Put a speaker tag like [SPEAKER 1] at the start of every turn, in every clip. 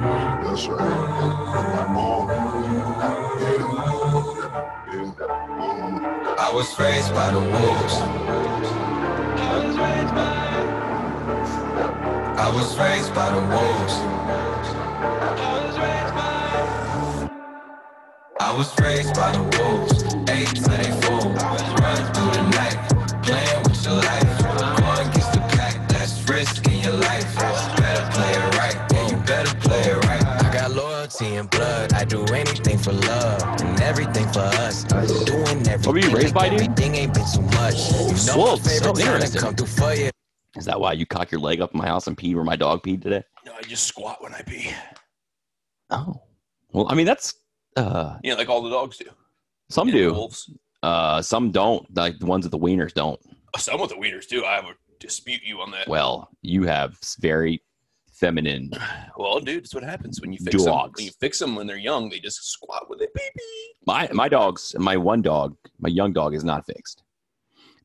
[SPEAKER 1] pressure. My mom, yeah, yeah, mm.
[SPEAKER 2] I was raised by the wolves. I was raised by the wolves. I was raised by the wolves. Eight till they fall. Run through the night, playing with your life. Going against the pack, that's risk in your life. Better play it right, yeah, you better play it right. I got loyalty and blood. I do anything for love and everything for us. Doing everything.
[SPEAKER 3] What were you raised by, dude?
[SPEAKER 2] Everything ain't been too much. You know
[SPEAKER 3] Wolves,
[SPEAKER 2] my favorite
[SPEAKER 3] so
[SPEAKER 2] time to
[SPEAKER 3] interesting.
[SPEAKER 2] come through for you.
[SPEAKER 3] Is that why you cock your leg up in my house and pee where my dog peed today?
[SPEAKER 4] No, I just squat when I pee.
[SPEAKER 3] Oh. Well, I mean that's uh
[SPEAKER 4] Yeah, like all the dogs do.
[SPEAKER 3] some
[SPEAKER 4] And
[SPEAKER 3] do.
[SPEAKER 4] Wolves.
[SPEAKER 3] Uh some don't. Like the ones at the wieners don't.
[SPEAKER 4] Uh, Some of the wieners do. I would dispute you on that.
[SPEAKER 3] Well, you have s- very feminine
[SPEAKER 4] Well, dude, that's what happens when you fix them.
[SPEAKER 3] Dogs.
[SPEAKER 4] When you fix them when they're young, they just squat with it. Beep, beep.
[SPEAKER 3] my my dog's my one dog, my young dog is not fixed.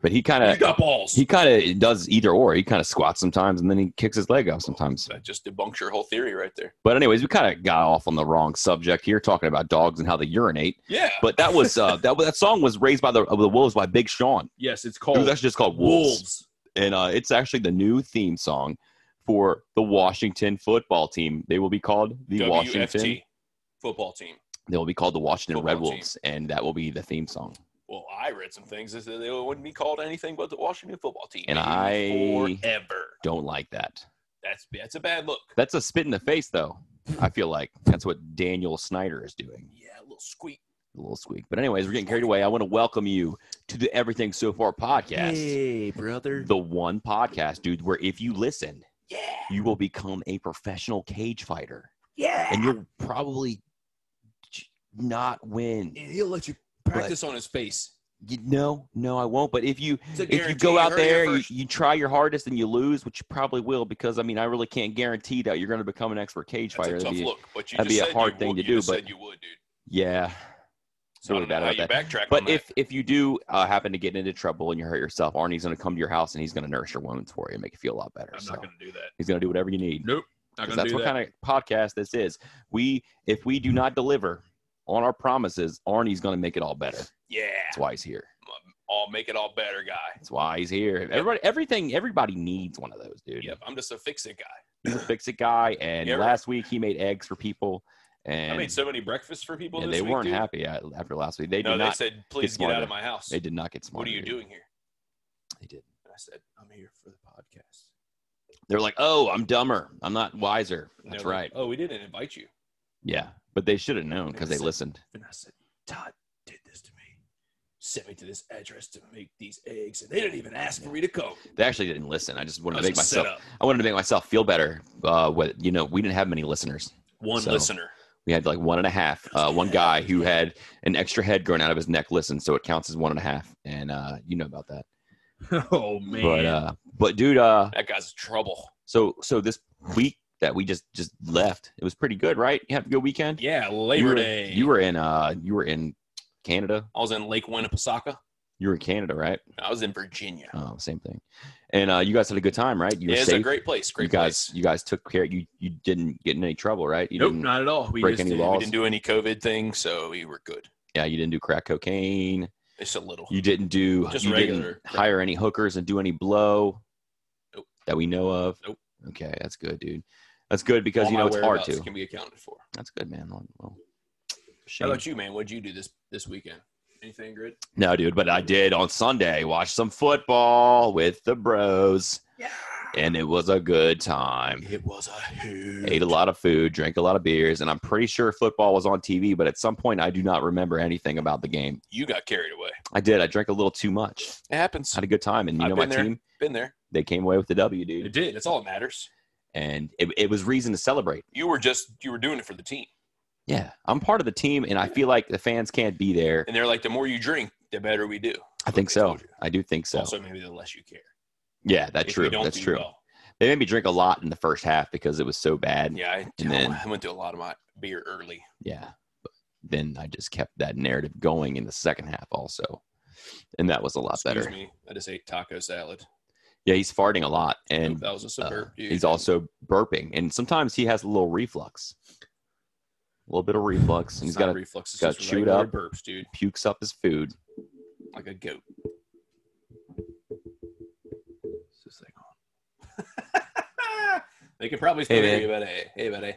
[SPEAKER 3] But he
[SPEAKER 4] you
[SPEAKER 3] kinda
[SPEAKER 4] got balls.
[SPEAKER 3] Uh, he kinda does either or. He kinda squats sometimes and then he kicks his leg up sometimes.
[SPEAKER 4] that just debunks your whole theory right there.
[SPEAKER 3] But anyways, we kinda got off on the wrong subject here talking about dogs and how they urinate.
[SPEAKER 4] Yeah.
[SPEAKER 3] But that was uh that that song was raised by the of the wolves by Big Sean.
[SPEAKER 4] yes, it's
[SPEAKER 3] It
[SPEAKER 4] called
[SPEAKER 3] was actually just called Wolves. and uh, it's actually the new theme song for the Washington football team. They will be called the
[SPEAKER 4] WFT
[SPEAKER 3] Washington.
[SPEAKER 4] football team.
[SPEAKER 3] They will be called the Washington
[SPEAKER 4] Football
[SPEAKER 3] Red Wolves, and that will be the theme song.
[SPEAKER 4] Well, I read some things that said they wouldn't be called anything but the Washington football team.
[SPEAKER 3] And I-
[SPEAKER 4] forever.
[SPEAKER 3] Don't like that.
[SPEAKER 4] That's that's a bad look.
[SPEAKER 3] That's a spit in the face, though. I feel like that's what Daniel Snyder is doing.
[SPEAKER 4] Yeah, a little squeak.
[SPEAKER 3] A little squeak. But anyways, we're getting carried away. I want to welcome you to the Everything So Far podcast,
[SPEAKER 5] Hey, brother.
[SPEAKER 3] the one podcast, dude, where if you listen,
[SPEAKER 4] Yeah.
[SPEAKER 3] you will become a professional cage fighter,
[SPEAKER 5] Yeah.
[SPEAKER 3] and you'll probably j- not win.
[SPEAKER 5] And he'll let you.
[SPEAKER 4] Practice on his face.
[SPEAKER 3] You, no, no, I won't. But if you
[SPEAKER 4] It's a
[SPEAKER 3] if you
[SPEAKER 4] guarantee.
[SPEAKER 3] go out
[SPEAKER 4] heard it here
[SPEAKER 3] there, you,
[SPEAKER 4] first.
[SPEAKER 3] you try your hardest and you lose, which you probably will, because I mean, I really can't guarantee that you're going to become an expert cage
[SPEAKER 4] that's
[SPEAKER 3] fighter.
[SPEAKER 4] a
[SPEAKER 3] That'd
[SPEAKER 4] tough
[SPEAKER 3] be-
[SPEAKER 4] look. But you
[SPEAKER 3] that'd
[SPEAKER 4] just
[SPEAKER 3] be a
[SPEAKER 4] said
[SPEAKER 3] hard
[SPEAKER 4] you
[SPEAKER 3] thing
[SPEAKER 4] would.
[SPEAKER 3] to
[SPEAKER 4] you
[SPEAKER 3] do,
[SPEAKER 4] just
[SPEAKER 3] but-
[SPEAKER 4] said you would, dude.
[SPEAKER 3] Yeah, it's
[SPEAKER 4] So I
[SPEAKER 3] really
[SPEAKER 4] don't know
[SPEAKER 3] bad
[SPEAKER 4] how
[SPEAKER 3] about
[SPEAKER 4] you
[SPEAKER 3] that.
[SPEAKER 4] backtrack on
[SPEAKER 3] But
[SPEAKER 4] that.
[SPEAKER 3] if if you do uh, happen to get into trouble and you hurt yourself, Arnie's going to come to your house and he's going to nurse your wounds for you and make you feel a lot better.
[SPEAKER 4] I'm
[SPEAKER 3] so
[SPEAKER 4] not going to do that.
[SPEAKER 3] he's going to do whatever you need.
[SPEAKER 4] Nope.
[SPEAKER 3] 'cause
[SPEAKER 4] Not going to
[SPEAKER 3] that's
[SPEAKER 4] do
[SPEAKER 3] what
[SPEAKER 4] that.
[SPEAKER 3] kind of podcast this is. We if we do not deliver on our promises, Arnie's going to make it all better.
[SPEAKER 4] yeah.
[SPEAKER 3] That's why he's here.
[SPEAKER 4] I'll make it all better, guy.
[SPEAKER 3] That's why he's here. Everybody, everything, everybody needs one of those, dude.
[SPEAKER 4] Yep. I'm just a fix it guy.
[SPEAKER 3] He's a fix it guy, and
[SPEAKER 4] Yeah, right.
[SPEAKER 3] last week he made eggs for people, and,
[SPEAKER 4] I made so many breakfasts for people
[SPEAKER 3] and
[SPEAKER 4] this
[SPEAKER 3] they
[SPEAKER 4] week,
[SPEAKER 3] weren't
[SPEAKER 4] dude.
[SPEAKER 3] happy at- after last week. They
[SPEAKER 4] no,
[SPEAKER 3] did
[SPEAKER 4] they
[SPEAKER 3] not.
[SPEAKER 4] said, "Please get, out
[SPEAKER 3] smarter.
[SPEAKER 4] of my house."
[SPEAKER 3] they did not get smart.
[SPEAKER 4] What are you doing here?
[SPEAKER 3] They did.
[SPEAKER 4] And I said, "I'm here for the podcast."
[SPEAKER 3] They're like, "Oh, I'm dumber. I'm not wiser."
[SPEAKER 4] And
[SPEAKER 3] That's
[SPEAKER 4] they're like,
[SPEAKER 3] right.
[SPEAKER 4] oh, we didn't invite you.
[SPEAKER 3] Yeah, but they should have known because they
[SPEAKER 4] Listen.
[SPEAKER 3] listened.
[SPEAKER 4] And I said, "Todd did this to me. Sent me to this address to make these eggs, and they didn't even ask for me to come."
[SPEAKER 3] They actually didn't listen. I just
[SPEAKER 4] That
[SPEAKER 3] wanted
[SPEAKER 4] was
[SPEAKER 3] to make
[SPEAKER 4] a
[SPEAKER 3] myself.
[SPEAKER 4] setup.
[SPEAKER 3] I wanted to make myself feel better. Uh, what you know, we didn't have many listeners.
[SPEAKER 4] One
[SPEAKER 3] So-
[SPEAKER 4] listener.
[SPEAKER 3] We had like one and a half. Uh, one guy who had an extra head growing out of his neck listened, so it counts as one and a half. And uh, you know about that.
[SPEAKER 4] oh
[SPEAKER 3] But uh, but dude, uh,
[SPEAKER 4] that guy's trouble.
[SPEAKER 3] So so this week that we just just left, it was pretty good, right? You have a good weekend.
[SPEAKER 4] Yeah,
[SPEAKER 3] You
[SPEAKER 4] Labor
[SPEAKER 3] were-
[SPEAKER 4] Day.
[SPEAKER 3] You were in uh you were in Canada.
[SPEAKER 4] I was in Lake Winnipesaukee.
[SPEAKER 3] You were in Canada, right?
[SPEAKER 4] I was in Virginia.
[SPEAKER 3] Oh, same thing. And uh, you guys had a good time, right? You
[SPEAKER 4] Yeah,
[SPEAKER 3] were
[SPEAKER 4] it's
[SPEAKER 3] safe.
[SPEAKER 4] a great place. Great
[SPEAKER 3] you guys,
[SPEAKER 4] place.
[SPEAKER 3] you guys took care. You you didn't get in any trouble, right? You
[SPEAKER 4] nope,
[SPEAKER 3] didn't,
[SPEAKER 4] not at all. We,
[SPEAKER 3] break
[SPEAKER 4] just
[SPEAKER 3] any
[SPEAKER 4] didn't, we
[SPEAKER 3] laws.
[SPEAKER 4] didn't do any COVID thing, so we were good.
[SPEAKER 3] Yeah, you didn't do crack cocaine.
[SPEAKER 4] Just a little.
[SPEAKER 3] You didn't do.
[SPEAKER 4] Just
[SPEAKER 3] you
[SPEAKER 4] regular.
[SPEAKER 3] didn't hire any hookers and do any blow.
[SPEAKER 4] Nope.
[SPEAKER 3] That we know of.
[SPEAKER 4] Nope.
[SPEAKER 3] Okay, that's good, dude. That's good because
[SPEAKER 4] All
[SPEAKER 3] you know
[SPEAKER 4] my
[SPEAKER 3] it's hard
[SPEAKER 4] whereabouts
[SPEAKER 3] to.
[SPEAKER 4] can be accounted for.
[SPEAKER 3] That's good, man. Well, well,
[SPEAKER 4] How
[SPEAKER 3] shame.
[SPEAKER 4] about you, man? What'd you do this this weekend? Anything good?
[SPEAKER 3] No, dude, but I did on Sunday watch some football with the bros. And it was a good time.
[SPEAKER 4] It was a huge.
[SPEAKER 3] Ate a lot of food, drank a lot of beers, and I'm pretty sure football was on TV, but at some point I do not remember anything about the game.
[SPEAKER 4] You got carried away.
[SPEAKER 3] I did. I drank a little too much.
[SPEAKER 4] It happens.
[SPEAKER 3] Had a good time. And you
[SPEAKER 4] I've
[SPEAKER 3] know my
[SPEAKER 4] been there.
[SPEAKER 3] team?
[SPEAKER 4] Been there.
[SPEAKER 3] They came away with the W, dude.
[SPEAKER 4] It did. That's all that matters.
[SPEAKER 3] And it, it was reason to celebrate.
[SPEAKER 4] You were just you were doing it for the team,
[SPEAKER 3] Yeah. I'm part of the team and I feel like the fans can't be there.
[SPEAKER 4] and they're like, the more you drink, the better we do.
[SPEAKER 3] I think
[SPEAKER 4] That's
[SPEAKER 3] so.
[SPEAKER 4] what they told you.
[SPEAKER 3] I do think so.
[SPEAKER 4] Also, maybe the less you care.
[SPEAKER 3] Yeah, that's
[SPEAKER 4] If
[SPEAKER 3] true.
[SPEAKER 4] you don't
[SPEAKER 3] That's
[SPEAKER 4] do
[SPEAKER 3] true.
[SPEAKER 4] well.
[SPEAKER 3] They made me drink a lot in the first half because it was so bad.
[SPEAKER 4] Yeah, I,
[SPEAKER 3] And then-
[SPEAKER 4] I went through a lot of my beer early.
[SPEAKER 3] yeah but then i just kept that narrative going in the second half also and that was a lot
[SPEAKER 4] Excuse
[SPEAKER 3] better
[SPEAKER 4] me. I just ate taco salad.
[SPEAKER 3] yeah he's farting a lot and
[SPEAKER 4] that was a
[SPEAKER 3] uh,
[SPEAKER 4] suburb. dude.
[SPEAKER 3] he's also burping and sometimes he has a little reflux a little bit of reflux, and he's
[SPEAKER 4] It's not
[SPEAKER 3] got
[SPEAKER 4] reflux. It's
[SPEAKER 3] got
[SPEAKER 4] just
[SPEAKER 3] chewed
[SPEAKER 4] regular
[SPEAKER 3] up.
[SPEAKER 4] burps, dude,
[SPEAKER 3] pukes up his food.
[SPEAKER 4] like a goat. What's this thing on? oh. they could probably still
[SPEAKER 3] Hey,
[SPEAKER 4] hear
[SPEAKER 3] man.
[SPEAKER 4] you, buddy. Hey, buddy.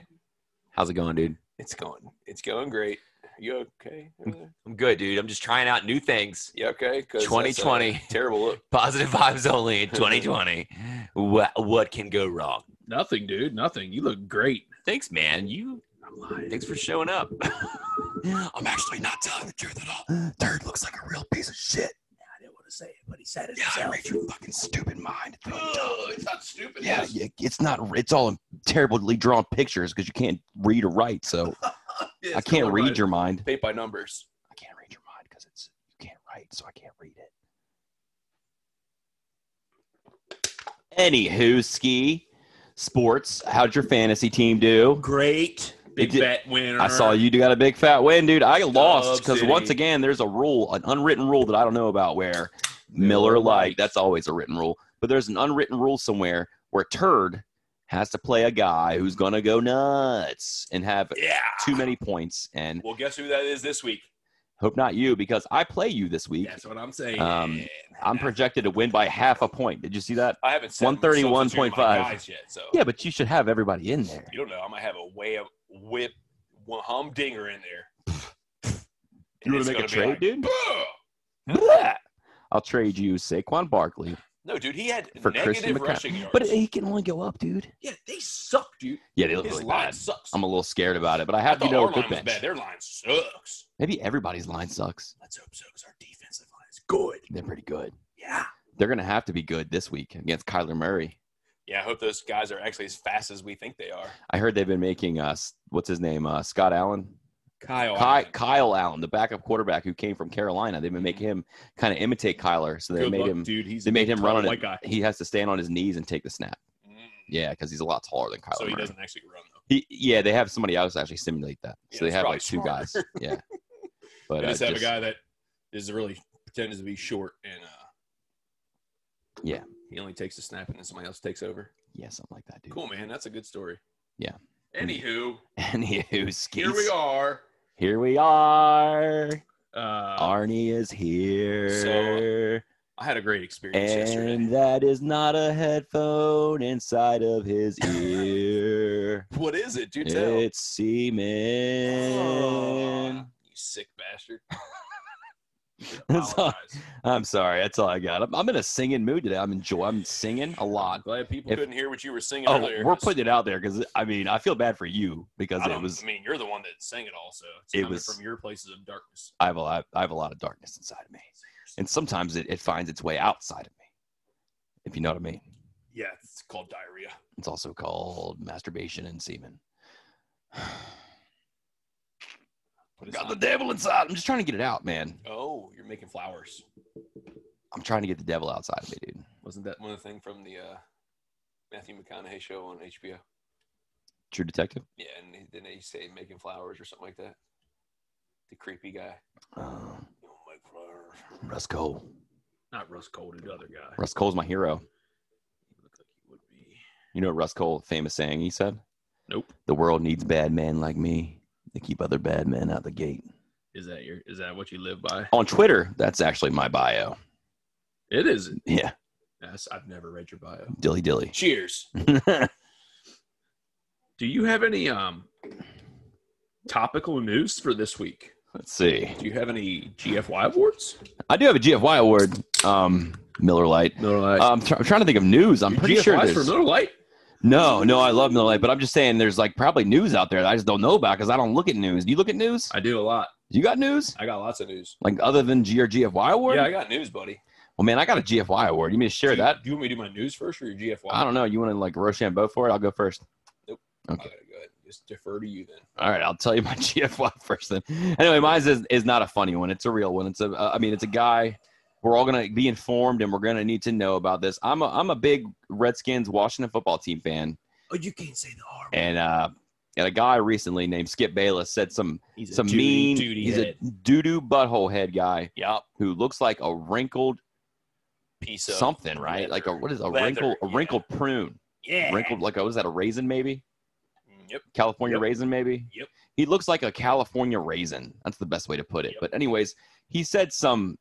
[SPEAKER 3] How's it going, dude?
[SPEAKER 4] It's going. It's going great. Are you okay? over there?
[SPEAKER 6] I'm good, dude. I'm just trying out new things.
[SPEAKER 4] You okay? 'Cause that's a
[SPEAKER 6] 2020.
[SPEAKER 4] Terrible look.
[SPEAKER 6] Positive vibes only in 2020. what, what can go wrong?
[SPEAKER 4] Nothing, dude. Nothing. You look great.
[SPEAKER 6] Thanks, man. You.
[SPEAKER 4] I'm lying.
[SPEAKER 6] Thanks for showing up. I'm actually not telling the truth at all. Third looks like a real piece of shit.
[SPEAKER 4] I didn't want to say it, but he said it.
[SPEAKER 6] Yeah, I read your fucking stupid mind. It's really dumb.
[SPEAKER 4] Oh, it's not stupid.
[SPEAKER 3] Yeah, y- it's not. It's all in terribly drawn pictures because you can't read or write. So I can't read your mind.
[SPEAKER 4] paint by numbers.
[SPEAKER 3] I can't read your mind because it's you can't write, so I can't read it. Anywho, ski sports. How'd your fantasy team do?
[SPEAKER 4] Great big
[SPEAKER 3] did-
[SPEAKER 4] bet winner.
[SPEAKER 3] I saw you got a big fat win, dude. I lost
[SPEAKER 4] Dub
[SPEAKER 3] because
[SPEAKER 4] City.
[SPEAKER 3] once again, there's a rule, an unwritten rule that I don't know about where Miller Lite. That's always a written rule, but there's an unwritten rule somewhere where Turd has to play a guy who's gonna go nuts and have
[SPEAKER 4] Yeah.
[SPEAKER 3] too many points. And
[SPEAKER 4] Well, guess who that is this week?
[SPEAKER 3] hope not you because I play you this week.
[SPEAKER 4] That's what I'm saying.
[SPEAKER 3] Um, I'm projected to win by half a point. Did you see that?
[SPEAKER 4] I haven't said
[SPEAKER 3] 131.5.
[SPEAKER 4] guys yet, so
[SPEAKER 3] Yeah, but you should have everybody in there.
[SPEAKER 4] you don't know. I might have a way of whip one humdinger in there.
[SPEAKER 3] You
[SPEAKER 4] And
[SPEAKER 3] want to
[SPEAKER 4] it's
[SPEAKER 3] make a
[SPEAKER 4] gonna be
[SPEAKER 3] trade,
[SPEAKER 4] like,
[SPEAKER 3] dude?
[SPEAKER 4] "Bah!"
[SPEAKER 3] I'll trade you Saquon Barkley,
[SPEAKER 4] No, dude, he had
[SPEAKER 3] For Christian
[SPEAKER 4] negative
[SPEAKER 3] McCaffrey.
[SPEAKER 4] rushing yards.
[SPEAKER 3] but he can only go up, dude.
[SPEAKER 4] yeah, they suck, dude.
[SPEAKER 3] Yeah, they look
[SPEAKER 4] His
[SPEAKER 3] really
[SPEAKER 4] line
[SPEAKER 3] bad.
[SPEAKER 4] sucks.
[SPEAKER 3] I'm a little scared about it, but I
[SPEAKER 4] I
[SPEAKER 3] have to
[SPEAKER 4] thought
[SPEAKER 3] know
[SPEAKER 4] our
[SPEAKER 3] a good
[SPEAKER 4] line was bad.
[SPEAKER 3] bench.
[SPEAKER 4] Their line sucks.
[SPEAKER 3] Maybe everybody's line sucks.
[SPEAKER 4] Let's hope so, because our defensive line is good.
[SPEAKER 3] They're pretty good.
[SPEAKER 4] Yeah.
[SPEAKER 3] They're gonna have to be good this week against Kyler Murray.
[SPEAKER 4] Yeah, I hope those guys are actually as fast as we think they are.
[SPEAKER 3] I heard they've been making us what's his name uh, Scott Allen,
[SPEAKER 4] Kyle.
[SPEAKER 3] Ky- Kyle Allen, the backup quarterback who came from Carolina. They've been making him kind of imitate Kyler, so they made him.
[SPEAKER 4] dude. He's
[SPEAKER 3] They made him run on it.
[SPEAKER 4] guy.
[SPEAKER 3] He has to stand on his knees and take the snap.
[SPEAKER 4] Mm.
[SPEAKER 3] Yeah, because he's a lot taller than Kyler.
[SPEAKER 4] So he
[SPEAKER 3] Murray.
[SPEAKER 4] doesn't actually run though.
[SPEAKER 3] He- yeah, they have somebody else actually simulate that.
[SPEAKER 4] Yeah,
[SPEAKER 3] So they
[SPEAKER 4] it's
[SPEAKER 3] have
[SPEAKER 4] probably
[SPEAKER 3] like two
[SPEAKER 4] smarter.
[SPEAKER 3] guys. Yeah, but
[SPEAKER 4] They
[SPEAKER 3] uh,
[SPEAKER 4] just have
[SPEAKER 3] just-
[SPEAKER 4] a guy that is really pretends to be short and uh
[SPEAKER 3] Yeah.
[SPEAKER 4] He only takes the snap and then somebody else takes over.
[SPEAKER 3] yeah, something like that, dude.
[SPEAKER 4] Cool, man. That's a good story.
[SPEAKER 3] Yeah.
[SPEAKER 4] Anywho,
[SPEAKER 3] Anywho,
[SPEAKER 4] here we
[SPEAKER 3] skis.
[SPEAKER 4] are.
[SPEAKER 3] Here we are.
[SPEAKER 4] Uh,
[SPEAKER 3] Arnie is here.
[SPEAKER 4] I had a great experience yesterday.
[SPEAKER 3] and that is not a headphone inside of his ear.
[SPEAKER 4] What is it? Do tell.
[SPEAKER 3] it's semen.
[SPEAKER 4] Oh, you sick bastard.
[SPEAKER 3] That's all-
[SPEAKER 4] Apologize.
[SPEAKER 3] I'm sorry. That's all I got. I'm, I'm in a singing mood today. I'm enjoy. I'm singing a lot.
[SPEAKER 4] I'm glad people
[SPEAKER 3] If-
[SPEAKER 4] couldn't hear what you were singing
[SPEAKER 3] Oh,
[SPEAKER 4] earlier.
[SPEAKER 3] we're
[SPEAKER 4] 'cause
[SPEAKER 3] putting it out there because I mean I feel bad for you because
[SPEAKER 4] I,
[SPEAKER 3] it
[SPEAKER 4] don't-
[SPEAKER 3] was
[SPEAKER 4] I mean, you're the one that sang it also. It's
[SPEAKER 3] It
[SPEAKER 4] coming
[SPEAKER 3] was-
[SPEAKER 4] from your places of darkness.
[SPEAKER 3] I have a lot, I have a lot of darkness inside of me, and sometimes it, it finds its way outside of me. If you know what I mean.
[SPEAKER 4] Yeah, it's called diarrhea.
[SPEAKER 3] It's also called masturbation and semen.
[SPEAKER 4] But it's
[SPEAKER 3] Got the
[SPEAKER 4] not-
[SPEAKER 3] devil inside. I'm just trying to get it out, man.
[SPEAKER 4] oh, you're making flowers.
[SPEAKER 3] I'm trying to get the devil outside of me, dude.
[SPEAKER 4] Wasn't that one of the thing from the uh, Matthew McConaughey show on HBO?
[SPEAKER 3] True detective.
[SPEAKER 4] Yeah, and he- didn't he say making flowers or something like that? The creepy guy.
[SPEAKER 3] Uh,
[SPEAKER 4] You don't make flowers.
[SPEAKER 3] Russ Cole.
[SPEAKER 4] Not Russ Cole, the other guy.
[SPEAKER 3] Russ Cole's my hero.
[SPEAKER 4] You look like you would be.
[SPEAKER 3] You know what Russ Cole, famous saying he said?
[SPEAKER 4] Nope.
[SPEAKER 3] The world needs bad men like me to keep other bad men out the gate.
[SPEAKER 4] Is that your? Is that what you live by?
[SPEAKER 3] On Twitter, that's actually my bio.
[SPEAKER 4] It is.
[SPEAKER 3] Yeah,
[SPEAKER 4] Yes, I've never read your bio.
[SPEAKER 3] dilly dilly.
[SPEAKER 4] Cheers. Do you have any um topical news for this week?
[SPEAKER 3] Let's see.
[SPEAKER 4] Do you have any GFY awards?
[SPEAKER 3] I do have a GFY award. Um, Miller Lite.
[SPEAKER 4] Miller Lite.
[SPEAKER 3] I'm, try- I'm trying to think of news. Uh, I'm pretty sure
[SPEAKER 4] GFYs
[SPEAKER 3] there's
[SPEAKER 4] for Miller Lite.
[SPEAKER 3] No, no, I love Miller Lite, but I'm just saying there's like probably news out there that I just don't know about because I don't look at news. Do you look at news?
[SPEAKER 4] I do a lot.
[SPEAKER 3] You got news?
[SPEAKER 4] I got lots of news.
[SPEAKER 3] Like other than G or GFY award?
[SPEAKER 4] Yeah, I got news, buddy.
[SPEAKER 3] well, man, I got a GFY award. You mean to share
[SPEAKER 4] do you,
[SPEAKER 3] that?
[SPEAKER 4] Do you want me to do my news first or your GFY?
[SPEAKER 3] I don't know. You want to like Rochambeau for it? I'll go first.
[SPEAKER 4] I gotta go ahead and just defer to you then.
[SPEAKER 3] All right, I'll tell you my GFY first then. Anyway, mine is is not a funny one. It's a real one. It's a uh, I mean, it's a guy. We're all gonna be informed, and we're gonna need to know about this. I'm a I'm a big Redskins Washington football team fan,
[SPEAKER 4] Oh, you can't say the R.
[SPEAKER 3] and uh, and a guy recently named Skip Bayless said some
[SPEAKER 4] He's
[SPEAKER 3] Some mean. he's a doo doo butthole head guy
[SPEAKER 4] yep.
[SPEAKER 3] who looks like a wrinkled
[SPEAKER 4] Piece of
[SPEAKER 3] something, right? Like a what is a
[SPEAKER 4] Leather,
[SPEAKER 3] wrinkled a
[SPEAKER 4] yeah.
[SPEAKER 3] wrinkled prune?
[SPEAKER 4] yeah.
[SPEAKER 3] Wrinkled like oh, was that a raisin maybe?
[SPEAKER 4] Mm, Yep.
[SPEAKER 3] California
[SPEAKER 4] Yep.
[SPEAKER 3] raisin, maybe.
[SPEAKER 4] Yep.
[SPEAKER 3] He looks like a California raisin. That's the best way to put it.
[SPEAKER 4] Yep.
[SPEAKER 3] But anyways, he said some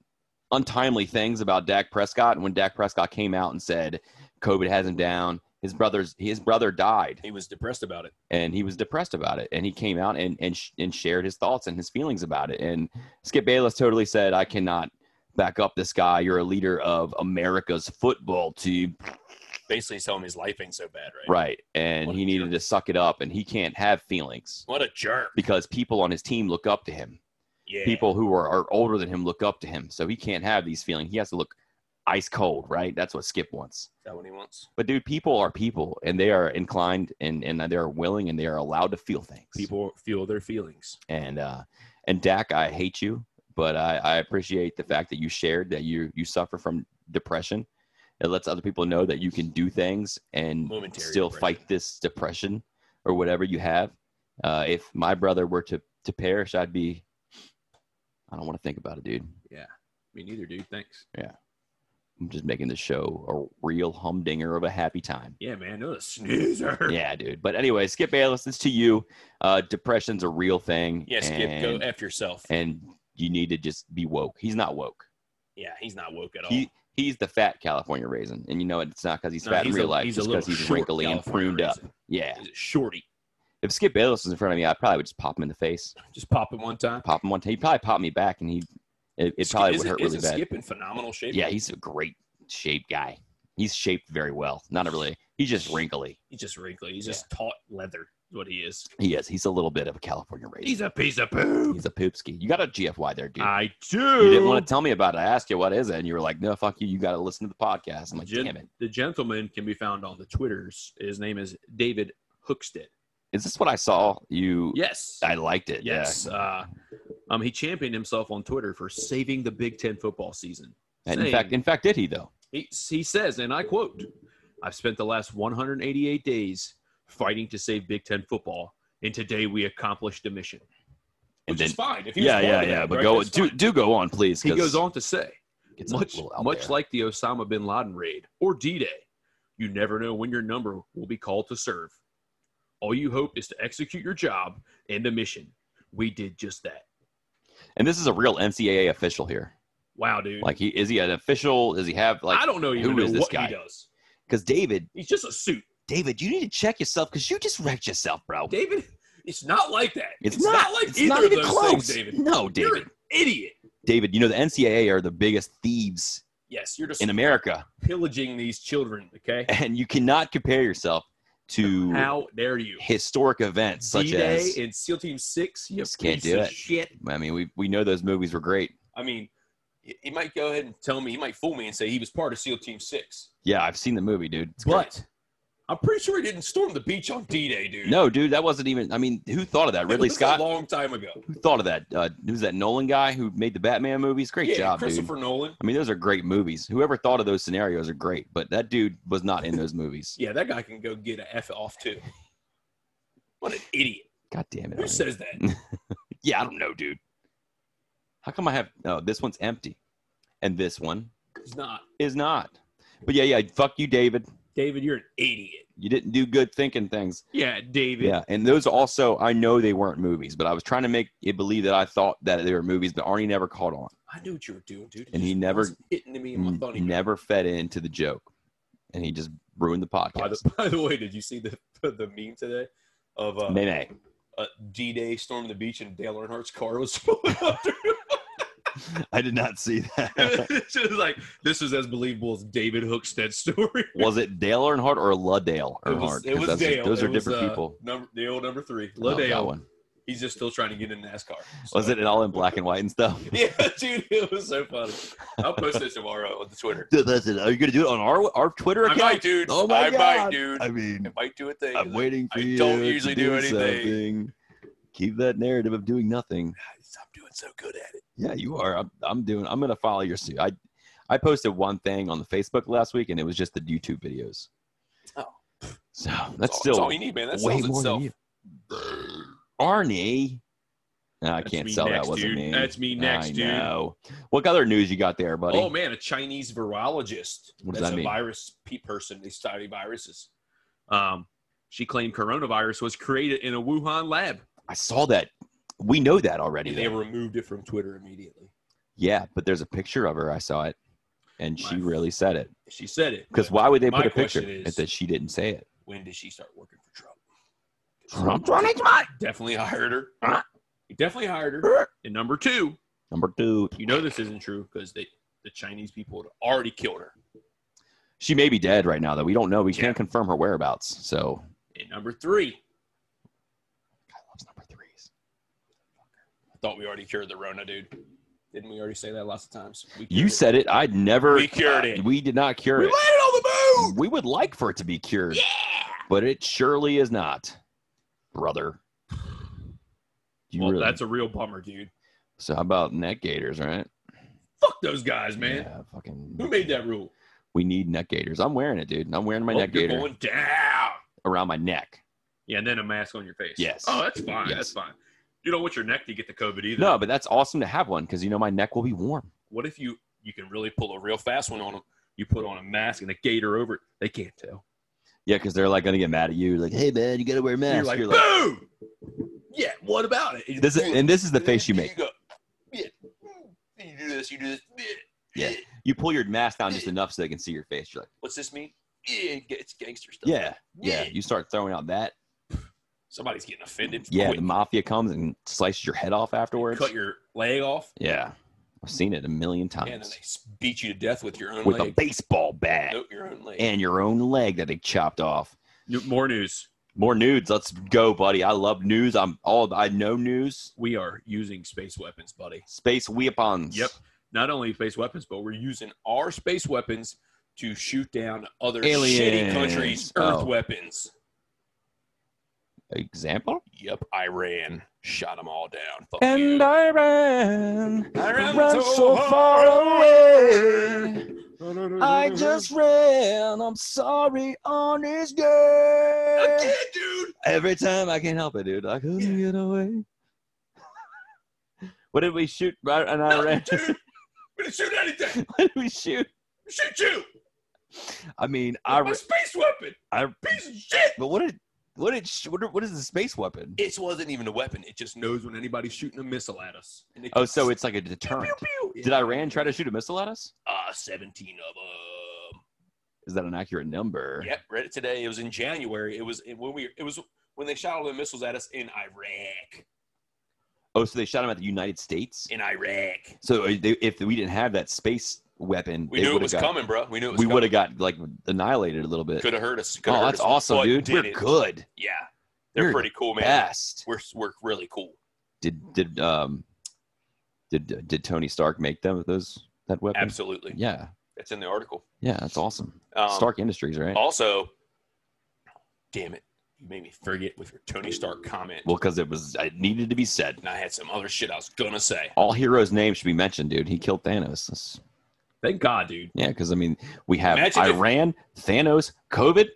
[SPEAKER 3] untimely things about Dak Prescott. And when Dak Prescott came out and said COVID has him down, his brother's his brother died,
[SPEAKER 4] He was depressed about it.
[SPEAKER 3] and he was depressed about it. And he came out and and sh- and shared his thoughts and his feelings about it. And Skip Bayless totally said, "I cannot." Back up this guy. You're a leader of America's football team.
[SPEAKER 4] Basically, he's telling him his life ain't so bad, right?
[SPEAKER 3] Right. And
[SPEAKER 4] What a
[SPEAKER 3] he needed to suck it up and he can't have feelings
[SPEAKER 4] What a jerk.
[SPEAKER 3] because people on his team look up to him.
[SPEAKER 4] Yeah.
[SPEAKER 3] People who are, are older than him look up to him. So he can't have these feelings. He has to look ice cold, right? That's what Skip wants.
[SPEAKER 4] Is that what he wants?
[SPEAKER 3] But dude, people are people and they are inclined and, and they are willing and they are allowed to feel things.
[SPEAKER 4] People feel their feelings.
[SPEAKER 3] And uh and Dak, I hate you, but I, I appreciate the fact that you shared that you you suffer from depression. It lets other people know that you can do things and
[SPEAKER 4] Momentary
[SPEAKER 3] still
[SPEAKER 4] depression.
[SPEAKER 3] fight this depression or whatever you have. Uh, if my brother were to to perish, I'd be. I don't want to think about it, dude.
[SPEAKER 4] Me neither, dude. Thanks.
[SPEAKER 3] I'm just making this show a real humdinger of a happy time.
[SPEAKER 4] Yeah, man. No, the snoozer.
[SPEAKER 3] Yeah, dude. But anyway, Skip Bayless, it's to you. Uh, depression's a real thing.
[SPEAKER 4] Yeah, Skip,
[SPEAKER 3] and-
[SPEAKER 4] go F yourself.
[SPEAKER 3] and you need to just be woke. He's not woke.
[SPEAKER 4] yeah, he's not woke at all.
[SPEAKER 3] He he's the fat California raisin, and you know it, it's not because he's
[SPEAKER 4] No,
[SPEAKER 3] fat in
[SPEAKER 4] he's a-
[SPEAKER 3] real life.
[SPEAKER 4] he's
[SPEAKER 3] He's
[SPEAKER 4] a
[SPEAKER 3] because
[SPEAKER 4] little
[SPEAKER 3] he's
[SPEAKER 4] short
[SPEAKER 3] wrinkly and
[SPEAKER 4] California
[SPEAKER 3] pruned up.
[SPEAKER 4] raisin.
[SPEAKER 3] Yeah.
[SPEAKER 4] He's a shorty.
[SPEAKER 3] If Skip Bayless was in front of me, I probably would just pop him in the face,
[SPEAKER 4] Just pop it one time.
[SPEAKER 3] pop him one. He probably popped me back, and he it, it probably
[SPEAKER 4] Skip-
[SPEAKER 3] would hurt
[SPEAKER 4] isn't-
[SPEAKER 3] really
[SPEAKER 4] isn't
[SPEAKER 3] bad.
[SPEAKER 4] Skip in phenomenal shape.
[SPEAKER 3] yeah, he's a great shape guy. He's shaped very well. Not really. He's just wrinkly.
[SPEAKER 4] He's just wrinkly. He's just taut leather. is What he is.
[SPEAKER 3] He is. He's a little bit of a California raisin.
[SPEAKER 4] He's a piece of poop.
[SPEAKER 3] He's a poopski. You got a GFY there, dude.
[SPEAKER 4] I do.
[SPEAKER 3] you didn't want to tell me about it. I asked you what is it, and you were like, "No, fuck you. You got to listen to the podcast." I'm like,
[SPEAKER 4] Gen-
[SPEAKER 3] "Damn it!
[SPEAKER 4] The gentleman can be found on the Twitters. His name is David Hookstead.
[SPEAKER 3] Is this what I saw? You?
[SPEAKER 4] Yes.
[SPEAKER 3] I liked it. Yeah.
[SPEAKER 4] yes. Uh, um, he championed himself on Twitter for saving the Big Ten football season.
[SPEAKER 3] And in
[SPEAKER 4] Saying-
[SPEAKER 3] fact, in fact, did he though?
[SPEAKER 4] He, he says, and I quote, I've spent the last 188 days fighting to save Big Ten football, and today we accomplished the mission.
[SPEAKER 3] And
[SPEAKER 4] Which
[SPEAKER 3] then-
[SPEAKER 4] is fine. If he was
[SPEAKER 3] Yeah,
[SPEAKER 4] part
[SPEAKER 3] yeah,
[SPEAKER 4] of
[SPEAKER 3] yeah.
[SPEAKER 4] that,
[SPEAKER 3] But
[SPEAKER 4] right,
[SPEAKER 3] go
[SPEAKER 4] that's
[SPEAKER 3] do
[SPEAKER 4] fine.
[SPEAKER 3] do go on, please.
[SPEAKER 4] He
[SPEAKER 3] 'cause
[SPEAKER 4] goes on to say,
[SPEAKER 3] it's a
[SPEAKER 4] much,
[SPEAKER 3] little out
[SPEAKER 4] much
[SPEAKER 3] there.
[SPEAKER 4] like the Osama bin Laden raid or D Day, you never know when your number will be called to serve. All you hope is to execute your job and the mission. We did just that.
[SPEAKER 3] and this is a real NCAA official here.
[SPEAKER 4] Wow, dude.
[SPEAKER 3] Like, he is he an official? Does he have
[SPEAKER 4] I
[SPEAKER 3] like?
[SPEAKER 4] don't know even
[SPEAKER 3] who
[SPEAKER 4] know
[SPEAKER 3] is this
[SPEAKER 4] what
[SPEAKER 3] guy?
[SPEAKER 4] he does.
[SPEAKER 3] Because David,
[SPEAKER 4] He's just a suit.
[SPEAKER 3] David, you need to check yourself because you just wrecked yourself, bro.
[SPEAKER 4] David, it's not like that.
[SPEAKER 3] it's, not,
[SPEAKER 4] like
[SPEAKER 3] it's
[SPEAKER 4] either
[SPEAKER 3] not
[SPEAKER 4] of
[SPEAKER 3] even
[SPEAKER 4] those
[SPEAKER 3] close.
[SPEAKER 4] things, David.
[SPEAKER 3] No, David.
[SPEAKER 4] You're an idiot.
[SPEAKER 3] David, you know the NCAA are the biggest thieves
[SPEAKER 4] Yes, you're just
[SPEAKER 3] in America,
[SPEAKER 4] pillaging these children, okay?
[SPEAKER 3] and you cannot compare yourself to
[SPEAKER 4] How dare you?
[SPEAKER 3] historic events such
[SPEAKER 4] D-Day
[SPEAKER 3] as.
[SPEAKER 4] and SEAL Team 6, you
[SPEAKER 3] Just can't
[SPEAKER 4] piece
[SPEAKER 3] do
[SPEAKER 4] of
[SPEAKER 3] it.
[SPEAKER 4] shit.
[SPEAKER 3] I mean, we we know those movies were great.
[SPEAKER 4] I mean, he- he might go ahead and tell me, he might fool me and say he was part of SEAL Team 6.
[SPEAKER 3] Yeah, I've seen the movie, dude. It's
[SPEAKER 4] But I'm pretty sure he didn't storm the beach on D-Day, dude.
[SPEAKER 3] great. no, dude, that wasn't even. I mean, who thought of that?
[SPEAKER 4] That
[SPEAKER 3] Ridley
[SPEAKER 4] was
[SPEAKER 3] Scott.
[SPEAKER 4] a long time ago.
[SPEAKER 3] Who thought of that? Uh, who's that Nolan guy who made the Batman movies? Great
[SPEAKER 4] yeah,
[SPEAKER 3] job, dude.
[SPEAKER 4] Christopher Nolan.
[SPEAKER 3] I mean, those are great movies. Whoever thought of those scenarios are great, but that dude was not in those movies.
[SPEAKER 4] Yeah, that guy can go get an F off too. What an idiot.
[SPEAKER 3] God damn it.
[SPEAKER 4] Who
[SPEAKER 3] Arnie.
[SPEAKER 4] says that?
[SPEAKER 3] yeah, I don't know, dude. How come I have. Oh, this one's empty. And this one
[SPEAKER 4] It's not.
[SPEAKER 3] is not. But yeah, yeah, fuck you, David.
[SPEAKER 4] David, you're an idiot.
[SPEAKER 3] You didn't do good thinking things.
[SPEAKER 4] Yeah, David.
[SPEAKER 3] Yeah, and those also, I know they weren't movies, but I was trying to make it believe that I thought that they were movies, but Arnie never caught on.
[SPEAKER 4] I knew what you were doing, dude. It
[SPEAKER 3] And he
[SPEAKER 4] just
[SPEAKER 3] never-
[SPEAKER 4] wasn't hitting to me in my funny.
[SPEAKER 3] Mm, never fed into the joke, and he just ruined the podcast.
[SPEAKER 4] By the, by the way, did you see the the meme today of uh,
[SPEAKER 3] Nay, nay.
[SPEAKER 4] uh, D Day storming the beach and Dale Earnhardt's car was pulling up? through?
[SPEAKER 3] I did not see that.
[SPEAKER 4] it's just like this is as believable as David Hookstead's story.
[SPEAKER 3] was it Dale Earnhardt or Ludale
[SPEAKER 4] It was,
[SPEAKER 3] Earnhardt?
[SPEAKER 4] it
[SPEAKER 3] 'Cause that's-
[SPEAKER 4] was Dale.
[SPEAKER 3] Those
[SPEAKER 4] It
[SPEAKER 3] are
[SPEAKER 4] was,
[SPEAKER 3] different
[SPEAKER 4] uh,
[SPEAKER 3] people.
[SPEAKER 4] Number Dale number three.
[SPEAKER 3] I love that
[SPEAKER 4] Dale.
[SPEAKER 3] one.
[SPEAKER 4] He's just still trying to get in NASCAR.
[SPEAKER 3] Was
[SPEAKER 4] so-
[SPEAKER 3] it in all in black and white and stuff?
[SPEAKER 4] Yeah, dude, it was so funny. I'll post this tomorrow on the Twitter.
[SPEAKER 3] Dude, that's it. Are you gonna do it on our our Twitter
[SPEAKER 4] I
[SPEAKER 3] account?
[SPEAKER 4] might, dude.
[SPEAKER 3] Oh my
[SPEAKER 4] I might,
[SPEAKER 3] God.
[SPEAKER 4] dude.
[SPEAKER 3] I
[SPEAKER 4] I
[SPEAKER 3] mean,
[SPEAKER 4] might do a thing.
[SPEAKER 3] I'm waiting for
[SPEAKER 4] I
[SPEAKER 3] you.
[SPEAKER 4] don't
[SPEAKER 3] to
[SPEAKER 4] usually
[SPEAKER 3] do
[SPEAKER 4] do anything.
[SPEAKER 3] something. Keep that narrative of doing nothing.
[SPEAKER 4] I'm doing so good at it.
[SPEAKER 3] Yeah, you are. I'm, I'm doing. I'm gonna follow your suit. I, I posted one thing on the Facebook last week, and it was just the YouTube videos.
[SPEAKER 4] Oh.
[SPEAKER 3] so that's
[SPEAKER 4] all,
[SPEAKER 3] still
[SPEAKER 4] all you need, man. That
[SPEAKER 3] way
[SPEAKER 4] sells
[SPEAKER 3] more
[SPEAKER 4] itself.
[SPEAKER 3] than you. Arnie, No, I
[SPEAKER 4] That's
[SPEAKER 3] can't
[SPEAKER 4] me
[SPEAKER 3] sell
[SPEAKER 4] next,
[SPEAKER 3] that. Wasn't
[SPEAKER 4] dude.
[SPEAKER 3] me.
[SPEAKER 4] That's me next,
[SPEAKER 3] I
[SPEAKER 4] dude.
[SPEAKER 3] know. What other news you got there, buddy?
[SPEAKER 4] Oh man, a Chinese virologist.
[SPEAKER 3] What does
[SPEAKER 4] That's
[SPEAKER 3] that
[SPEAKER 4] a
[SPEAKER 3] mean?
[SPEAKER 4] virus pe- person. They study viruses. Um,
[SPEAKER 7] She claimed coronavirus was created in a Wuhan lab.
[SPEAKER 3] I saw that. We know that already.
[SPEAKER 4] And they
[SPEAKER 3] though.
[SPEAKER 4] removed it from Twitter immediately.
[SPEAKER 3] yeah, but there's a picture of her. I saw it, and she
[SPEAKER 4] My-
[SPEAKER 3] really said it.
[SPEAKER 4] She said it.
[SPEAKER 3] Because
[SPEAKER 4] but
[SPEAKER 3] why would they
[SPEAKER 4] my
[SPEAKER 3] put a picture
[SPEAKER 4] question is-
[SPEAKER 3] if that she didn't say it?
[SPEAKER 4] When did she start working for Trump?
[SPEAKER 3] Trump's on his mind.
[SPEAKER 4] Definitely hired
[SPEAKER 3] Ah.
[SPEAKER 4] her. He definitely hired her.
[SPEAKER 7] And number two,
[SPEAKER 3] Number two,
[SPEAKER 7] you know this isn't true because they the Chinese people had already killed her.
[SPEAKER 3] she may be dead right now, though. We don't know. We
[SPEAKER 7] Yeah.
[SPEAKER 3] can't confirm her whereabouts. So,
[SPEAKER 7] And number three,
[SPEAKER 3] I love number threes.
[SPEAKER 4] I thought we already cured the Rona, dude. Didn't we already say that lots of times? We cured
[SPEAKER 3] You
[SPEAKER 4] it.
[SPEAKER 3] said it. I'd never.
[SPEAKER 4] We cured it.
[SPEAKER 3] We did not cure
[SPEAKER 4] we
[SPEAKER 3] it.
[SPEAKER 4] landed on the moon.
[SPEAKER 3] We would like for it to be cured. Yeah. But it surely is not, brother. You
[SPEAKER 7] well,
[SPEAKER 3] really-
[SPEAKER 7] that's a real bummer, dude.
[SPEAKER 3] so how about neck gators, right?
[SPEAKER 7] Fuck those guys, man.
[SPEAKER 3] Yeah,
[SPEAKER 4] Who
[SPEAKER 3] fucking.
[SPEAKER 4] made that rule?
[SPEAKER 3] We need neck gators. I'm wearing it, dude. I'm wearing my
[SPEAKER 7] Oh,
[SPEAKER 3] neck
[SPEAKER 7] you're
[SPEAKER 3] gator
[SPEAKER 7] going down.
[SPEAKER 3] around my neck.
[SPEAKER 7] Yeah, and then a mask on your face.
[SPEAKER 3] Yes.
[SPEAKER 7] Oh, that's fine.
[SPEAKER 3] Yes.
[SPEAKER 7] That's fine. You don't want your neck to get the COVID either.
[SPEAKER 3] No, but that's awesome to have one because you know my neck will be warm.
[SPEAKER 7] What if you you can really pull a real fast one on them? You put on a mask and a gator over it. They can't tell.
[SPEAKER 3] Yeah, because they're like gonna get mad at you. Like, hey man, you gotta wear a mask.
[SPEAKER 7] You're like, boom. Yeah. What about it?
[SPEAKER 3] this is, and this is the face you
[SPEAKER 4] You,
[SPEAKER 3] make.
[SPEAKER 4] go, yeah. you do this. You do this. Yeah.
[SPEAKER 3] Yeah. You pull your mask down just enough so they can see your face. You're like,
[SPEAKER 4] What's this mean? Yeah, it's gangster stuff.
[SPEAKER 3] yeah, yeah. You start throwing out that.
[SPEAKER 4] Somebody's getting offended.
[SPEAKER 3] Yeah,
[SPEAKER 4] Quick.
[SPEAKER 3] the mafia comes and slices your head off afterwards.
[SPEAKER 7] Cut your leg off.
[SPEAKER 3] Yeah, I've seen it a million
[SPEAKER 4] Yeah, and then
[SPEAKER 3] times
[SPEAKER 4] they beat you to death with your own
[SPEAKER 3] with a
[SPEAKER 4] leg.
[SPEAKER 3] baseball bat
[SPEAKER 4] Nope, your own leg.
[SPEAKER 3] and your own leg that they chopped off.
[SPEAKER 7] New- More news.
[SPEAKER 3] More nudes. Let's go, buddy. I love news. I'm all. I know news.
[SPEAKER 7] We are using space weapons, buddy.
[SPEAKER 3] Space weapons.
[SPEAKER 7] Yep. Not only space weapons, but we're using
[SPEAKER 4] using our space weapons to shoot down other shitty
[SPEAKER 3] Aliens.
[SPEAKER 4] countries'
[SPEAKER 3] Oh.
[SPEAKER 4] Earth weapons.
[SPEAKER 3] Example.
[SPEAKER 4] Yep, Iran shot them all down. Fuck
[SPEAKER 3] And
[SPEAKER 4] you.
[SPEAKER 3] I ran,
[SPEAKER 4] I ran
[SPEAKER 3] ran
[SPEAKER 4] so
[SPEAKER 3] so
[SPEAKER 4] hard
[SPEAKER 3] far away. I just ran. I'm sorry, honest girl.
[SPEAKER 4] I can't, dude.
[SPEAKER 3] Every time I can't help it, dude. I couldn't get away. what did we shoot? Right, and I
[SPEAKER 4] Nothing,
[SPEAKER 3] ran.
[SPEAKER 4] dude. We didn't shoot anything.
[SPEAKER 3] what did we shoot?
[SPEAKER 4] We shoot you.
[SPEAKER 3] I mean, I,
[SPEAKER 4] I my space weapon.
[SPEAKER 3] I.
[SPEAKER 4] Piece of shit.
[SPEAKER 3] But what did? What did? sh- What, what is the space weapon?
[SPEAKER 4] It wasn't even a weapon. It just knows when anybody's shooting a missile at us. And it
[SPEAKER 3] Oh, so it's like a deterrent.
[SPEAKER 4] pew, pew, pew.
[SPEAKER 3] Did Iran try to shoot a missile at us?
[SPEAKER 4] Ah, seventeen of them.
[SPEAKER 3] Is that an accurate number?
[SPEAKER 4] Yep, read it today. It was in January. It was it- when we. It was when they shot all the missiles at us in Iraq.
[SPEAKER 3] Oh, so they shot him at the United States.
[SPEAKER 4] In Iraq,
[SPEAKER 3] So uh, they, if we didn't have that space weapon,
[SPEAKER 4] we
[SPEAKER 3] they
[SPEAKER 4] knew it
[SPEAKER 3] would've
[SPEAKER 4] was
[SPEAKER 3] got-
[SPEAKER 4] coming, bro. We knew it was
[SPEAKER 3] We would
[SPEAKER 4] coming.
[SPEAKER 3] have got like annihilated a little bit.
[SPEAKER 4] Could have hurt us. Coulda
[SPEAKER 3] Oh,
[SPEAKER 4] hurt
[SPEAKER 3] that's
[SPEAKER 4] us,
[SPEAKER 3] awesome,
[SPEAKER 4] but
[SPEAKER 3] dude. We're
[SPEAKER 4] didn't.
[SPEAKER 3] good.
[SPEAKER 4] Yeah, they're
[SPEAKER 3] We're
[SPEAKER 4] pretty cool, man.
[SPEAKER 3] Best.
[SPEAKER 4] We're we're really cool.
[SPEAKER 3] did did um did did Tony Stark make them those that weapon?
[SPEAKER 4] Absolutely,
[SPEAKER 3] Yeah,
[SPEAKER 4] it's in the article.
[SPEAKER 3] yeah, that's awesome.
[SPEAKER 4] Um,
[SPEAKER 3] Stark Industries, right?
[SPEAKER 4] Also, damn it, you made me forget with your Tony Stark comment,
[SPEAKER 3] Well, because it was it needed to be said.
[SPEAKER 4] and I had some other shit I was gonna say.
[SPEAKER 3] All heroes' names should be mentioned, dude. He killed Thanos. That's-
[SPEAKER 7] Thank God, dude.
[SPEAKER 3] yeah, because I mean, we have
[SPEAKER 4] Imagine if-
[SPEAKER 3] Iran, Thanos, COVID. Would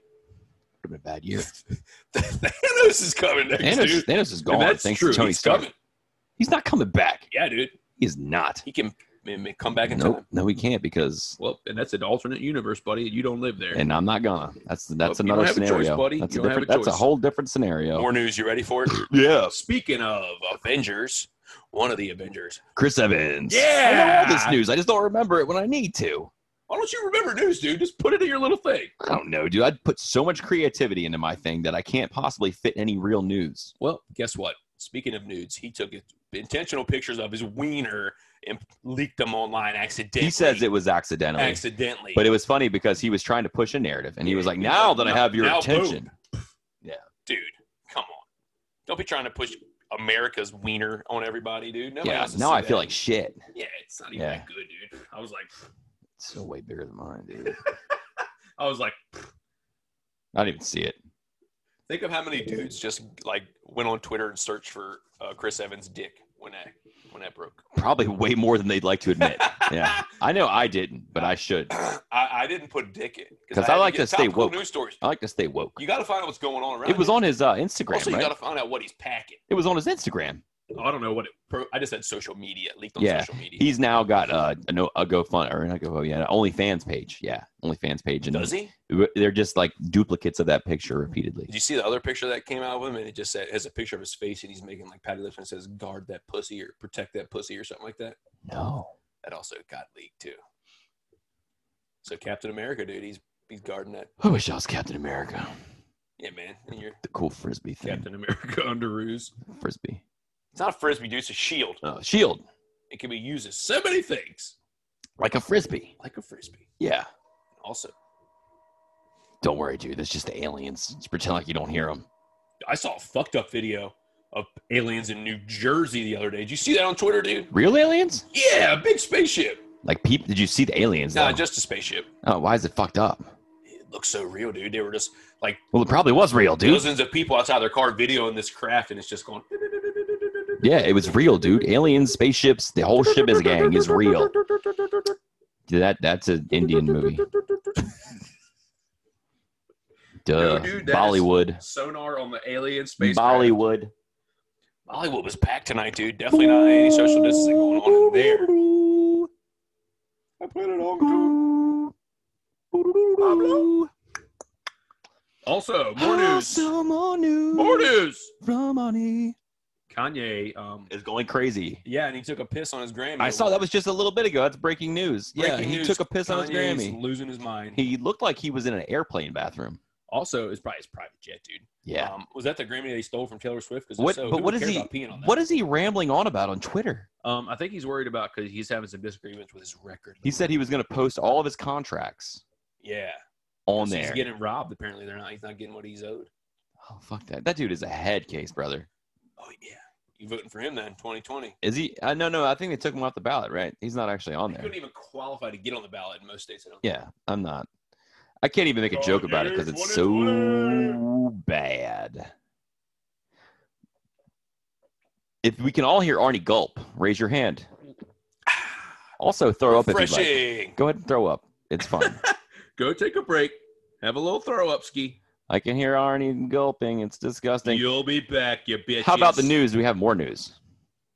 [SPEAKER 3] have been a bad year.
[SPEAKER 4] Thanos is coming next,
[SPEAKER 3] Thanos,
[SPEAKER 4] dude.
[SPEAKER 3] Thanos is
[SPEAKER 4] And
[SPEAKER 3] gone.
[SPEAKER 4] that's
[SPEAKER 3] thanks
[SPEAKER 4] true.
[SPEAKER 3] to Tony
[SPEAKER 4] He's
[SPEAKER 3] Stark.
[SPEAKER 4] coming.
[SPEAKER 3] He's not coming back.
[SPEAKER 4] Yeah, dude.
[SPEAKER 3] He is not.
[SPEAKER 4] He can ma- ma- come back in
[SPEAKER 3] Nope.
[SPEAKER 4] time.
[SPEAKER 3] No, he can't because.
[SPEAKER 7] Well, and that's an alternate universe, buddy. You don't live there.
[SPEAKER 3] And I'm not gonna. That's that's
[SPEAKER 7] Well, you don't
[SPEAKER 3] another
[SPEAKER 7] have a choice,
[SPEAKER 3] scenario.
[SPEAKER 7] buddy.
[SPEAKER 3] That's
[SPEAKER 7] You
[SPEAKER 3] a
[SPEAKER 7] don't have
[SPEAKER 3] different.
[SPEAKER 7] a
[SPEAKER 3] that's a
[SPEAKER 7] choice.
[SPEAKER 3] whole different scenario.
[SPEAKER 4] More news. You ready for it?
[SPEAKER 3] uh, Yeah,
[SPEAKER 4] Speaking of Avengers, one of the Avengers.
[SPEAKER 3] Chris Evans. I know
[SPEAKER 7] Yeah.
[SPEAKER 3] all this news. I just don't remember it when I need to.
[SPEAKER 4] Why don't you remember news, dude? Just put it in your little thing.
[SPEAKER 3] I don't know, dude. I'd put so much creativity into my thing that I can't possibly fit any real news.
[SPEAKER 4] Well, guess what? Speaking of nudes, he took it- intentional pictures of his wiener and leaked them online accidentally.
[SPEAKER 3] He says it was accidentally.
[SPEAKER 4] accidentally,
[SPEAKER 3] But it was funny because he was trying to push a narrative and he was like,
[SPEAKER 4] He's
[SPEAKER 3] now
[SPEAKER 4] like,
[SPEAKER 3] that I
[SPEAKER 4] "No,
[SPEAKER 3] have your
[SPEAKER 4] now
[SPEAKER 3] attention.
[SPEAKER 4] dude, come on! Don't be trying to push America's wiener on everybody, dude. Nobody
[SPEAKER 3] Yeah,
[SPEAKER 4] wants to
[SPEAKER 3] now
[SPEAKER 4] see
[SPEAKER 3] I feel
[SPEAKER 4] that.
[SPEAKER 3] like shit.
[SPEAKER 4] yeah, it's not even
[SPEAKER 3] Yeah.
[SPEAKER 4] that good, dude. I was like,
[SPEAKER 3] It's so way bigger than mine, dude.
[SPEAKER 7] I was like,
[SPEAKER 3] I didn't even see it.
[SPEAKER 4] think of how many dudes just like went on Twitter and searched for uh, Chris Evans' dick when that when that broke.
[SPEAKER 3] Probably way more than they'd like to admit. Yeah. I know I didn't, but I should.
[SPEAKER 4] I, I didn't put dick in
[SPEAKER 3] 'Cause
[SPEAKER 4] had
[SPEAKER 3] I like
[SPEAKER 4] get
[SPEAKER 3] to stay
[SPEAKER 4] topical
[SPEAKER 3] woke.
[SPEAKER 4] News stories.
[SPEAKER 3] I like to stay woke.
[SPEAKER 4] You got to find out what's going on around.
[SPEAKER 3] It was
[SPEAKER 4] you.
[SPEAKER 3] on his uh, Instagram,
[SPEAKER 4] Also, you
[SPEAKER 3] right?
[SPEAKER 4] got to find out what he's packing.
[SPEAKER 3] It was on his Instagram.
[SPEAKER 4] Oh, I don't know what it. Pro, I just said social media leaked on
[SPEAKER 3] Yeah,
[SPEAKER 4] social media.
[SPEAKER 3] He's now got uh, a no a GoFund or not GoFund, yeah, an OnlyFans page. Yeah, OnlyFans page, and
[SPEAKER 4] Does he?
[SPEAKER 3] they're just like duplicates of that picture repeatedly.
[SPEAKER 4] Did you see the other picture that came out of him? And it just said, has a picture of his face, and he's making like Patty lips, and it says, "Guard that pussy" or "Protect that pussy" or something like that.
[SPEAKER 3] No,
[SPEAKER 4] That also got leaked too. So Captain America, dude, he's he's guarding that.
[SPEAKER 3] I wish I was Captain America.
[SPEAKER 4] Yeah, man. And you're
[SPEAKER 3] The cool frisbee thing,
[SPEAKER 7] Captain America under ruse.
[SPEAKER 3] frisbee.
[SPEAKER 4] it's not a frisbee, dude. It's a shield.
[SPEAKER 3] Uh, shield
[SPEAKER 4] It can be used as so many things,
[SPEAKER 3] like a frisbee.
[SPEAKER 4] like a frisbee.
[SPEAKER 3] Yeah.
[SPEAKER 4] Also,
[SPEAKER 3] Don't worry, dude. That's just the aliens. Just pretend like you don't hear them.
[SPEAKER 4] I saw a fucked up video of aliens in New Jersey the other day. Did you see that on Twitter, dude?
[SPEAKER 3] Real aliens?
[SPEAKER 4] Yeah, a big spaceship.
[SPEAKER 3] Like, peep? Did you see the aliens?
[SPEAKER 4] Nah,
[SPEAKER 3] though?
[SPEAKER 4] just a spaceship.
[SPEAKER 3] Oh, why is it fucked up?
[SPEAKER 4] It looks so real, dude. They were just like
[SPEAKER 3] Well, it probably was real, dude.
[SPEAKER 4] dozens of people outside their car videoing this craft, and it's just going.
[SPEAKER 3] Yeah, it was real, dude. Aliens, spaceships, the whole ship is a gang is real. Dude, that that's an Indian movie.
[SPEAKER 7] No,
[SPEAKER 3] Duh,
[SPEAKER 7] dude, that is-
[SPEAKER 3] Bollywood,
[SPEAKER 7] Sonar on the alien space.
[SPEAKER 3] Bollywood.
[SPEAKER 4] Hollywood was packed tonight, dude. Definitely not any social distancing going on in there. I put it on.
[SPEAKER 7] Also, more news.
[SPEAKER 3] more news.
[SPEAKER 7] More news.
[SPEAKER 3] From Ani.
[SPEAKER 7] Kanye. Um,
[SPEAKER 3] Is going crazy.
[SPEAKER 4] Yeah, and he took a piss on his Grammy.
[SPEAKER 3] I saw that was just a little bit ago. That's breaking news. yeah,
[SPEAKER 4] Breaking
[SPEAKER 3] he
[SPEAKER 4] news,
[SPEAKER 3] took a piss on his
[SPEAKER 4] Kanye's
[SPEAKER 3] Grammy.
[SPEAKER 4] Losing his mind.
[SPEAKER 3] He looked like he was in an airplane bathroom.
[SPEAKER 7] also, it's probably his private jet, dude.
[SPEAKER 3] Yeah.
[SPEAKER 4] Um, was that the Grammy that he stole from Taylor Swift? 'Cause if
[SPEAKER 3] What-
[SPEAKER 4] so,
[SPEAKER 3] but
[SPEAKER 4] who
[SPEAKER 3] what
[SPEAKER 4] cares
[SPEAKER 3] is he-
[SPEAKER 4] about peeing on that?
[SPEAKER 3] What is he rambling on about on Twitter?
[SPEAKER 7] Um, I think he's worried about because he's having some disagreements with his record.
[SPEAKER 3] He said he was going to post all of his contracts
[SPEAKER 4] Yeah.
[SPEAKER 3] on
[SPEAKER 4] So
[SPEAKER 3] there.
[SPEAKER 4] He's getting robbed. Apparently, they're not. He's not getting what he's owed.
[SPEAKER 3] oh fuck that! That dude is a head case, brother.
[SPEAKER 4] Oh yeah. You voting for him then? 2020.
[SPEAKER 3] Is he? Uh, no, no. I think they took him off the ballot. Right? He's not actually on
[SPEAKER 4] You
[SPEAKER 3] there.
[SPEAKER 4] couldn't even qualify to get on the ballot in most states. I don't
[SPEAKER 3] Yeah, I'm not. I can't even make a joke about it because it's so bad. If we can all hear Arnie gulp, raise your hand. Also, throw up if you'd like.
[SPEAKER 4] Refreshing.
[SPEAKER 3] Go ahead and throw up. It's fun.
[SPEAKER 7] Go take a break. Have a little throw up ski.
[SPEAKER 3] I can hear Arnie gulping. It's disgusting.
[SPEAKER 7] You'll be back, you bitch.
[SPEAKER 3] How about the news? Do we have more news?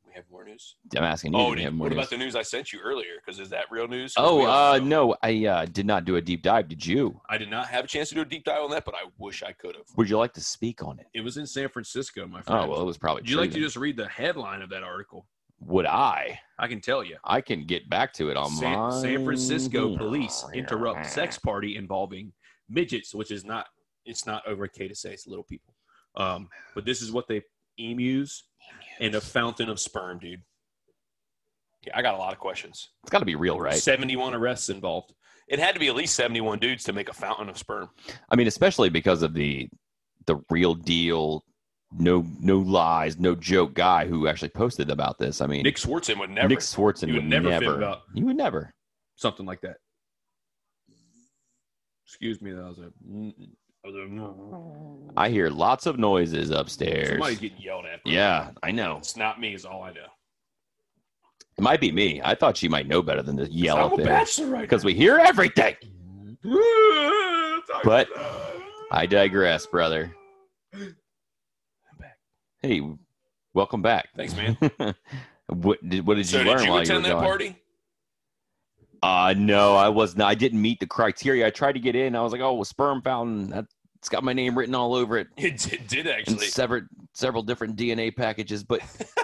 [SPEAKER 4] We have more news.
[SPEAKER 3] I'm asking you.
[SPEAKER 4] Oh,
[SPEAKER 3] do we
[SPEAKER 4] did-
[SPEAKER 3] have more
[SPEAKER 4] what
[SPEAKER 3] news?
[SPEAKER 4] about the news I sent you earlier? Because is that real news? 'Cause
[SPEAKER 3] Oh,
[SPEAKER 4] we
[SPEAKER 3] uh,
[SPEAKER 4] don't know.
[SPEAKER 3] no, I uh, did not do a deep dive. Did you?
[SPEAKER 4] I did not have a chance to do a deep dive on that, but I wish I could have.
[SPEAKER 3] Would you like to speak on it?
[SPEAKER 7] It was in San Francisco, my friend.
[SPEAKER 3] Oh, well, it was probably
[SPEAKER 7] Would you
[SPEAKER 3] true
[SPEAKER 7] like to
[SPEAKER 3] then.
[SPEAKER 7] just read the headline of that article?
[SPEAKER 3] Would I?
[SPEAKER 7] I can tell you.
[SPEAKER 3] I can get back to it on Oh,
[SPEAKER 7] San, San Francisco
[SPEAKER 3] mine.
[SPEAKER 7] police interrupt sex party involving midgets, which is not it's not okay to say it's little people. Um, but this is what they emus,
[SPEAKER 4] And a fountain of sperm, dude. Yeah, I got a lot of questions.
[SPEAKER 3] It's got to be real, right?
[SPEAKER 4] 71 arrests involved. It had to be at least 71 dudes to make a fountain of sperm.
[SPEAKER 3] I mean, especially because of the the real deal, no no lies, no joke guy who actually posted about this. I mean,
[SPEAKER 4] Nick Swartzen would never.
[SPEAKER 3] Nick Swartzen
[SPEAKER 4] he would
[SPEAKER 3] would
[SPEAKER 4] never fib
[SPEAKER 3] never.
[SPEAKER 7] about-
[SPEAKER 3] He would never.
[SPEAKER 7] something like that. Excuse me, that was a. I was
[SPEAKER 3] I hear lots of noises
[SPEAKER 7] a-
[SPEAKER 3] upstairs.
[SPEAKER 7] Somebody's getting yelled at. bro.
[SPEAKER 3] yeah, I know.
[SPEAKER 4] it's not me, is all I know.
[SPEAKER 3] It might be me. I thought she might know better than to yell
[SPEAKER 4] I'm
[SPEAKER 3] up
[SPEAKER 4] a
[SPEAKER 3] there.
[SPEAKER 4] bachelor right
[SPEAKER 3] because we hear everything.
[SPEAKER 4] now.
[SPEAKER 3] But I digress, brother.
[SPEAKER 4] I'm back.
[SPEAKER 3] Hey, welcome back.
[SPEAKER 4] Thanks, man.
[SPEAKER 3] what did, what did
[SPEAKER 4] so
[SPEAKER 3] you
[SPEAKER 4] did
[SPEAKER 3] learn
[SPEAKER 4] you
[SPEAKER 3] while you were
[SPEAKER 4] attend that
[SPEAKER 3] gone?
[SPEAKER 4] party?
[SPEAKER 3] Uh, no, I was not. I didn't meet the criteria. I tried to get in. I was like, oh, well, sperm fountain. That, it's got my name written all over it.
[SPEAKER 4] It did, it did
[SPEAKER 3] And
[SPEAKER 4] actually.
[SPEAKER 3] severed, several different DNA packages, but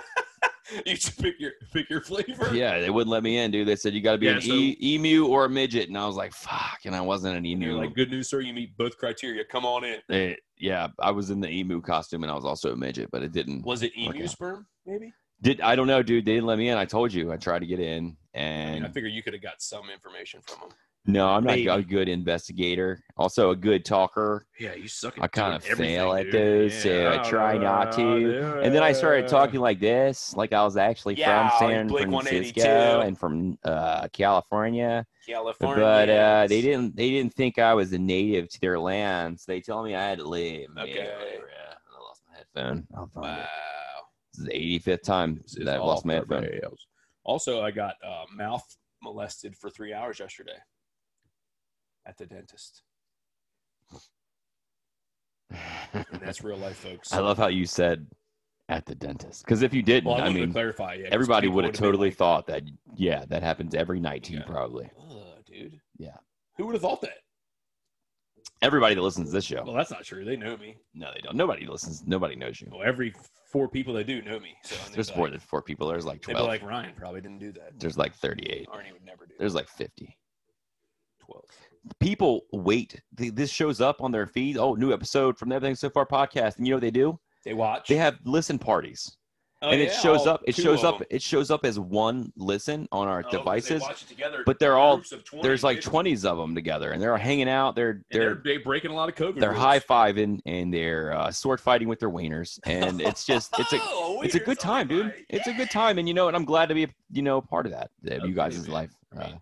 [SPEAKER 4] You should pick your pick your flavor.
[SPEAKER 3] yeah, they wouldn't let me in, dude. They said you got to be
[SPEAKER 7] Yeah,
[SPEAKER 3] an
[SPEAKER 7] so-
[SPEAKER 3] e- emu or a midget, and I was like, "Fuck!" And I wasn't an
[SPEAKER 4] And
[SPEAKER 3] emu.
[SPEAKER 4] you're like, good news, sir. You meet both criteria. Come on in.
[SPEAKER 3] Eh, yeah, I was in the emu costume, and I was also a midget, but it didn't.
[SPEAKER 4] Was it
[SPEAKER 3] Work
[SPEAKER 4] emu
[SPEAKER 3] out.
[SPEAKER 4] sperm? Maybe.
[SPEAKER 3] Did I don't know, dude. They didn't let me in. I told you. I tried to get in,
[SPEAKER 4] I, mean,
[SPEAKER 3] and
[SPEAKER 4] I figure you could have got some information from him.
[SPEAKER 3] no, I'm not
[SPEAKER 7] Maybe.
[SPEAKER 3] a good investigator. Also, a good talker.
[SPEAKER 7] Yeah, you suck.
[SPEAKER 3] I kinda
[SPEAKER 7] doing everything,
[SPEAKER 3] fail at
[SPEAKER 7] dude.
[SPEAKER 3] those, so I try not to. And then I started talking like this, like I was actually
[SPEAKER 4] Uh. Yeah,
[SPEAKER 3] from San
[SPEAKER 4] Blink 182.
[SPEAKER 3] Francisco and from uh, California.
[SPEAKER 4] California.
[SPEAKER 3] But uh, they didn't. They didn't think I was a native to their land, so they told me I had to leave.
[SPEAKER 4] Okay.
[SPEAKER 3] immediately. Yeah, I lost my headphone. I'll find
[SPEAKER 4] Wow.
[SPEAKER 3] it. This is the 85th time
[SPEAKER 4] This is
[SPEAKER 3] that I've
[SPEAKER 4] off
[SPEAKER 3] lost my
[SPEAKER 4] the
[SPEAKER 3] headphone.
[SPEAKER 4] rails. Also, I got uh, mouth molested for three hours yesterday at the dentist. And that's real life, folks.
[SPEAKER 3] I love how you said at the dentist. Because if you didn't,
[SPEAKER 4] Well, I,
[SPEAKER 3] I,
[SPEAKER 4] wanted to
[SPEAKER 3] mean,
[SPEAKER 4] clarify. Yeah, 'cause
[SPEAKER 3] everybody
[SPEAKER 4] people
[SPEAKER 3] would have
[SPEAKER 4] would've been
[SPEAKER 3] totally
[SPEAKER 4] like,
[SPEAKER 3] thought that. Yeah, that happens every night to you,
[SPEAKER 4] Yeah.
[SPEAKER 3] probably.
[SPEAKER 4] "Ugh, dude.
[SPEAKER 3] Yeah.
[SPEAKER 4] Who would have thought that?
[SPEAKER 3] Everybody that listens to this show.
[SPEAKER 4] Well, that's not true. They know me.
[SPEAKER 3] No, they don't. Nobody listens. Nobody knows you.
[SPEAKER 4] Well, every four people that do know me. So and they'd
[SPEAKER 3] There's
[SPEAKER 4] be
[SPEAKER 3] more
[SPEAKER 4] like-
[SPEAKER 3] than four people. There's like
[SPEAKER 4] They'd be
[SPEAKER 3] twelve.
[SPEAKER 4] like Ryan probably didn't do that.
[SPEAKER 3] There's like thirty-eight.
[SPEAKER 4] Arnie would never do.
[SPEAKER 3] There's like fifty.
[SPEAKER 4] twelve.
[SPEAKER 3] People wait. Th- This shows up on their feed. Oh, new episode from the Everything So Far podcast. And you know what they do?
[SPEAKER 4] They watch.
[SPEAKER 3] They have listen parties,
[SPEAKER 4] Oh,
[SPEAKER 3] and it
[SPEAKER 4] yeah,
[SPEAKER 3] shows
[SPEAKER 4] all
[SPEAKER 3] up. It
[SPEAKER 4] two
[SPEAKER 3] shows
[SPEAKER 4] of
[SPEAKER 3] up.
[SPEAKER 4] them.
[SPEAKER 3] It shows up as one listen on our
[SPEAKER 4] Oh, 'cause they
[SPEAKER 3] devices.
[SPEAKER 4] watch it together,
[SPEAKER 3] but they're all-
[SPEAKER 4] groups of 20,
[SPEAKER 3] There's like
[SPEAKER 4] 50.
[SPEAKER 3] twenties of them together, and they're hanging out. They're
[SPEAKER 7] And
[SPEAKER 3] they're
[SPEAKER 7] they're, they're breaking a lot of COVID.
[SPEAKER 3] they're
[SPEAKER 7] rules.
[SPEAKER 3] high fiving and they're uh, sword fighting with their wieners, and it's just it's a
[SPEAKER 4] Oh,
[SPEAKER 3] it's a
[SPEAKER 4] wiener's
[SPEAKER 3] good
[SPEAKER 4] on
[SPEAKER 3] time, dude.
[SPEAKER 4] everybody.
[SPEAKER 3] It's a good time, and you know, and I'm glad to be you know part of that of you guys'
[SPEAKER 7] Absolutely,
[SPEAKER 3] life.
[SPEAKER 7] I mean-
[SPEAKER 3] Uh,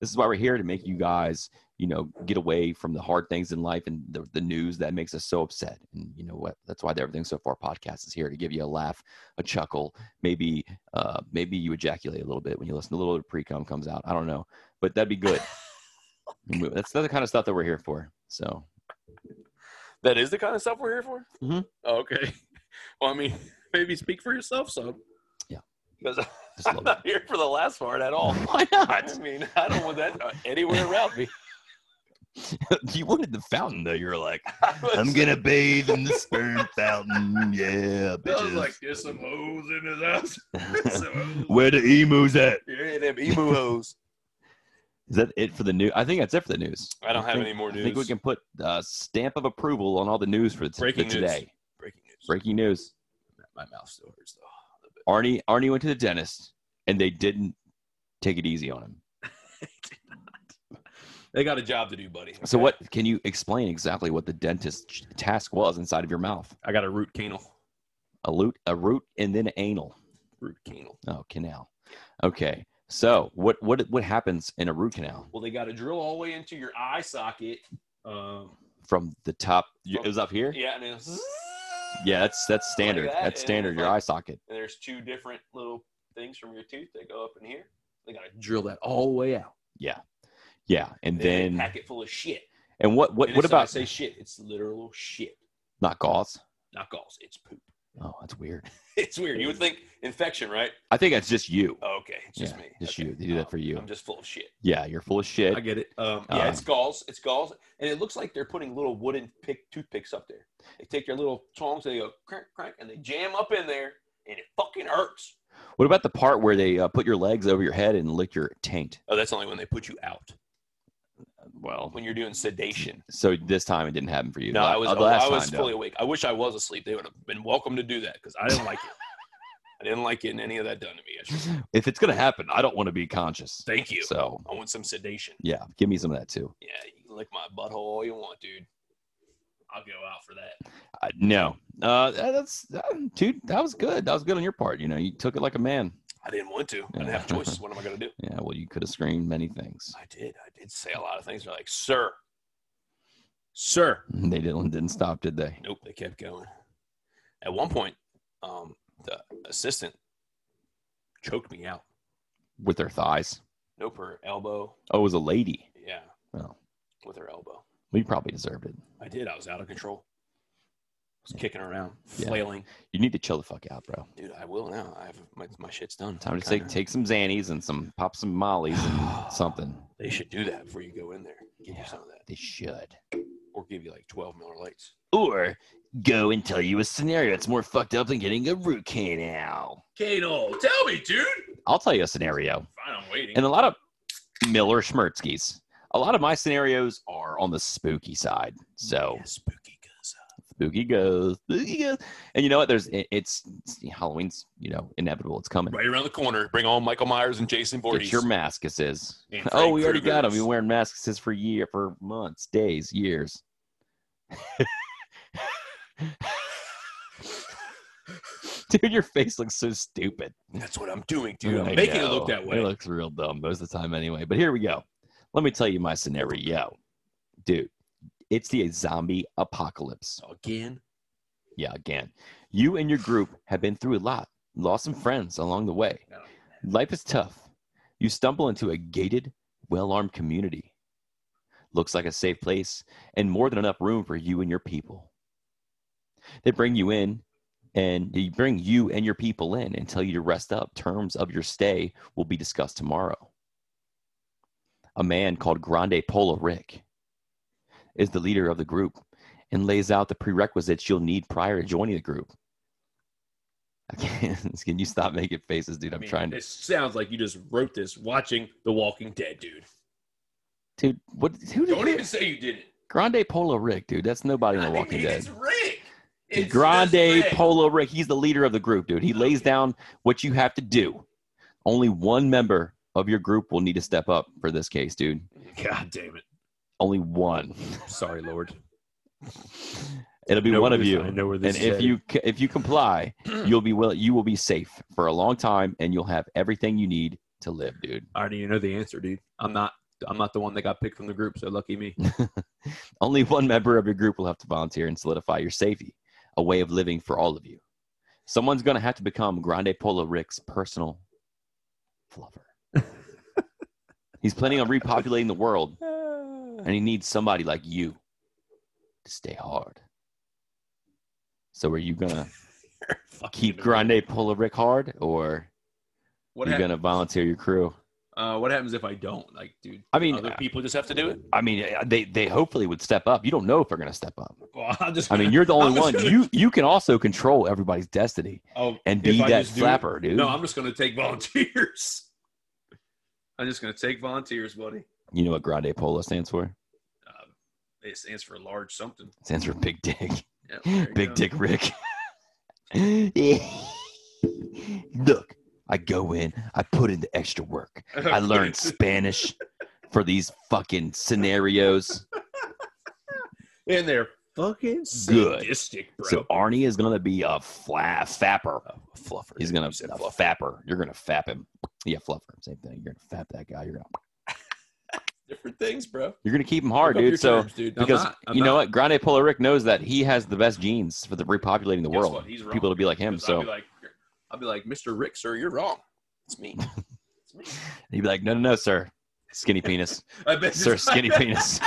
[SPEAKER 3] this is why we're here to make you guys you know get away from the hard things in life and the, the news that makes us so upset. And you know what? That's why the Everything So Far podcast is here to give you a laugh, a chuckle, maybe uh, maybe you ejaculate a little bit when you listen. A little bit of pre cum comes out. I don't know, but that'd be good. That's the kind of stuff that we're here for. So.
[SPEAKER 4] That is the kind of stuff we're here for.
[SPEAKER 3] Mhm.
[SPEAKER 4] Oh, okay. Well, I mean, maybe speak for yourself, son.
[SPEAKER 3] Yeah.
[SPEAKER 4] Because
[SPEAKER 3] Just a
[SPEAKER 4] I'm
[SPEAKER 3] little
[SPEAKER 4] not here for the last part at
[SPEAKER 2] Oh,
[SPEAKER 4] all.
[SPEAKER 3] bit. Why
[SPEAKER 4] I
[SPEAKER 3] not?
[SPEAKER 4] mean, I don't want that uh, anywhere around me.
[SPEAKER 3] you wanted the fountain though. You were like,
[SPEAKER 4] I was-
[SPEAKER 2] I'm gonna bathe in the sperm fountain, yeah,
[SPEAKER 4] I was
[SPEAKER 2] bitches.
[SPEAKER 4] like, there's some hoes in his house. Some hoes.
[SPEAKER 2] Where the emu's at?
[SPEAKER 4] Yeah, them emu hoes.
[SPEAKER 3] Is that it for the news? I think that's it for the news.
[SPEAKER 4] I don't have
[SPEAKER 3] think-
[SPEAKER 4] any more
[SPEAKER 3] I think we
[SPEAKER 4] news.
[SPEAKER 3] can put uh, stamp of approval on all the news for, t-
[SPEAKER 4] Breaking
[SPEAKER 3] for today.
[SPEAKER 4] news. Breaking news.
[SPEAKER 3] Breaking news:
[SPEAKER 4] My mouth still hurts though. a little
[SPEAKER 3] Arnie
[SPEAKER 4] bit.
[SPEAKER 3] Arnie went to the dentist, and they didn't take it easy on him.
[SPEAKER 4] They got a job to do, buddy.
[SPEAKER 3] So,
[SPEAKER 4] okay?
[SPEAKER 3] what can you explain exactly what the dentist's ch- task was inside of your mouth?
[SPEAKER 4] I got a root canal.
[SPEAKER 3] A root, a root, and then anal.
[SPEAKER 4] Root canal.
[SPEAKER 3] Oh, canal. Okay. So, what what what happens in a root canal
[SPEAKER 4] Well, they got to drill all the way into your eye socket. Um,
[SPEAKER 3] from the top? It was up here.
[SPEAKER 4] yeah, and then it's-
[SPEAKER 3] Yeah, that's that's standard.
[SPEAKER 4] that,
[SPEAKER 3] that's
[SPEAKER 4] and
[SPEAKER 3] standard. Your
[SPEAKER 4] like-
[SPEAKER 3] eye socket.
[SPEAKER 4] and there's two different little things from your tooth that go up in here. They got to drill that all the way out.
[SPEAKER 3] Yeah, and
[SPEAKER 4] And then, they
[SPEAKER 3] then
[SPEAKER 4] pack it full of shit.
[SPEAKER 3] and what what
[SPEAKER 4] And
[SPEAKER 3] what
[SPEAKER 4] it's not- I
[SPEAKER 3] about
[SPEAKER 4] say shit? It's literal shit,
[SPEAKER 3] not gauze?
[SPEAKER 4] not gauze. It's poop.
[SPEAKER 3] Oh, that's weird.
[SPEAKER 4] It's weird. You would think infection, right?
[SPEAKER 3] I think that's just you.
[SPEAKER 4] Oh, okay, it's just
[SPEAKER 3] Yeah,
[SPEAKER 4] me.
[SPEAKER 3] just
[SPEAKER 4] Okay. Oh.
[SPEAKER 3] you. They do that for you.
[SPEAKER 4] I'm just full of shit.
[SPEAKER 3] Yeah, you're full of shit.
[SPEAKER 7] I get it.
[SPEAKER 4] Um, yeah,
[SPEAKER 3] Uh,
[SPEAKER 4] it's galls. It's galls, and it looks like they're putting little wooden pick toothpicks up there. They take their little tongs and they go crank crank, and they jam up in there, and it fucking hurts.
[SPEAKER 3] What about the part where they uh, put your legs over your head and lick your taint?
[SPEAKER 4] Oh, that's only when they put you out
[SPEAKER 3] Well,
[SPEAKER 4] when you're doing sedation.
[SPEAKER 3] so this time it didn't happen for you.
[SPEAKER 4] No,
[SPEAKER 3] La-
[SPEAKER 4] I was
[SPEAKER 3] uh,
[SPEAKER 4] I was
[SPEAKER 3] time, though.
[SPEAKER 4] fully awake. I wish I was asleep. They would have been welcome to do that because I didn't like it. I didn't like getting any of that done to me. I should-
[SPEAKER 3] If it's gonna happen, I don't want to be conscious.
[SPEAKER 4] Thank you.
[SPEAKER 3] So
[SPEAKER 4] I want some sedation.
[SPEAKER 3] yeah, give me some of that too.
[SPEAKER 4] Yeah, you can lick my butthole all you want, dude. I'll go out for that.
[SPEAKER 3] Uh, no, uh, that's uh, dude. That was good. That was good on your part. You know, you took it like a man.
[SPEAKER 4] I didn't want to. I didn't have choices. What am I gonna do?
[SPEAKER 3] Yeah. Well, you could have screamed many things.
[SPEAKER 4] I did. I did say a lot of things. They're like, sir, sir.
[SPEAKER 3] They didn't didn't stop, did they?
[SPEAKER 4] Nope. They kept going. At one point, um, the assistant choked me out.
[SPEAKER 3] With their thighs.
[SPEAKER 4] Nope. Her elbow.
[SPEAKER 3] Oh, it was a lady.
[SPEAKER 4] Yeah.
[SPEAKER 3] Oh.
[SPEAKER 4] With her elbow.
[SPEAKER 3] We probably deserved it.
[SPEAKER 4] I did. I was out of control. I was
[SPEAKER 3] Yeah.
[SPEAKER 4] kicking around,
[SPEAKER 3] Yeah.
[SPEAKER 4] flailing.
[SPEAKER 3] You need to chill the fuck out, bro.
[SPEAKER 4] Dude, I will now. I have my, my shit's done.
[SPEAKER 3] Time to
[SPEAKER 4] Kinda.
[SPEAKER 3] take take some Xannies and some pop some Mollies and something.
[SPEAKER 4] They should do that before you go in there. Give
[SPEAKER 3] Yeah.
[SPEAKER 4] you some of that,
[SPEAKER 3] They should.
[SPEAKER 4] or give you like twelve Miller Lights.
[SPEAKER 3] Or go and tell you a scenario that's more fucked up than getting a root canal.
[SPEAKER 7] Kano, tell me, dude.
[SPEAKER 3] I'll tell you a scenario.
[SPEAKER 7] Fine, I'm waiting.
[SPEAKER 3] And a lot of Miller Schmertzkys. A lot of my scenarios are on the spooky side. So
[SPEAKER 4] Yeah, spooky goes up.
[SPEAKER 3] spooky goes, spooky goes. And you know what? There's it, it's, it's Halloween's, you know, inevitable. It's coming.
[SPEAKER 4] right around the corner. Bring on Michael Myers and Jason Voorhees.
[SPEAKER 3] Get your mask, it says.
[SPEAKER 4] and
[SPEAKER 3] Oh,
[SPEAKER 4] Freddy
[SPEAKER 3] we already got him.
[SPEAKER 4] Krueger's.
[SPEAKER 3] We've been wearing masks since for year, for months, days, years. Dude, your face looks so stupid.
[SPEAKER 4] That's what I'm doing, dude.
[SPEAKER 3] I
[SPEAKER 4] I'm making it
[SPEAKER 3] know.
[SPEAKER 4] look that way.
[SPEAKER 3] It looks real dumb most of the time, anyway. But here we go. Let me tell you my scenario, dude. It's the zombie apocalypse.
[SPEAKER 4] Again,
[SPEAKER 3] Yeah, again, you and your group have been through a lot, lost some friends along the way.
[SPEAKER 4] No.
[SPEAKER 3] Life is tough. You stumble into a gated, well armed community. Looks like a safe place and more than enough room for you and your people. They bring you in and you bring you and your people in and tell you to rest up. Terms of your stay will be discussed tomorrow. A man called Grande Polo Rick is the leader of the group and lays out the prerequisites you'll need prior to joining the group. I can't- Can you stop making faces, dude? I'm
[SPEAKER 4] I mean,
[SPEAKER 3] trying to.
[SPEAKER 4] It sounds like you just wrote this watching The Walking Dead, dude.
[SPEAKER 3] Dude, what? Who did
[SPEAKER 4] Don't even say you did it.
[SPEAKER 3] Grande Polo Rick, dude? That's nobody in The
[SPEAKER 4] I
[SPEAKER 3] Walking
[SPEAKER 4] mean,
[SPEAKER 3] Dead.
[SPEAKER 4] It's Rick. It's just
[SPEAKER 3] Grande
[SPEAKER 4] Rick.
[SPEAKER 3] Polo Rick. He's the leader of the group, dude. He lays down what you have to do. Only one member of your group will need to step up for this case, dude.
[SPEAKER 4] God damn it.
[SPEAKER 3] Only one.
[SPEAKER 4] Sorry, Lord.
[SPEAKER 3] It'll be
[SPEAKER 4] I know
[SPEAKER 3] one
[SPEAKER 4] where
[SPEAKER 3] of
[SPEAKER 4] this-
[SPEAKER 3] you.
[SPEAKER 4] I know where
[SPEAKER 3] And
[SPEAKER 4] this is
[SPEAKER 3] if
[SPEAKER 4] headed.
[SPEAKER 3] you c- if you comply, you'll be will you will be safe for a long time, and you'll have everything you need to live, dude.
[SPEAKER 4] I already know the answer, dude. I'm not. I'm not the one that got picked from the group, so lucky me.
[SPEAKER 3] Only one member of your group will have to volunteer and solidify your safety, a way of living for all of you. Someone's going to have to become Grande Polo Rick's personal fluffer. He's planning on repopulating the world, and he needs somebody like you to stay hard. So, are you going to keep Grande Polo Rick hard, or
[SPEAKER 4] What,
[SPEAKER 3] are you
[SPEAKER 4] hap-
[SPEAKER 3] going to volunteer your crew?
[SPEAKER 4] uh, what happens if I don't? Like, dude.
[SPEAKER 3] I mean,
[SPEAKER 4] other
[SPEAKER 3] I-
[SPEAKER 4] people just have to do it.
[SPEAKER 3] I mean, they, they hopefully would step up. You don't know if they're going to step up.
[SPEAKER 4] Well, I'm just.
[SPEAKER 3] I mean,
[SPEAKER 4] gonna-
[SPEAKER 3] you're the
[SPEAKER 4] I'm
[SPEAKER 3] only
[SPEAKER 4] just
[SPEAKER 3] one.
[SPEAKER 4] gonna-
[SPEAKER 3] You you can also control everybody's destiny.
[SPEAKER 4] Oh,
[SPEAKER 3] and
[SPEAKER 4] if
[SPEAKER 3] be
[SPEAKER 4] I
[SPEAKER 3] that
[SPEAKER 4] just do it-
[SPEAKER 3] flapper, dude.
[SPEAKER 4] No, I'm just gonna take volunteers. I'm just gonna take volunteers, buddy.
[SPEAKER 3] You know what Grande Polo stands for?
[SPEAKER 4] Um, it stands for large something.
[SPEAKER 3] It stands for Big Dick.
[SPEAKER 4] Yeah, there you
[SPEAKER 3] Big
[SPEAKER 4] go.
[SPEAKER 3] Dick Rick. Look, I go in, I put in the extra work. I learned Spanish for these fucking scenarios.
[SPEAKER 4] and they're fucking
[SPEAKER 3] Good.
[SPEAKER 4] sadistic, bro.
[SPEAKER 3] So Arnie is gonna be a fla- fapper.
[SPEAKER 4] fluffer.
[SPEAKER 3] He's gonna a fapper. You're gonna fap him. Yeah, fluffer. Same thing. You're gonna fap that guy. You're gonna
[SPEAKER 8] Different things, bro.
[SPEAKER 3] you're gonna keep him
[SPEAKER 4] Look
[SPEAKER 3] hard,
[SPEAKER 4] up your
[SPEAKER 3] dude. So
[SPEAKER 4] terms, dude. I'm
[SPEAKER 3] because
[SPEAKER 4] not- I'm
[SPEAKER 3] you know
[SPEAKER 4] not-
[SPEAKER 3] what, Grande Polo Rick knows that he has the best genes for the repopulating the
[SPEAKER 4] Guess
[SPEAKER 3] world.
[SPEAKER 4] what? He's wrong.
[SPEAKER 3] People to be like him.
[SPEAKER 4] Because I'll
[SPEAKER 3] So
[SPEAKER 4] be like, I'll be like, Mr. Rick, sir, you're wrong.
[SPEAKER 8] It's me.
[SPEAKER 3] he'd be like, no, no, no, sir, skinny penis,
[SPEAKER 4] I bet
[SPEAKER 3] sir,
[SPEAKER 4] this-
[SPEAKER 3] skinny penis.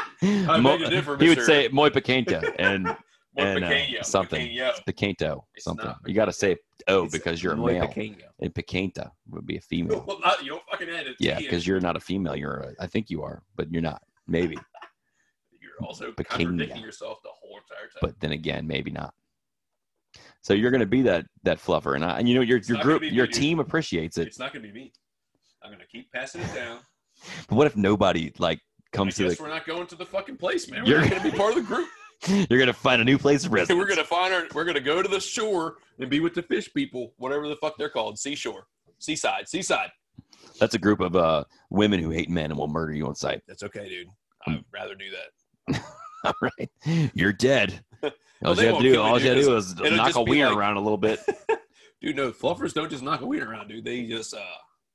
[SPEAKER 4] I
[SPEAKER 3] Mo-
[SPEAKER 4] beg to differ,
[SPEAKER 3] he would
[SPEAKER 4] Mr.
[SPEAKER 3] say moi pequeña and
[SPEAKER 4] Moi
[SPEAKER 3] and uh,
[SPEAKER 4] pequeño,
[SPEAKER 3] something
[SPEAKER 4] pequeño.
[SPEAKER 3] It's pequeño
[SPEAKER 4] It's
[SPEAKER 3] something.
[SPEAKER 4] not
[SPEAKER 3] you got to say oh
[SPEAKER 4] It's
[SPEAKER 3] because you're a
[SPEAKER 4] Moi
[SPEAKER 3] male,
[SPEAKER 4] pequeño.
[SPEAKER 3] and pequeña would be a female.
[SPEAKER 4] Well, not- you don't fucking add it.
[SPEAKER 3] Yeah, because you're not a female. You're a, I think you are, but you're not. Maybe,
[SPEAKER 4] you're also
[SPEAKER 3] pequeño.
[SPEAKER 4] contradicting yourself the whole entire time.
[SPEAKER 3] but then again, maybe not. So you're gonna be that that fluffer, and I, and you know your your
[SPEAKER 4] not gonna
[SPEAKER 3] group
[SPEAKER 4] be me,
[SPEAKER 3] your
[SPEAKER 4] dude.
[SPEAKER 3] team appreciates it.
[SPEAKER 4] it's not gonna be me. I'm gonna keep passing it down.
[SPEAKER 3] But what if nobody like
[SPEAKER 4] I
[SPEAKER 3] comes
[SPEAKER 4] guess
[SPEAKER 3] to the?
[SPEAKER 4] we're not going to the fucking place, man.
[SPEAKER 3] You're-
[SPEAKER 4] We're not gonna be part of the group.
[SPEAKER 3] You're gonna find a new place of residence.
[SPEAKER 4] we're gonna find our. We're gonna go to the shore and be with the fish people, whatever the fuck they're called, seashore, seaside, seaside.
[SPEAKER 3] That's a group of uh, women who hate men and will murder you on sight.
[SPEAKER 4] That's okay, dude.
[SPEAKER 3] Hmm.
[SPEAKER 4] I'd rather do that.
[SPEAKER 3] All right, you're dead. All
[SPEAKER 4] they
[SPEAKER 3] you have
[SPEAKER 4] won't
[SPEAKER 3] to do,
[SPEAKER 4] kill me,
[SPEAKER 3] all you have to
[SPEAKER 4] dude,
[SPEAKER 3] do is
[SPEAKER 4] it'll
[SPEAKER 3] knock
[SPEAKER 4] just
[SPEAKER 3] a
[SPEAKER 4] be
[SPEAKER 3] wiener
[SPEAKER 4] like-
[SPEAKER 3] around a little bit.
[SPEAKER 4] Dude, no, fluffers don't just knock a weed around, dude. They just uh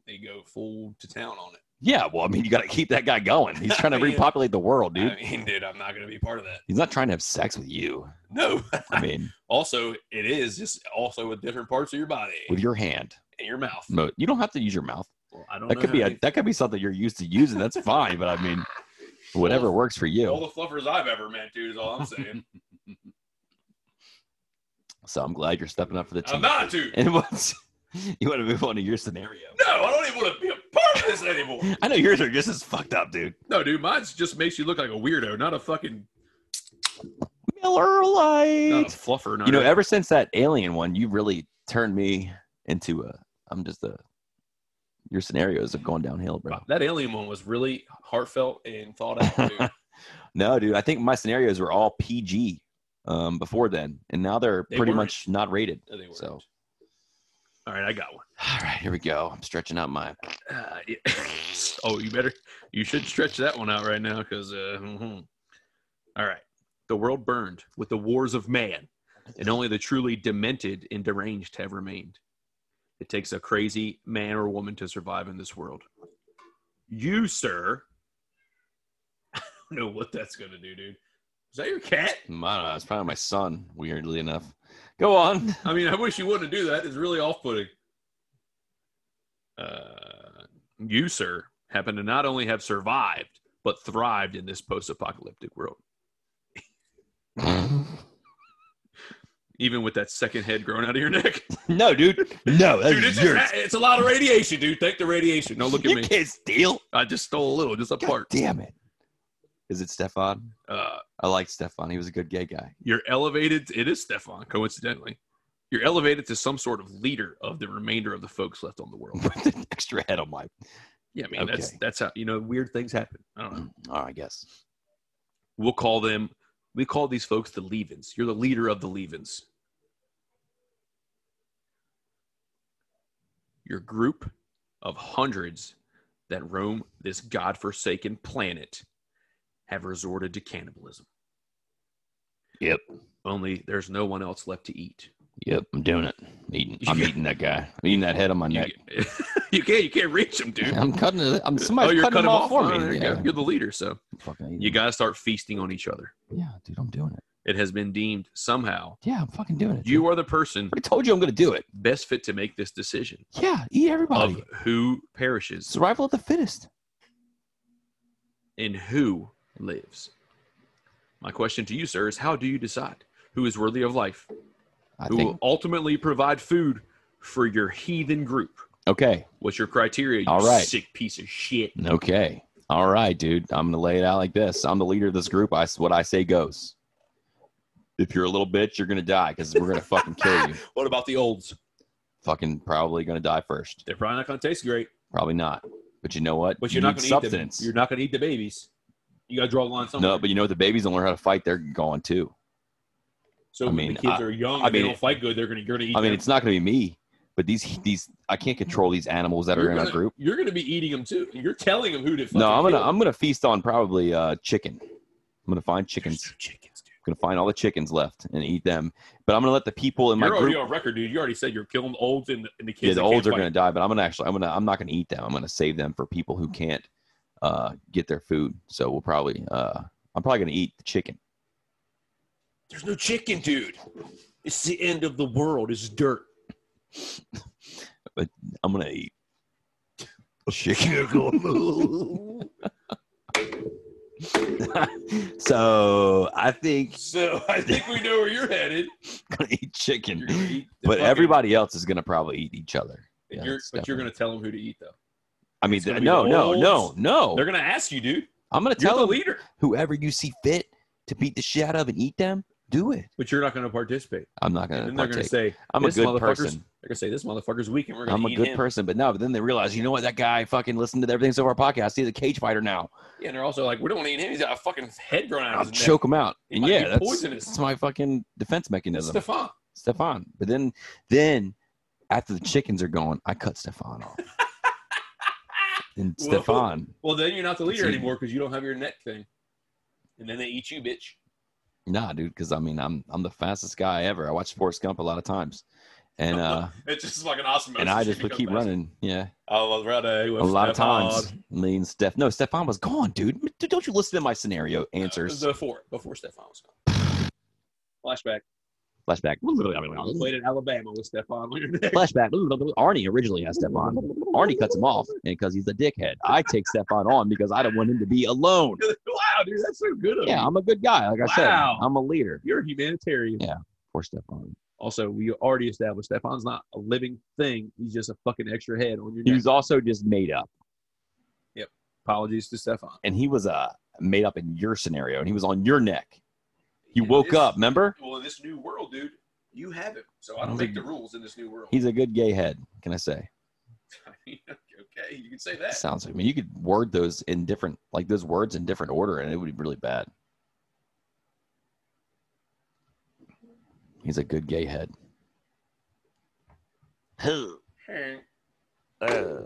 [SPEAKER 4] they go full to town on it.
[SPEAKER 3] yeah, well, I mean, you got to keep that guy going. He's trying to
[SPEAKER 4] Yeah.
[SPEAKER 3] repopulate the world, dude.
[SPEAKER 4] I mean, dude, I'm not gonna be part of that.
[SPEAKER 3] He's not trying to have sex with you.
[SPEAKER 4] No.
[SPEAKER 3] I mean,
[SPEAKER 4] also, it is just also with different parts of your body
[SPEAKER 3] with your hand,
[SPEAKER 4] and your mouth.
[SPEAKER 3] Mo- you don't have to use your mouth.
[SPEAKER 4] Well, I don't
[SPEAKER 3] That
[SPEAKER 4] know
[SPEAKER 3] could
[SPEAKER 4] how
[SPEAKER 3] be a
[SPEAKER 4] many-
[SPEAKER 3] that could be something you're used to using. That's fine, but I mean, whatever works for
[SPEAKER 4] all
[SPEAKER 3] you.
[SPEAKER 4] the fluffers I've ever met, dude, is all I'm saying.
[SPEAKER 3] So I'm glad you're stepping up for the
[SPEAKER 4] I'm
[SPEAKER 3] team.
[SPEAKER 4] not dude.
[SPEAKER 3] And what's you want to move on to your scenario?
[SPEAKER 4] No, I don't even want to be a part of this anymore.
[SPEAKER 3] I know yours are just as fucked up, dude.
[SPEAKER 4] No, dude, mine's just makes you look like a weirdo, not a fucking
[SPEAKER 3] Miller
[SPEAKER 4] not a
[SPEAKER 3] Lite.
[SPEAKER 4] fluffer. Not
[SPEAKER 3] You know,
[SPEAKER 4] a,
[SPEAKER 3] ever since that alien one, you really turned me into a. I'm just a. Your scenarios have gone downhill, bro.
[SPEAKER 4] that alien one was really heartfelt and thought out, dude.
[SPEAKER 3] No, dude. I think my scenarios were all PG um, before then, and now they're
[SPEAKER 4] They
[SPEAKER 3] pretty
[SPEAKER 4] weren't.
[SPEAKER 3] much not rated.
[SPEAKER 4] No, they weren't.
[SPEAKER 3] So.
[SPEAKER 4] all right, I got one.
[SPEAKER 3] All right, here we go. I'm stretching out my.
[SPEAKER 4] Uh, yeah. oh, you better. You should stretch that one out right now, because. Uh, mhm. All right, the world burned with the wars of man, and only the truly demented and deranged have remained. It takes a crazy man or woman to survive in this world. You, sir. I don't know what that's gonna do, dude. Is that your cat?
[SPEAKER 3] I don't know. It's probably my son. Weirdly enough, go on.
[SPEAKER 4] I mean, I wish you wouldn't do that. It's really off-putting. Uh, you, sir, happen to not only have survived but thrived in this post-apocalyptic world. even with that second head growing out of your neck.
[SPEAKER 3] No, dude. No, that's
[SPEAKER 4] dude, it's,
[SPEAKER 3] yours.
[SPEAKER 4] a, it's a lot of radiation, dude. Take the radiation. No, look at
[SPEAKER 3] you
[SPEAKER 4] me.
[SPEAKER 3] can't steal.
[SPEAKER 4] I just stole a little, just a
[SPEAKER 3] God
[SPEAKER 4] part.
[SPEAKER 3] damn it. Is it Stefan?
[SPEAKER 4] Uh,
[SPEAKER 3] I like Stefan. He was a good gay guy.
[SPEAKER 4] you're elevated. It is Stefan, coincidentally. You're elevated to some sort of leader of the remainder of the folks left on the world.
[SPEAKER 3] Put an extra head on my.
[SPEAKER 4] Yeah, I mean that's
[SPEAKER 3] Okay.
[SPEAKER 4] that's how you know weird things happen. I don't know.
[SPEAKER 3] Oh, I guess.
[SPEAKER 4] We'll call them. We call these folks the leavens. You're the leader of the leavens. Your group of hundreds that roam this godforsaken planet have resorted to cannibalism.
[SPEAKER 3] Yep.
[SPEAKER 4] Only there's no one else left to eat.
[SPEAKER 3] Yep. I'm doing it. Eating. I'm
[SPEAKER 4] Yeah.
[SPEAKER 3] eating that guy. I'm eating that head on my
[SPEAKER 4] You,
[SPEAKER 3] neck.
[SPEAKER 4] you can't. You can't reach them, dude.
[SPEAKER 3] I'm cutting it. I'm somebody's
[SPEAKER 4] oh, you're
[SPEAKER 3] cutting,
[SPEAKER 4] cutting
[SPEAKER 3] him off for
[SPEAKER 4] Oh, there
[SPEAKER 3] me.
[SPEAKER 4] you
[SPEAKER 3] Yeah. Mm-hmm.
[SPEAKER 4] go. You're the leader, so
[SPEAKER 3] Fucking eating
[SPEAKER 4] you
[SPEAKER 3] it.
[SPEAKER 4] gotta start feasting on each other.
[SPEAKER 3] yeah, dude. I'm doing it.
[SPEAKER 4] It has been deemed somehow
[SPEAKER 3] Yeah, I'm fucking doing it.
[SPEAKER 4] you
[SPEAKER 3] dude.
[SPEAKER 4] are the person
[SPEAKER 3] I told you I'm gonna do it.
[SPEAKER 4] best fit to make this decision
[SPEAKER 3] Yeah, eat everybody.
[SPEAKER 4] of who perishes
[SPEAKER 3] Survival of the fittest.
[SPEAKER 4] and who lives. My question to you, sir, is how do you decide who is worthy of life,
[SPEAKER 3] I
[SPEAKER 4] who
[SPEAKER 3] think.
[SPEAKER 4] will ultimately provide food for your heathen group?
[SPEAKER 3] Okay.
[SPEAKER 4] What's your criteria? You
[SPEAKER 3] All right.
[SPEAKER 4] sick piece of shit.
[SPEAKER 3] Okay. All right, dude. I'm gonna lay it out like this. I'm the leader of this group. I what I say goes. If you're a little bitch, you're gonna die because we're gonna fucking kill you.
[SPEAKER 4] What about the olds?
[SPEAKER 3] Fucking probably gonna die first.
[SPEAKER 4] They're probably not going to taste great,
[SPEAKER 3] Probably not. But you know what?
[SPEAKER 4] but
[SPEAKER 3] You
[SPEAKER 4] you're not
[SPEAKER 3] need
[SPEAKER 4] going to eat them.
[SPEAKER 3] substance.
[SPEAKER 4] You're not going to eat the babies. You got to draw a line somewhere.
[SPEAKER 3] no, but you know what? The babies don't learn how to fight. They're gone too.
[SPEAKER 4] so
[SPEAKER 3] I
[SPEAKER 4] when
[SPEAKER 3] mean,
[SPEAKER 4] the kids
[SPEAKER 3] I-
[SPEAKER 4] are young,
[SPEAKER 3] I
[SPEAKER 4] and they
[SPEAKER 3] mean-
[SPEAKER 4] don't fight good. They're going to you're going to eat.
[SPEAKER 3] I mean,
[SPEAKER 4] them.
[SPEAKER 3] it's not going to be me, but these these I can't control these animals that are
[SPEAKER 4] you're
[SPEAKER 3] in
[SPEAKER 4] gonna,
[SPEAKER 3] our group.
[SPEAKER 4] You're going to be eating them too. You're telling them who to.
[SPEAKER 3] No, I'm gonna
[SPEAKER 4] fucking kill.
[SPEAKER 3] I'm gonna feast on probably uh, chicken. I'm gonna find
[SPEAKER 4] There's
[SPEAKER 3] chickens.
[SPEAKER 4] no chickens, dude.
[SPEAKER 3] I'm gonna find all the chickens left and eat them. But I'm gonna let the people in my
[SPEAKER 4] You're already
[SPEAKER 3] group.
[SPEAKER 4] on record, dude. You already said you're killing the olds and the, and the kids.
[SPEAKER 3] Yeah, the
[SPEAKER 4] that can't
[SPEAKER 3] olds are
[SPEAKER 4] fight.
[SPEAKER 3] gonna die, but I'm gonna actually I'm gonna I'm not gonna eat them. I'm gonna save them for people who can't uh, get their food. So we'll probably uh, I'm probably gonna eat the chicken.
[SPEAKER 4] There's no chicken, dude. It's the end of the world. It's dirt.
[SPEAKER 3] I'm gonna eat chicken. so I think
[SPEAKER 4] So I think we know where you're headed.
[SPEAKER 3] I'm gonna eat chicken.
[SPEAKER 4] You're gonna eat the
[SPEAKER 3] but
[SPEAKER 4] fucking-
[SPEAKER 3] everybody else is going to probably eat each other.
[SPEAKER 4] and
[SPEAKER 3] Yeah,
[SPEAKER 4] you're,
[SPEAKER 3] it's
[SPEAKER 4] but you're gonna tell them who to eat, though.
[SPEAKER 3] I mean,
[SPEAKER 4] It's gonna
[SPEAKER 3] th-
[SPEAKER 4] be
[SPEAKER 3] no,
[SPEAKER 4] the
[SPEAKER 3] no, no,
[SPEAKER 4] wolves.
[SPEAKER 3] no.
[SPEAKER 4] They're gonna ask you, dude.
[SPEAKER 3] I'm going to
[SPEAKER 4] You're
[SPEAKER 3] tell
[SPEAKER 4] the
[SPEAKER 3] them
[SPEAKER 4] leader,
[SPEAKER 3] whoever you see fit to beat the shit out of and eat them, do it.
[SPEAKER 4] but you're not gonna participate.
[SPEAKER 3] I'm not going
[SPEAKER 4] And
[SPEAKER 3] to
[SPEAKER 4] then they're gonna
[SPEAKER 3] partake.
[SPEAKER 4] say,
[SPEAKER 3] I'm a
[SPEAKER 4] "This
[SPEAKER 3] good
[SPEAKER 4] motherfucker's-
[SPEAKER 3] person.
[SPEAKER 4] They're gonna say this motherfucker's weak, and we're gonna
[SPEAKER 3] I'm a
[SPEAKER 4] eat
[SPEAKER 3] good
[SPEAKER 4] him."
[SPEAKER 3] person. But no, but then they realize, you know what? That guy fucking listened to everything so far podcast. He's a cage fighter now.
[SPEAKER 4] Yeah, and they're also like, "We don't want to eat him. He's got a fucking head growing out
[SPEAKER 3] I'll
[SPEAKER 4] of his
[SPEAKER 3] choke him out.
[SPEAKER 4] He
[SPEAKER 3] and
[SPEAKER 4] might be
[SPEAKER 3] yeah, that's,
[SPEAKER 4] poisonous.
[SPEAKER 3] that's my fucking defense
[SPEAKER 4] neck."
[SPEAKER 3] mechanism.
[SPEAKER 4] Stefan,
[SPEAKER 3] Stefan. But then, then after the chickens are gone, I cut Stefan off. and
[SPEAKER 4] Whoa.
[SPEAKER 3] Stefan.
[SPEAKER 4] Well, then you're not the leader
[SPEAKER 3] See.
[SPEAKER 4] anymore because you don't have your neck thing.
[SPEAKER 9] And then they eat you, bitch.
[SPEAKER 3] Nah, dude, because I mean, I'm I'm the fastest guy ever. I watch Forrest Gump a lot of times, and uh,
[SPEAKER 4] It's just like an awesome.
[SPEAKER 3] and I just would keep running. Yeah,
[SPEAKER 4] I was running with
[SPEAKER 3] a lot of
[SPEAKER 4] Stefan.
[SPEAKER 3] times. Me and Steph. No, Stefan was gone, dude. Dude, Don't you listen to my scenario answers?
[SPEAKER 4] Before, before Stefan was gone. Flashback.
[SPEAKER 3] Flashback.
[SPEAKER 4] Played in Alabama with Stefan. on your neck.
[SPEAKER 3] Flashback. Arnie originally has Stefan. Arnie cuts him off because he's a dickhead. I take Stefan on because I don't want him to be alone.
[SPEAKER 4] wow, dude, that's so good of
[SPEAKER 3] Yeah,
[SPEAKER 4] you.
[SPEAKER 3] I'm a good guy. Like I said,
[SPEAKER 4] Wow.
[SPEAKER 3] I'm a leader.
[SPEAKER 4] You're a humanitarian.
[SPEAKER 3] Yeah. Poor Stefan.
[SPEAKER 4] Also, we already established Stefan's not a living thing. He's just a fucking extra head on your
[SPEAKER 3] He
[SPEAKER 4] neck.
[SPEAKER 3] was also just made up,
[SPEAKER 4] Apologies to Stefan.
[SPEAKER 3] and he was uh made up in your scenario, and he was on your neck. You
[SPEAKER 4] In
[SPEAKER 3] woke
[SPEAKER 4] this-
[SPEAKER 3] up, remember?
[SPEAKER 4] Well, in this new world, dude, you have him. So
[SPEAKER 3] I don't make the
[SPEAKER 4] rules in this new world.
[SPEAKER 3] He's a good gay head, can I say?
[SPEAKER 4] okay, you can say
[SPEAKER 3] Sounds like I mean you could word those in different like those words in different order and it would be really bad. He's a good gay head. Uh,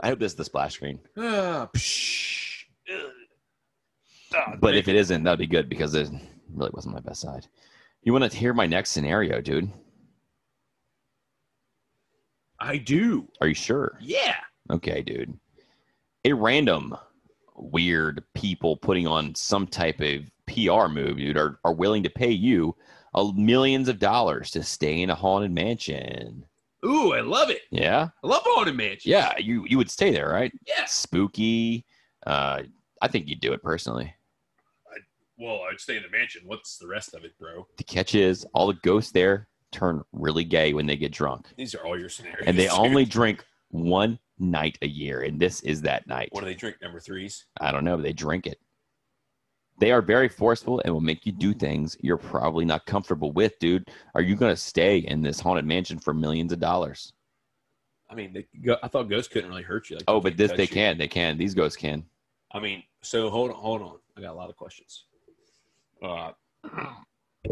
[SPEAKER 3] I hope this is the splash screen.
[SPEAKER 4] Ah, psh. Ugh. Ah,
[SPEAKER 3] But
[SPEAKER 4] man.
[SPEAKER 3] if it isn't, that'd be good because it really wasn't my best side. You want to hear my next scenario, dude?
[SPEAKER 4] I do,
[SPEAKER 3] Are you sure?
[SPEAKER 4] yeah.
[SPEAKER 3] Okay, dude. A random weird people putting on some type of PR move, dude, are, are willing to pay you uh, millions of dollars to stay in a haunted mansion.
[SPEAKER 4] Ooh, I love it.
[SPEAKER 3] Yeah?
[SPEAKER 4] I love Haunted Mansion.
[SPEAKER 3] Yeah, you, you would stay there, right?
[SPEAKER 4] Yes.
[SPEAKER 3] Spooky. Uh, I think you'd do it personally.
[SPEAKER 4] Well, I'd stay in the mansion. What's the rest of it, bro?
[SPEAKER 3] The catch is all the ghosts there turn really gay when they get drunk,
[SPEAKER 4] These are all your scenarios.
[SPEAKER 3] and they
[SPEAKER 4] dude.
[SPEAKER 3] only drink one night a year, and this is that night.
[SPEAKER 4] What do they drink? Number threes.
[SPEAKER 3] I don't know. They drink it. They are very forceful and will make you do things you're probably not comfortable with, dude. Are you going to stay in this haunted mansion for millions of dollars?
[SPEAKER 4] I mean, they, go- I thought ghosts couldn't really hurt you. Like,
[SPEAKER 3] Oh, but
[SPEAKER 4] can't
[SPEAKER 3] this
[SPEAKER 4] touch
[SPEAKER 3] they
[SPEAKER 4] you.
[SPEAKER 3] can. They can. These ghosts can.
[SPEAKER 4] I mean, so hold on, hold on. I got a lot of questions. Uh,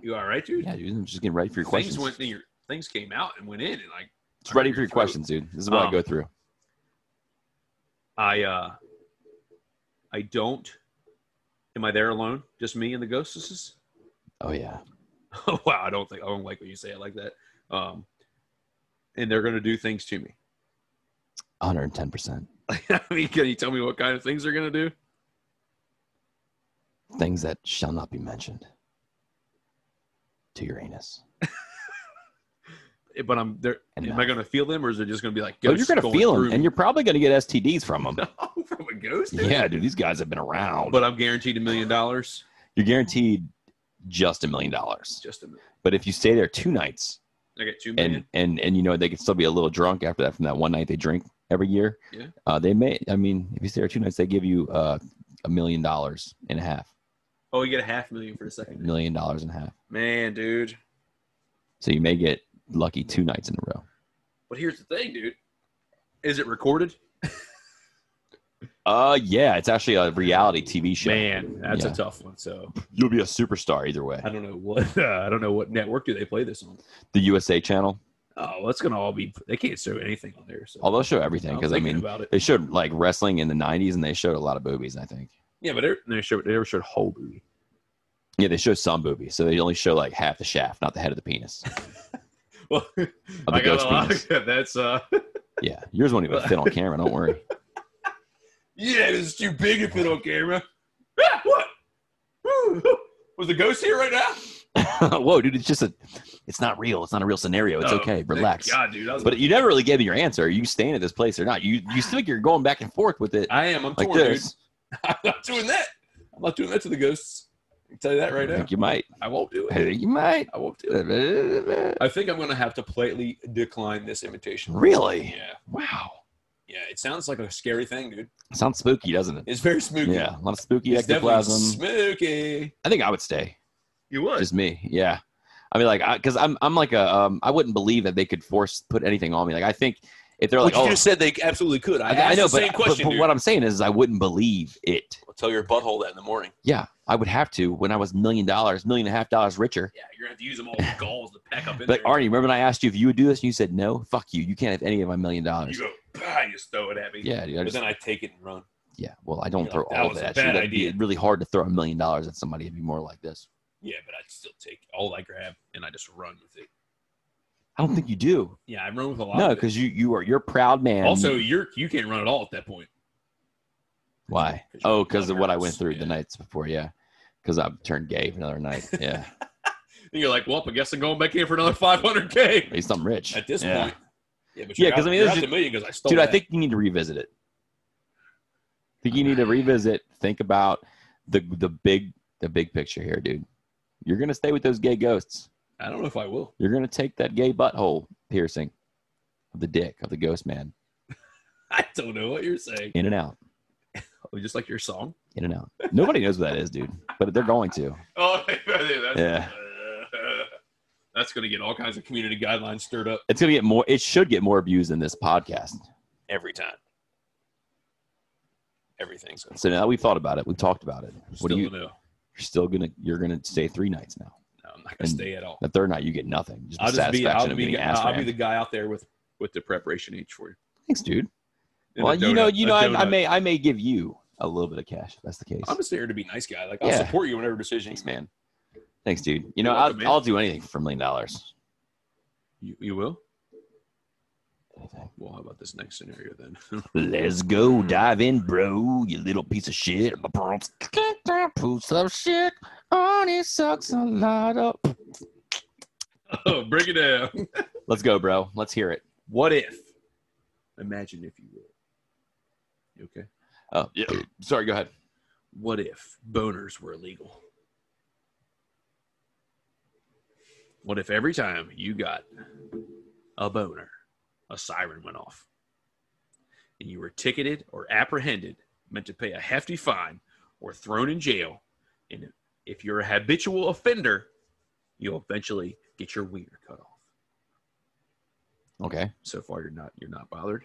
[SPEAKER 4] you all right, dude?
[SPEAKER 3] Yeah, dude. I'm just getting ready for your
[SPEAKER 7] things
[SPEAKER 3] questions.
[SPEAKER 7] went in your things came out and went in and like
[SPEAKER 3] It's ready
[SPEAKER 7] your
[SPEAKER 3] for your
[SPEAKER 7] throat.
[SPEAKER 3] questions, dude. This is what I
[SPEAKER 7] Um,
[SPEAKER 3] go through.
[SPEAKER 7] I uh I don't am I there alone? Just me and the ghostesses?
[SPEAKER 3] Oh yeah.
[SPEAKER 7] Oh wow, I don't think I don't like when you say it like that. Um and they're gonna do things to me.
[SPEAKER 3] 110%.
[SPEAKER 7] I mean, can you tell me what kind of things they're gonna do?
[SPEAKER 3] Things that shall not be mentioned to your anus.
[SPEAKER 7] Eh, But I'm there.
[SPEAKER 3] And
[SPEAKER 7] am
[SPEAKER 3] mouth.
[SPEAKER 7] I gonna feel them, or is it just gonna be like
[SPEAKER 3] Oh,
[SPEAKER 7] ghosts
[SPEAKER 3] you're going to feel them, and you're probably going to get STDs from them.
[SPEAKER 7] you're from a ghost. Dude?
[SPEAKER 3] yeah, dude. These guys have been around.
[SPEAKER 7] but I'm guaranteed a million dollars.
[SPEAKER 3] you're guaranteed just a million dollars.
[SPEAKER 7] Just a million.
[SPEAKER 3] But if you stay there two nights
[SPEAKER 7] I got two
[SPEAKER 3] and
[SPEAKER 7] million.
[SPEAKER 3] and and you know they can still be a little drunk after that from that one night they drink every year.
[SPEAKER 7] Yeah.
[SPEAKER 3] Uh, they may. I mean, if you stay there two nights, they give you uh, a million dollars and a half.
[SPEAKER 7] oh, you get a half million for a
[SPEAKER 3] A
[SPEAKER 7] second.
[SPEAKER 3] million dollars and a half.
[SPEAKER 7] Man, dude.
[SPEAKER 3] So you may get lucky two nights in a row.
[SPEAKER 7] But here's the thing, dude. Is it recorded?
[SPEAKER 3] Uh, yeah, it's actually a reality TV show.
[SPEAKER 7] Man, that's
[SPEAKER 3] Yeah.
[SPEAKER 7] a tough one. So
[SPEAKER 3] You'll be a superstar either way.
[SPEAKER 7] I don't know what I don't know what network do they play this on.
[SPEAKER 3] The USA Channel.
[SPEAKER 7] Oh, that's gonna all be. They can't show anything on there. So
[SPEAKER 3] Oh, they'll show everything
[SPEAKER 7] I'm
[SPEAKER 3] because I
[SPEAKER 7] thinking
[SPEAKER 3] mean
[SPEAKER 7] about it.
[SPEAKER 3] they showed like wrestling in the '90s and they showed a lot of boobies. I think.
[SPEAKER 7] Yeah, but they they showed they never showed whole movie.
[SPEAKER 3] Yeah, they show some boobies, so they only show like half the shaft, not the head of the penis.
[SPEAKER 7] Well,
[SPEAKER 3] I got ghost a lot-
[SPEAKER 7] that's uh.
[SPEAKER 3] Yeah, yours won't even fit on camera. Don't worry.
[SPEAKER 4] Yeah, this is too big to fit on camera. Ah, what? Woo. Was the ghost here right now?
[SPEAKER 3] Whoa, dude, it's just a, it's not real. It's not a real scenario. It's
[SPEAKER 7] Oh,
[SPEAKER 3] okay.
[SPEAKER 7] thank
[SPEAKER 3] Relax.
[SPEAKER 7] God, dude. I, was,
[SPEAKER 3] But you never really gave me your answer. Are you staying at this place or not? You you still you're going back and forth with it
[SPEAKER 4] I am. I'm
[SPEAKER 3] e- like
[SPEAKER 4] torn, dude.
[SPEAKER 3] this.
[SPEAKER 4] I'm not doing that. I'm not doing that to the ghosts. I can tell you that right
[SPEAKER 3] I
[SPEAKER 4] now.
[SPEAKER 3] think you might.
[SPEAKER 4] I won't do
[SPEAKER 3] I
[SPEAKER 4] it.
[SPEAKER 3] think you might.
[SPEAKER 4] I won't do it.
[SPEAKER 3] Really?
[SPEAKER 4] I think I'm gonna have to politely decline this invitation. Yeah,
[SPEAKER 3] Wow.
[SPEAKER 4] yeah. It sounds like a scary thing, dude.
[SPEAKER 3] Sounds spooky, doesn't it?
[SPEAKER 4] It's very spooky.
[SPEAKER 3] Yeah, a lot of spooky
[SPEAKER 4] it's definitely
[SPEAKER 3] ectoplasm.
[SPEAKER 4] spooky.
[SPEAKER 3] I think I would stay.
[SPEAKER 7] you would.
[SPEAKER 3] Just me. Yeah. I mean, like, because I'm I'm like a um, I wouldn't believe that they could force put anything on me. Like, I think if they're like,
[SPEAKER 4] Which you
[SPEAKER 3] oh,
[SPEAKER 4] just said they absolutely could. I,
[SPEAKER 3] I,
[SPEAKER 4] asked
[SPEAKER 3] I know,
[SPEAKER 4] the
[SPEAKER 3] but,
[SPEAKER 4] same
[SPEAKER 3] but-
[SPEAKER 4] question,
[SPEAKER 3] but
[SPEAKER 4] dude.
[SPEAKER 3] what I'm saying is, I wouldn't believe it.
[SPEAKER 4] I'll tell your butthole that in the morning.
[SPEAKER 3] Yeah, I would have to when I was million dollars, million and a half dollars richer.
[SPEAKER 7] Yeah, you're gonna have to use them all the galls to pack up in
[SPEAKER 3] But
[SPEAKER 7] there.
[SPEAKER 3] Arnie, remember when I asked you if you would do this, and you said no. Fuck you. You can't have any of my million
[SPEAKER 7] you
[SPEAKER 3] dollars.
[SPEAKER 7] go, bah, you just throw it at me.
[SPEAKER 3] Yeah, dude. I
[SPEAKER 4] But
[SPEAKER 3] just,
[SPEAKER 4] then I take it and run.
[SPEAKER 3] yeah. Well, I don't
[SPEAKER 4] You're
[SPEAKER 3] throw
[SPEAKER 4] like, that
[SPEAKER 3] all of it
[SPEAKER 4] was a
[SPEAKER 3] at you.
[SPEAKER 4] bad
[SPEAKER 3] That'd be
[SPEAKER 4] idea.
[SPEAKER 3] really hard to throw a million dollars at somebody. It'd be more like this.
[SPEAKER 4] Yeah, but I still take all I grab and I just run with it.
[SPEAKER 3] I don't think you do.
[SPEAKER 4] Yeah, I run with a lot.
[SPEAKER 3] No,
[SPEAKER 4] of it.
[SPEAKER 3] because you you are you're a proud man.
[SPEAKER 7] Also, you're you can't run at all at that point.
[SPEAKER 3] why?
[SPEAKER 4] 'Cause your
[SPEAKER 3] Oh, because of what I
[SPEAKER 4] blood
[SPEAKER 3] went
[SPEAKER 4] hurts.
[SPEAKER 3] through
[SPEAKER 4] Yeah.
[SPEAKER 3] the nights before. Yeah, because I've turned gay for another night. Yeah,
[SPEAKER 7] And you're like, well, I guess I'm going back in for another 500k.
[SPEAKER 3] at least I'm rich
[SPEAKER 4] at this
[SPEAKER 3] Yeah.
[SPEAKER 4] point. Yeah, but
[SPEAKER 3] Yeah,
[SPEAKER 4] you're
[SPEAKER 3] 'cause
[SPEAKER 4] out-
[SPEAKER 3] I mean,
[SPEAKER 4] you're
[SPEAKER 3] this
[SPEAKER 4] out
[SPEAKER 3] is-
[SPEAKER 4] the million 'cause I stole
[SPEAKER 3] dude. I
[SPEAKER 4] that.
[SPEAKER 3] think you need to revisit it. I think you need to revisit. Think about the the big the big picture here, dude. You're gonna stay with those gay ghosts.
[SPEAKER 4] I don't know if I will.
[SPEAKER 3] You're gonna take that gay butthole piercing of the dick of the ghost man
[SPEAKER 7] I don't know what you're saying.
[SPEAKER 3] in and out,
[SPEAKER 7] Oh, just like your song.
[SPEAKER 3] in and out. Nobody knows what that is, dude. But they're going to.
[SPEAKER 7] Oh, that's,
[SPEAKER 3] Yeah.
[SPEAKER 7] that's gonna get all kinds of community guidelines stirred up.
[SPEAKER 3] It's gonna get more. It should get more views than this podcast.
[SPEAKER 4] every time. Everything's gonna
[SPEAKER 3] So now that we've thought about it, we talked about it.
[SPEAKER 7] Still
[SPEAKER 3] What do you?
[SPEAKER 7] know?
[SPEAKER 3] You're still gonna. You're gonna stay three nights now.
[SPEAKER 7] No, I'm not gonna
[SPEAKER 3] And-
[SPEAKER 7] stay at all.
[SPEAKER 3] The third night, you get nothing. Just the
[SPEAKER 7] I'll just be
[SPEAKER 3] satisfaction
[SPEAKER 7] I'll
[SPEAKER 3] of
[SPEAKER 7] be,
[SPEAKER 3] getting ass
[SPEAKER 7] I'll be
[SPEAKER 3] rammed.
[SPEAKER 7] the guy out there with with the preparation each for you.
[SPEAKER 3] Thanks, dude.
[SPEAKER 7] And
[SPEAKER 3] well,
[SPEAKER 7] a
[SPEAKER 3] you know,
[SPEAKER 7] donut-
[SPEAKER 3] you
[SPEAKER 7] a
[SPEAKER 3] know, I, I
[SPEAKER 7] donut.
[SPEAKER 3] may, I may give you a little bit of cash. If that's the case.
[SPEAKER 4] I'm just there to be a nice guy. Like I'll
[SPEAKER 3] Yeah.
[SPEAKER 4] support you in every decision.
[SPEAKER 3] Thanks, man. Thanks, dude. You
[SPEAKER 7] You're
[SPEAKER 3] know,
[SPEAKER 7] welcome,
[SPEAKER 3] I'll,
[SPEAKER 7] man.
[SPEAKER 3] I'll do anything for a million dollars.
[SPEAKER 7] You, you will.
[SPEAKER 3] Anything.
[SPEAKER 7] Well, how about this next scenario then?
[SPEAKER 3] Let's go dive in, bro. You little piece of shit. My pearls kicked up, piece of shit. Arnie sucks a lot up.
[SPEAKER 7] oh, break it down.
[SPEAKER 3] Let's go, bro. Let's hear it.
[SPEAKER 7] What if? Imagine if you will. You okay.
[SPEAKER 3] Oh, yeah. Sorry. Go ahead.
[SPEAKER 7] What if boners were illegal? What if every time you got a boner, a siren went off and you were ticketed or apprehended, meant to pay a hefty fine, or thrown in jail? And if you're a habitual offender, you'll eventually get your wiener cut off.
[SPEAKER 3] Okay.
[SPEAKER 7] So far, you're not you're not bothered.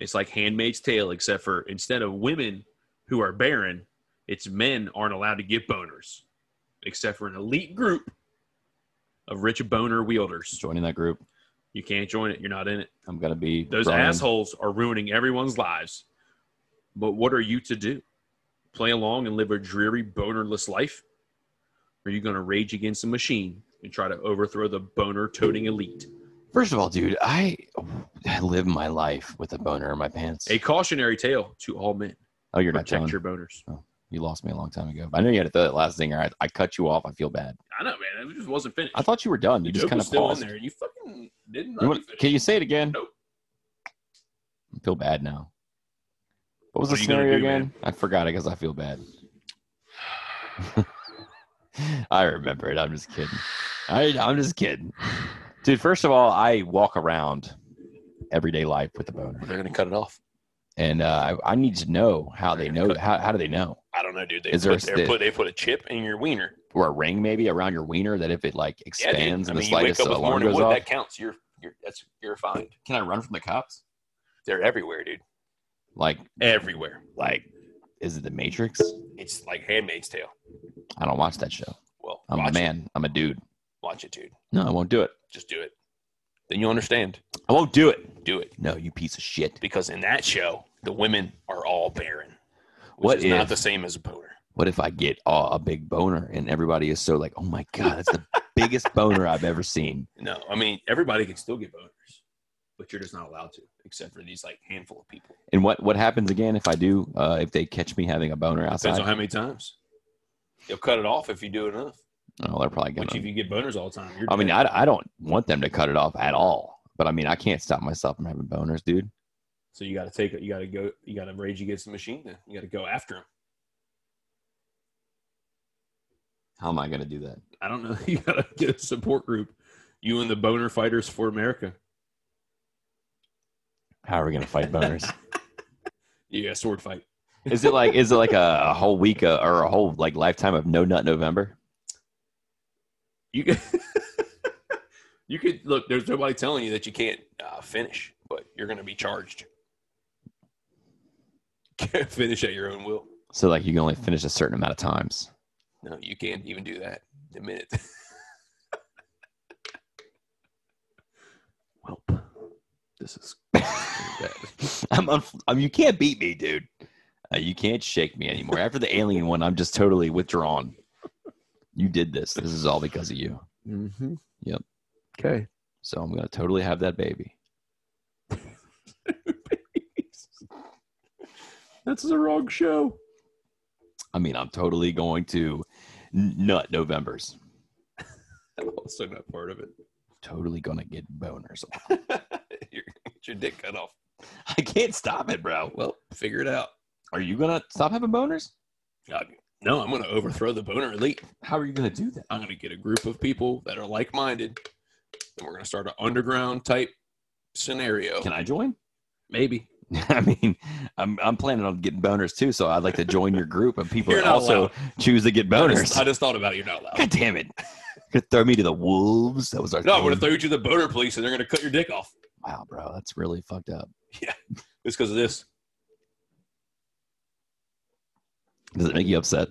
[SPEAKER 7] It's like Handmaid's Tale, except for instead of women who are barren, it's men aren't allowed to get boners, except for an elite group of rich boner wielders.
[SPEAKER 3] Joining that group.
[SPEAKER 7] You can't join it. You're not in it.
[SPEAKER 3] I'm gonna be
[SPEAKER 7] Those
[SPEAKER 3] Brian.
[SPEAKER 7] assholes are ruining everyone's lives. But what are you to do? Play along and live a dreary, bonerless life? Or are you going to rage against the machine and try to overthrow the boner toting elite?
[SPEAKER 3] First of all, dude, I I live my life with a boner in my pants.
[SPEAKER 7] A cautionary tale to all men.
[SPEAKER 3] oh, you're not telling.
[SPEAKER 7] Protect your boners.
[SPEAKER 3] You lost me a long time ago. I know you had to throw that last zinger. I, I cut you off. I feel bad.
[SPEAKER 7] I know, man. It just wasn't finished.
[SPEAKER 3] I thought you were done. You
[SPEAKER 7] The
[SPEAKER 3] just
[SPEAKER 7] joke
[SPEAKER 3] kind
[SPEAKER 7] was
[SPEAKER 3] of
[SPEAKER 7] still
[SPEAKER 3] paused.
[SPEAKER 7] in there. You fucking didn't.
[SPEAKER 3] You
[SPEAKER 7] let me
[SPEAKER 3] want-
[SPEAKER 7] finish.
[SPEAKER 3] can you say it again?
[SPEAKER 7] Nope.
[SPEAKER 3] I feel bad now. What was
[SPEAKER 7] What
[SPEAKER 3] the
[SPEAKER 7] are you gonna
[SPEAKER 3] scenario
[SPEAKER 7] do,
[SPEAKER 3] again?
[SPEAKER 7] man?
[SPEAKER 3] I forgot it because I feel bad. I remember it. I'm just kidding. I, I'm just kidding. Dude, first of all, I walk around everyday life with a boner.
[SPEAKER 5] They're gonna cut it off.
[SPEAKER 3] And uh, I, I need to know how they know. How, how do they know?
[SPEAKER 4] I don't know, dude. They
[SPEAKER 3] Is there
[SPEAKER 4] put,
[SPEAKER 3] a
[SPEAKER 4] they
[SPEAKER 3] sti-
[SPEAKER 4] put they put a chip in your wiener.
[SPEAKER 3] Or a ring maybe around your wiener that if it like
[SPEAKER 4] Yeah, dude.
[SPEAKER 3] expands
[SPEAKER 4] I
[SPEAKER 3] and the
[SPEAKER 4] mean, you wake
[SPEAKER 3] slightest
[SPEAKER 4] up with
[SPEAKER 3] alarm
[SPEAKER 4] morning
[SPEAKER 3] goes
[SPEAKER 4] wood.
[SPEAKER 3] off,
[SPEAKER 4] That counts. You're you're that's you're fined.
[SPEAKER 3] can I run from the cops?
[SPEAKER 4] They're everywhere, dude.
[SPEAKER 3] Like,
[SPEAKER 4] Everywhere.
[SPEAKER 3] like, is it the Matrix?
[SPEAKER 4] It's like Handmaid's Tale.
[SPEAKER 3] I don't watch that show.
[SPEAKER 4] Well,
[SPEAKER 3] I'm
[SPEAKER 4] watch
[SPEAKER 3] a Oh, man. I'm a dude.
[SPEAKER 4] it. Watch it, dude.
[SPEAKER 3] No, I won't do it.
[SPEAKER 4] Just do it. Then you'll understand.
[SPEAKER 3] I won't do it.
[SPEAKER 4] Do it
[SPEAKER 3] No, you piece of shit.
[SPEAKER 4] because in that show, the women are all barren, which
[SPEAKER 3] What
[SPEAKER 4] is
[SPEAKER 3] if-
[SPEAKER 4] not the same as a boner.
[SPEAKER 3] What if I get uh, a big boner and everybody is so like, oh my God, that's the biggest boner I've ever seen?
[SPEAKER 4] No, I mean everybody can still get boners, but you're just not allowed to, except for these like handful of people.
[SPEAKER 3] And what, what happens again if I do, uh, if they catch me having a boner
[SPEAKER 4] Depends
[SPEAKER 3] outside?
[SPEAKER 4] on how many times. They'll cut it off if you do enough.
[SPEAKER 3] Oh, they're probably going
[SPEAKER 4] Which if
[SPEAKER 3] to.
[SPEAKER 4] you get boners all the time, you're
[SPEAKER 3] I mean,
[SPEAKER 4] dead.
[SPEAKER 3] I, I don't want them to cut it off at all. But I mean, I can't stop myself from having boners, dude.
[SPEAKER 4] so you got to take it. You got to go. You got to rage against the machine. Then you got to go after him.
[SPEAKER 3] How am I going to do that?
[SPEAKER 7] I don't know. You gotta get a support group. You and the boner fighters for America.
[SPEAKER 3] How are we going to fight boners?
[SPEAKER 7] Yeah, sword fight.
[SPEAKER 3] is it like, is it like a, a whole week uh, or a whole like lifetime of no nut November?
[SPEAKER 7] You can.
[SPEAKER 4] You could look. There's nobody telling you that you can't uh, finish, but you're going to be charged. Can't finish at your own will.
[SPEAKER 3] So like you can only finish a certain amount of times.
[SPEAKER 4] No, you can't even do that. A minute.
[SPEAKER 7] Welp. This is.
[SPEAKER 3] I'm, unf- I'm, you can't beat me, dude. Uh, you can't shake me anymore. After the alien one, I'm just totally withdrawn. You did this. This is all because of you.
[SPEAKER 7] Mm-hmm.
[SPEAKER 3] Yep.
[SPEAKER 7] Okay.
[SPEAKER 3] So I'm gonna totally have that baby.
[SPEAKER 7] That's the wrong show.
[SPEAKER 3] I mean, I'm totally going to n- nut November's.
[SPEAKER 7] I'm
[SPEAKER 4] Oh,
[SPEAKER 7] also not part of it.
[SPEAKER 3] Totally gonna get boners.
[SPEAKER 4] you're, get your dick cut off.
[SPEAKER 3] I can't stop it, bro.
[SPEAKER 4] Well, figure it out.
[SPEAKER 3] Are you gonna stop having boners?
[SPEAKER 4] Uh, no, I'm going to overthrow the boner elite.
[SPEAKER 3] How are you gonna do that?
[SPEAKER 4] I'm going to get a group of people that are like minded, and we're going to start an underground type scenario.
[SPEAKER 3] Can I join?
[SPEAKER 7] Maybe.
[SPEAKER 3] I mean, I'm I'm planning on getting boners too, so I'd like to join your group of people
[SPEAKER 4] You're
[SPEAKER 3] that
[SPEAKER 4] not
[SPEAKER 3] also
[SPEAKER 4] allowed.
[SPEAKER 3] choose to get
[SPEAKER 4] I
[SPEAKER 3] boners.
[SPEAKER 4] just, I just thought about it. You're not allowed.
[SPEAKER 3] God damn it. Gonna throw me to the wolves. That was our
[SPEAKER 4] No, I'm going
[SPEAKER 3] theme.
[SPEAKER 4] to throw you to the boner police, and they're going to cut your dick off.
[SPEAKER 3] Wow, bro, that's really fucked up.
[SPEAKER 4] It's because of this.
[SPEAKER 3] Does it make you upset?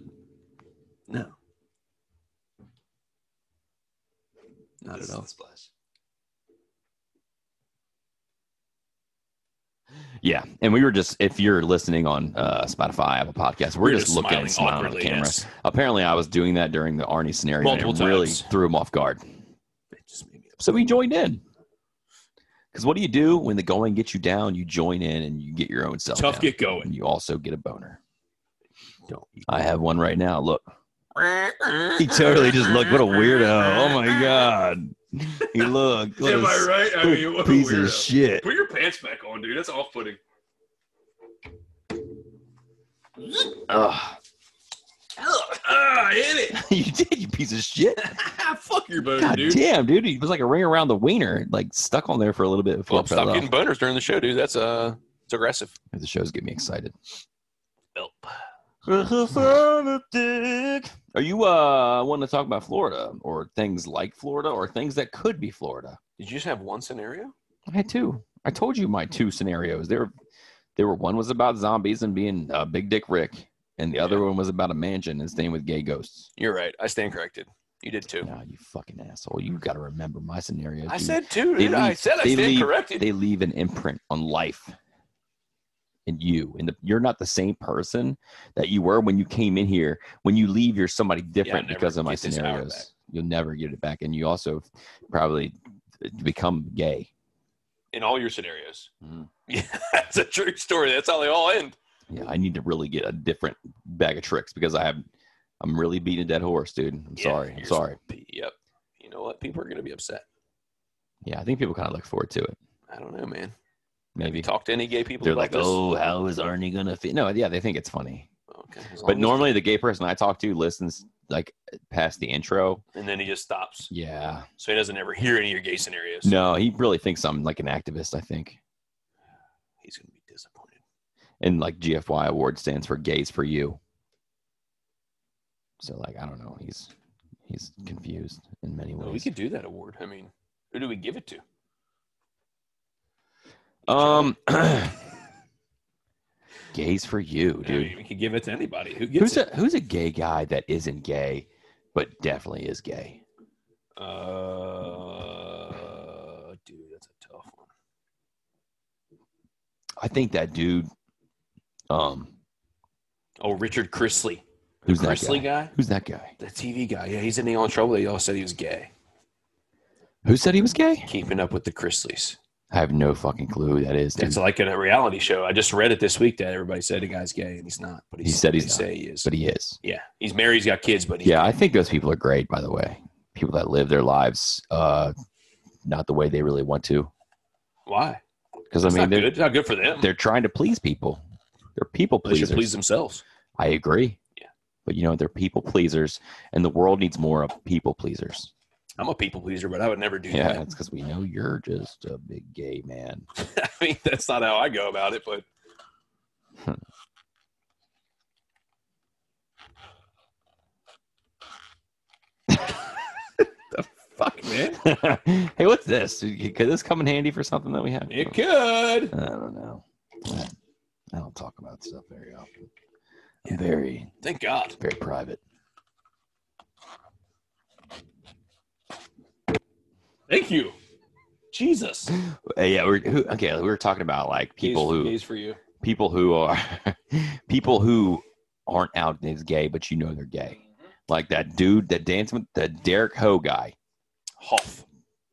[SPEAKER 7] No. Not at all.
[SPEAKER 3] Yeah. And we were just if you're listening on uh Spotify, Apple Podcast, we're, just, looking and smiling on the camera.
[SPEAKER 4] yes.
[SPEAKER 3] Apparently I was doing that during the Arnie scenario
[SPEAKER 4] Multiple
[SPEAKER 3] and it really
[SPEAKER 4] times.
[SPEAKER 3] threw him off guard.
[SPEAKER 4] It just made me
[SPEAKER 3] So we joined in. Cause what do you do when the going gets you down? You join in and you get your own self.
[SPEAKER 4] tough
[SPEAKER 3] down.
[SPEAKER 4] get going.
[SPEAKER 3] and you also get a boner.
[SPEAKER 7] Don't.
[SPEAKER 3] I have one right now. Look. He totally just looked. What a weirdo! Oh my god! He looked. What a
[SPEAKER 7] Am I right? I mean, what a
[SPEAKER 3] piece
[SPEAKER 7] weirdo.
[SPEAKER 3] of shit.
[SPEAKER 7] Put your pants back on, dude. That's off putting.
[SPEAKER 3] Ugh.
[SPEAKER 7] Ah, I hit it.
[SPEAKER 3] you did, you piece of shit.
[SPEAKER 7] Fuck your boner,
[SPEAKER 3] God
[SPEAKER 7] dude.
[SPEAKER 3] damn, dude. It was like a ring around the wiener, like stuck on there for a little bit before
[SPEAKER 4] Well,
[SPEAKER 3] it fell
[SPEAKER 4] stop
[SPEAKER 3] off.
[SPEAKER 4] getting boners during the show, dude. That's uh, it's aggressive.
[SPEAKER 3] The shows get me excited.
[SPEAKER 4] Help.
[SPEAKER 3] Are you uh wanting to talk about Florida or things like Florida or things that could be Florida?
[SPEAKER 4] Did you just have one scenario?
[SPEAKER 3] I had two. I told you my two scenarios. There, were, there were one was about zombies and being uh, Big Dick Rick, and the other one was about a mansion and staying with gay ghosts.
[SPEAKER 4] You're right. I stand corrected. You did too.
[SPEAKER 3] Nah, you fucking asshole. You got to remember my scenario.
[SPEAKER 4] I
[SPEAKER 3] dude.
[SPEAKER 4] said two.
[SPEAKER 3] They
[SPEAKER 4] Dude. I
[SPEAKER 3] leave-
[SPEAKER 4] said I
[SPEAKER 3] they
[SPEAKER 4] stand
[SPEAKER 3] leave-
[SPEAKER 4] corrected.
[SPEAKER 3] they leave an imprint on life and you and the, you're not the same person that you were when you came in here when you leave you're somebody different
[SPEAKER 4] never
[SPEAKER 3] because of my
[SPEAKER 4] get this hour back.
[SPEAKER 3] scenarios you'll never get it back and you also probably become gay
[SPEAKER 4] in all your scenarios.
[SPEAKER 3] Mhm.
[SPEAKER 4] Yeah, that's a true story. That's how they all end.
[SPEAKER 3] yeah i need to really get a different bag of tricks because i have i'm really beating a dead horse dude i'm
[SPEAKER 4] Yeah,
[SPEAKER 3] sorry i'm
[SPEAKER 4] you're-
[SPEAKER 3] sorry
[SPEAKER 4] Yep. You know what? People are going to be upset.
[SPEAKER 3] yeah i think people kind of look forward to it
[SPEAKER 4] I don't know, man. Have
[SPEAKER 3] maybe
[SPEAKER 4] you talked to any gay people
[SPEAKER 3] they're
[SPEAKER 4] about
[SPEAKER 3] like
[SPEAKER 4] this? Oh,
[SPEAKER 3] oh how is arnie gonna fit no yeah they think it's funny
[SPEAKER 4] Okay, as long
[SPEAKER 3] But
[SPEAKER 4] as-
[SPEAKER 3] normally the gay person I talk to listens like past the intro.
[SPEAKER 4] and then he just stops,
[SPEAKER 3] Yeah.
[SPEAKER 4] so he doesn't ever hear any of your gay scenarios.
[SPEAKER 3] No, he really thinks I'm like an activist, I think.
[SPEAKER 4] he's going to be disappointed.
[SPEAKER 3] And like GFY award stands for gays for you. So like I don't know, he's he's confused in many
[SPEAKER 4] No, Oh, we
[SPEAKER 3] ways.
[SPEAKER 4] could do that award. I mean, who do we give it to?
[SPEAKER 3] um Gays for you,
[SPEAKER 4] I mean,
[SPEAKER 3] dude.
[SPEAKER 4] we could give it to anybody. Who gets
[SPEAKER 3] Who's a
[SPEAKER 4] it?
[SPEAKER 3] who's a gay guy that isn't gay but definitely is gay?
[SPEAKER 4] Uh, dude, that's a tough one.
[SPEAKER 3] I think that dude um
[SPEAKER 4] Oh, Richard Chrisley.
[SPEAKER 3] who's that guy?
[SPEAKER 4] Chrisley guy?
[SPEAKER 3] Who's that guy?
[SPEAKER 4] The TV guy. Yeah, he's in the All in Trouble. They all said he was gay.
[SPEAKER 3] Who said he was gay?
[SPEAKER 4] Keeping up with the Chrisleys.
[SPEAKER 3] I have no fucking clue who that is. Dude.
[SPEAKER 4] It's like in a reality show. I just read it this week that everybody said the guy's gay and he's not. But
[SPEAKER 3] He said he's
[SPEAKER 4] they
[SPEAKER 3] not.
[SPEAKER 4] say he is.
[SPEAKER 3] but he is.
[SPEAKER 4] yeah, he's married. He's got kids. But he's
[SPEAKER 3] Yeah, I think those people are great, by the way. People that live their lives uh, not the way they really want to.
[SPEAKER 4] why?
[SPEAKER 3] Because, I
[SPEAKER 4] It's
[SPEAKER 3] mean,
[SPEAKER 4] not good.
[SPEAKER 3] they're,
[SPEAKER 4] It's not good for them.
[SPEAKER 3] they're trying to please people. They're people
[SPEAKER 4] They should
[SPEAKER 3] pleasers.
[SPEAKER 4] please themselves.
[SPEAKER 3] I agree.
[SPEAKER 4] Yeah.
[SPEAKER 3] But, you know, they're people pleasers, and the world needs more of people pleasers.
[SPEAKER 4] I'm a people pleaser, but I would never do
[SPEAKER 3] Yeah, it's because we know you're just a big gay man.
[SPEAKER 4] that. I mean, that's not how I go about it. But
[SPEAKER 7] Fuck, man.
[SPEAKER 3] hey, what's this? Could this come in handy for something that we have?
[SPEAKER 4] it could.
[SPEAKER 3] I don't know. I don't talk about stuff very often. I'm very,
[SPEAKER 4] Thank God.
[SPEAKER 3] very private.
[SPEAKER 4] Thank you, Jesus.
[SPEAKER 3] Uh, yeah, we're who, okay. We were talking about like people
[SPEAKER 4] Gays-
[SPEAKER 3] who
[SPEAKER 4] gays for you.
[SPEAKER 3] people who are people who aren't out as gay, but you know they're gay.
[SPEAKER 4] Mm-hmm.
[SPEAKER 3] Like that dude that danced with the Derek Ho guy.
[SPEAKER 4] Hoff.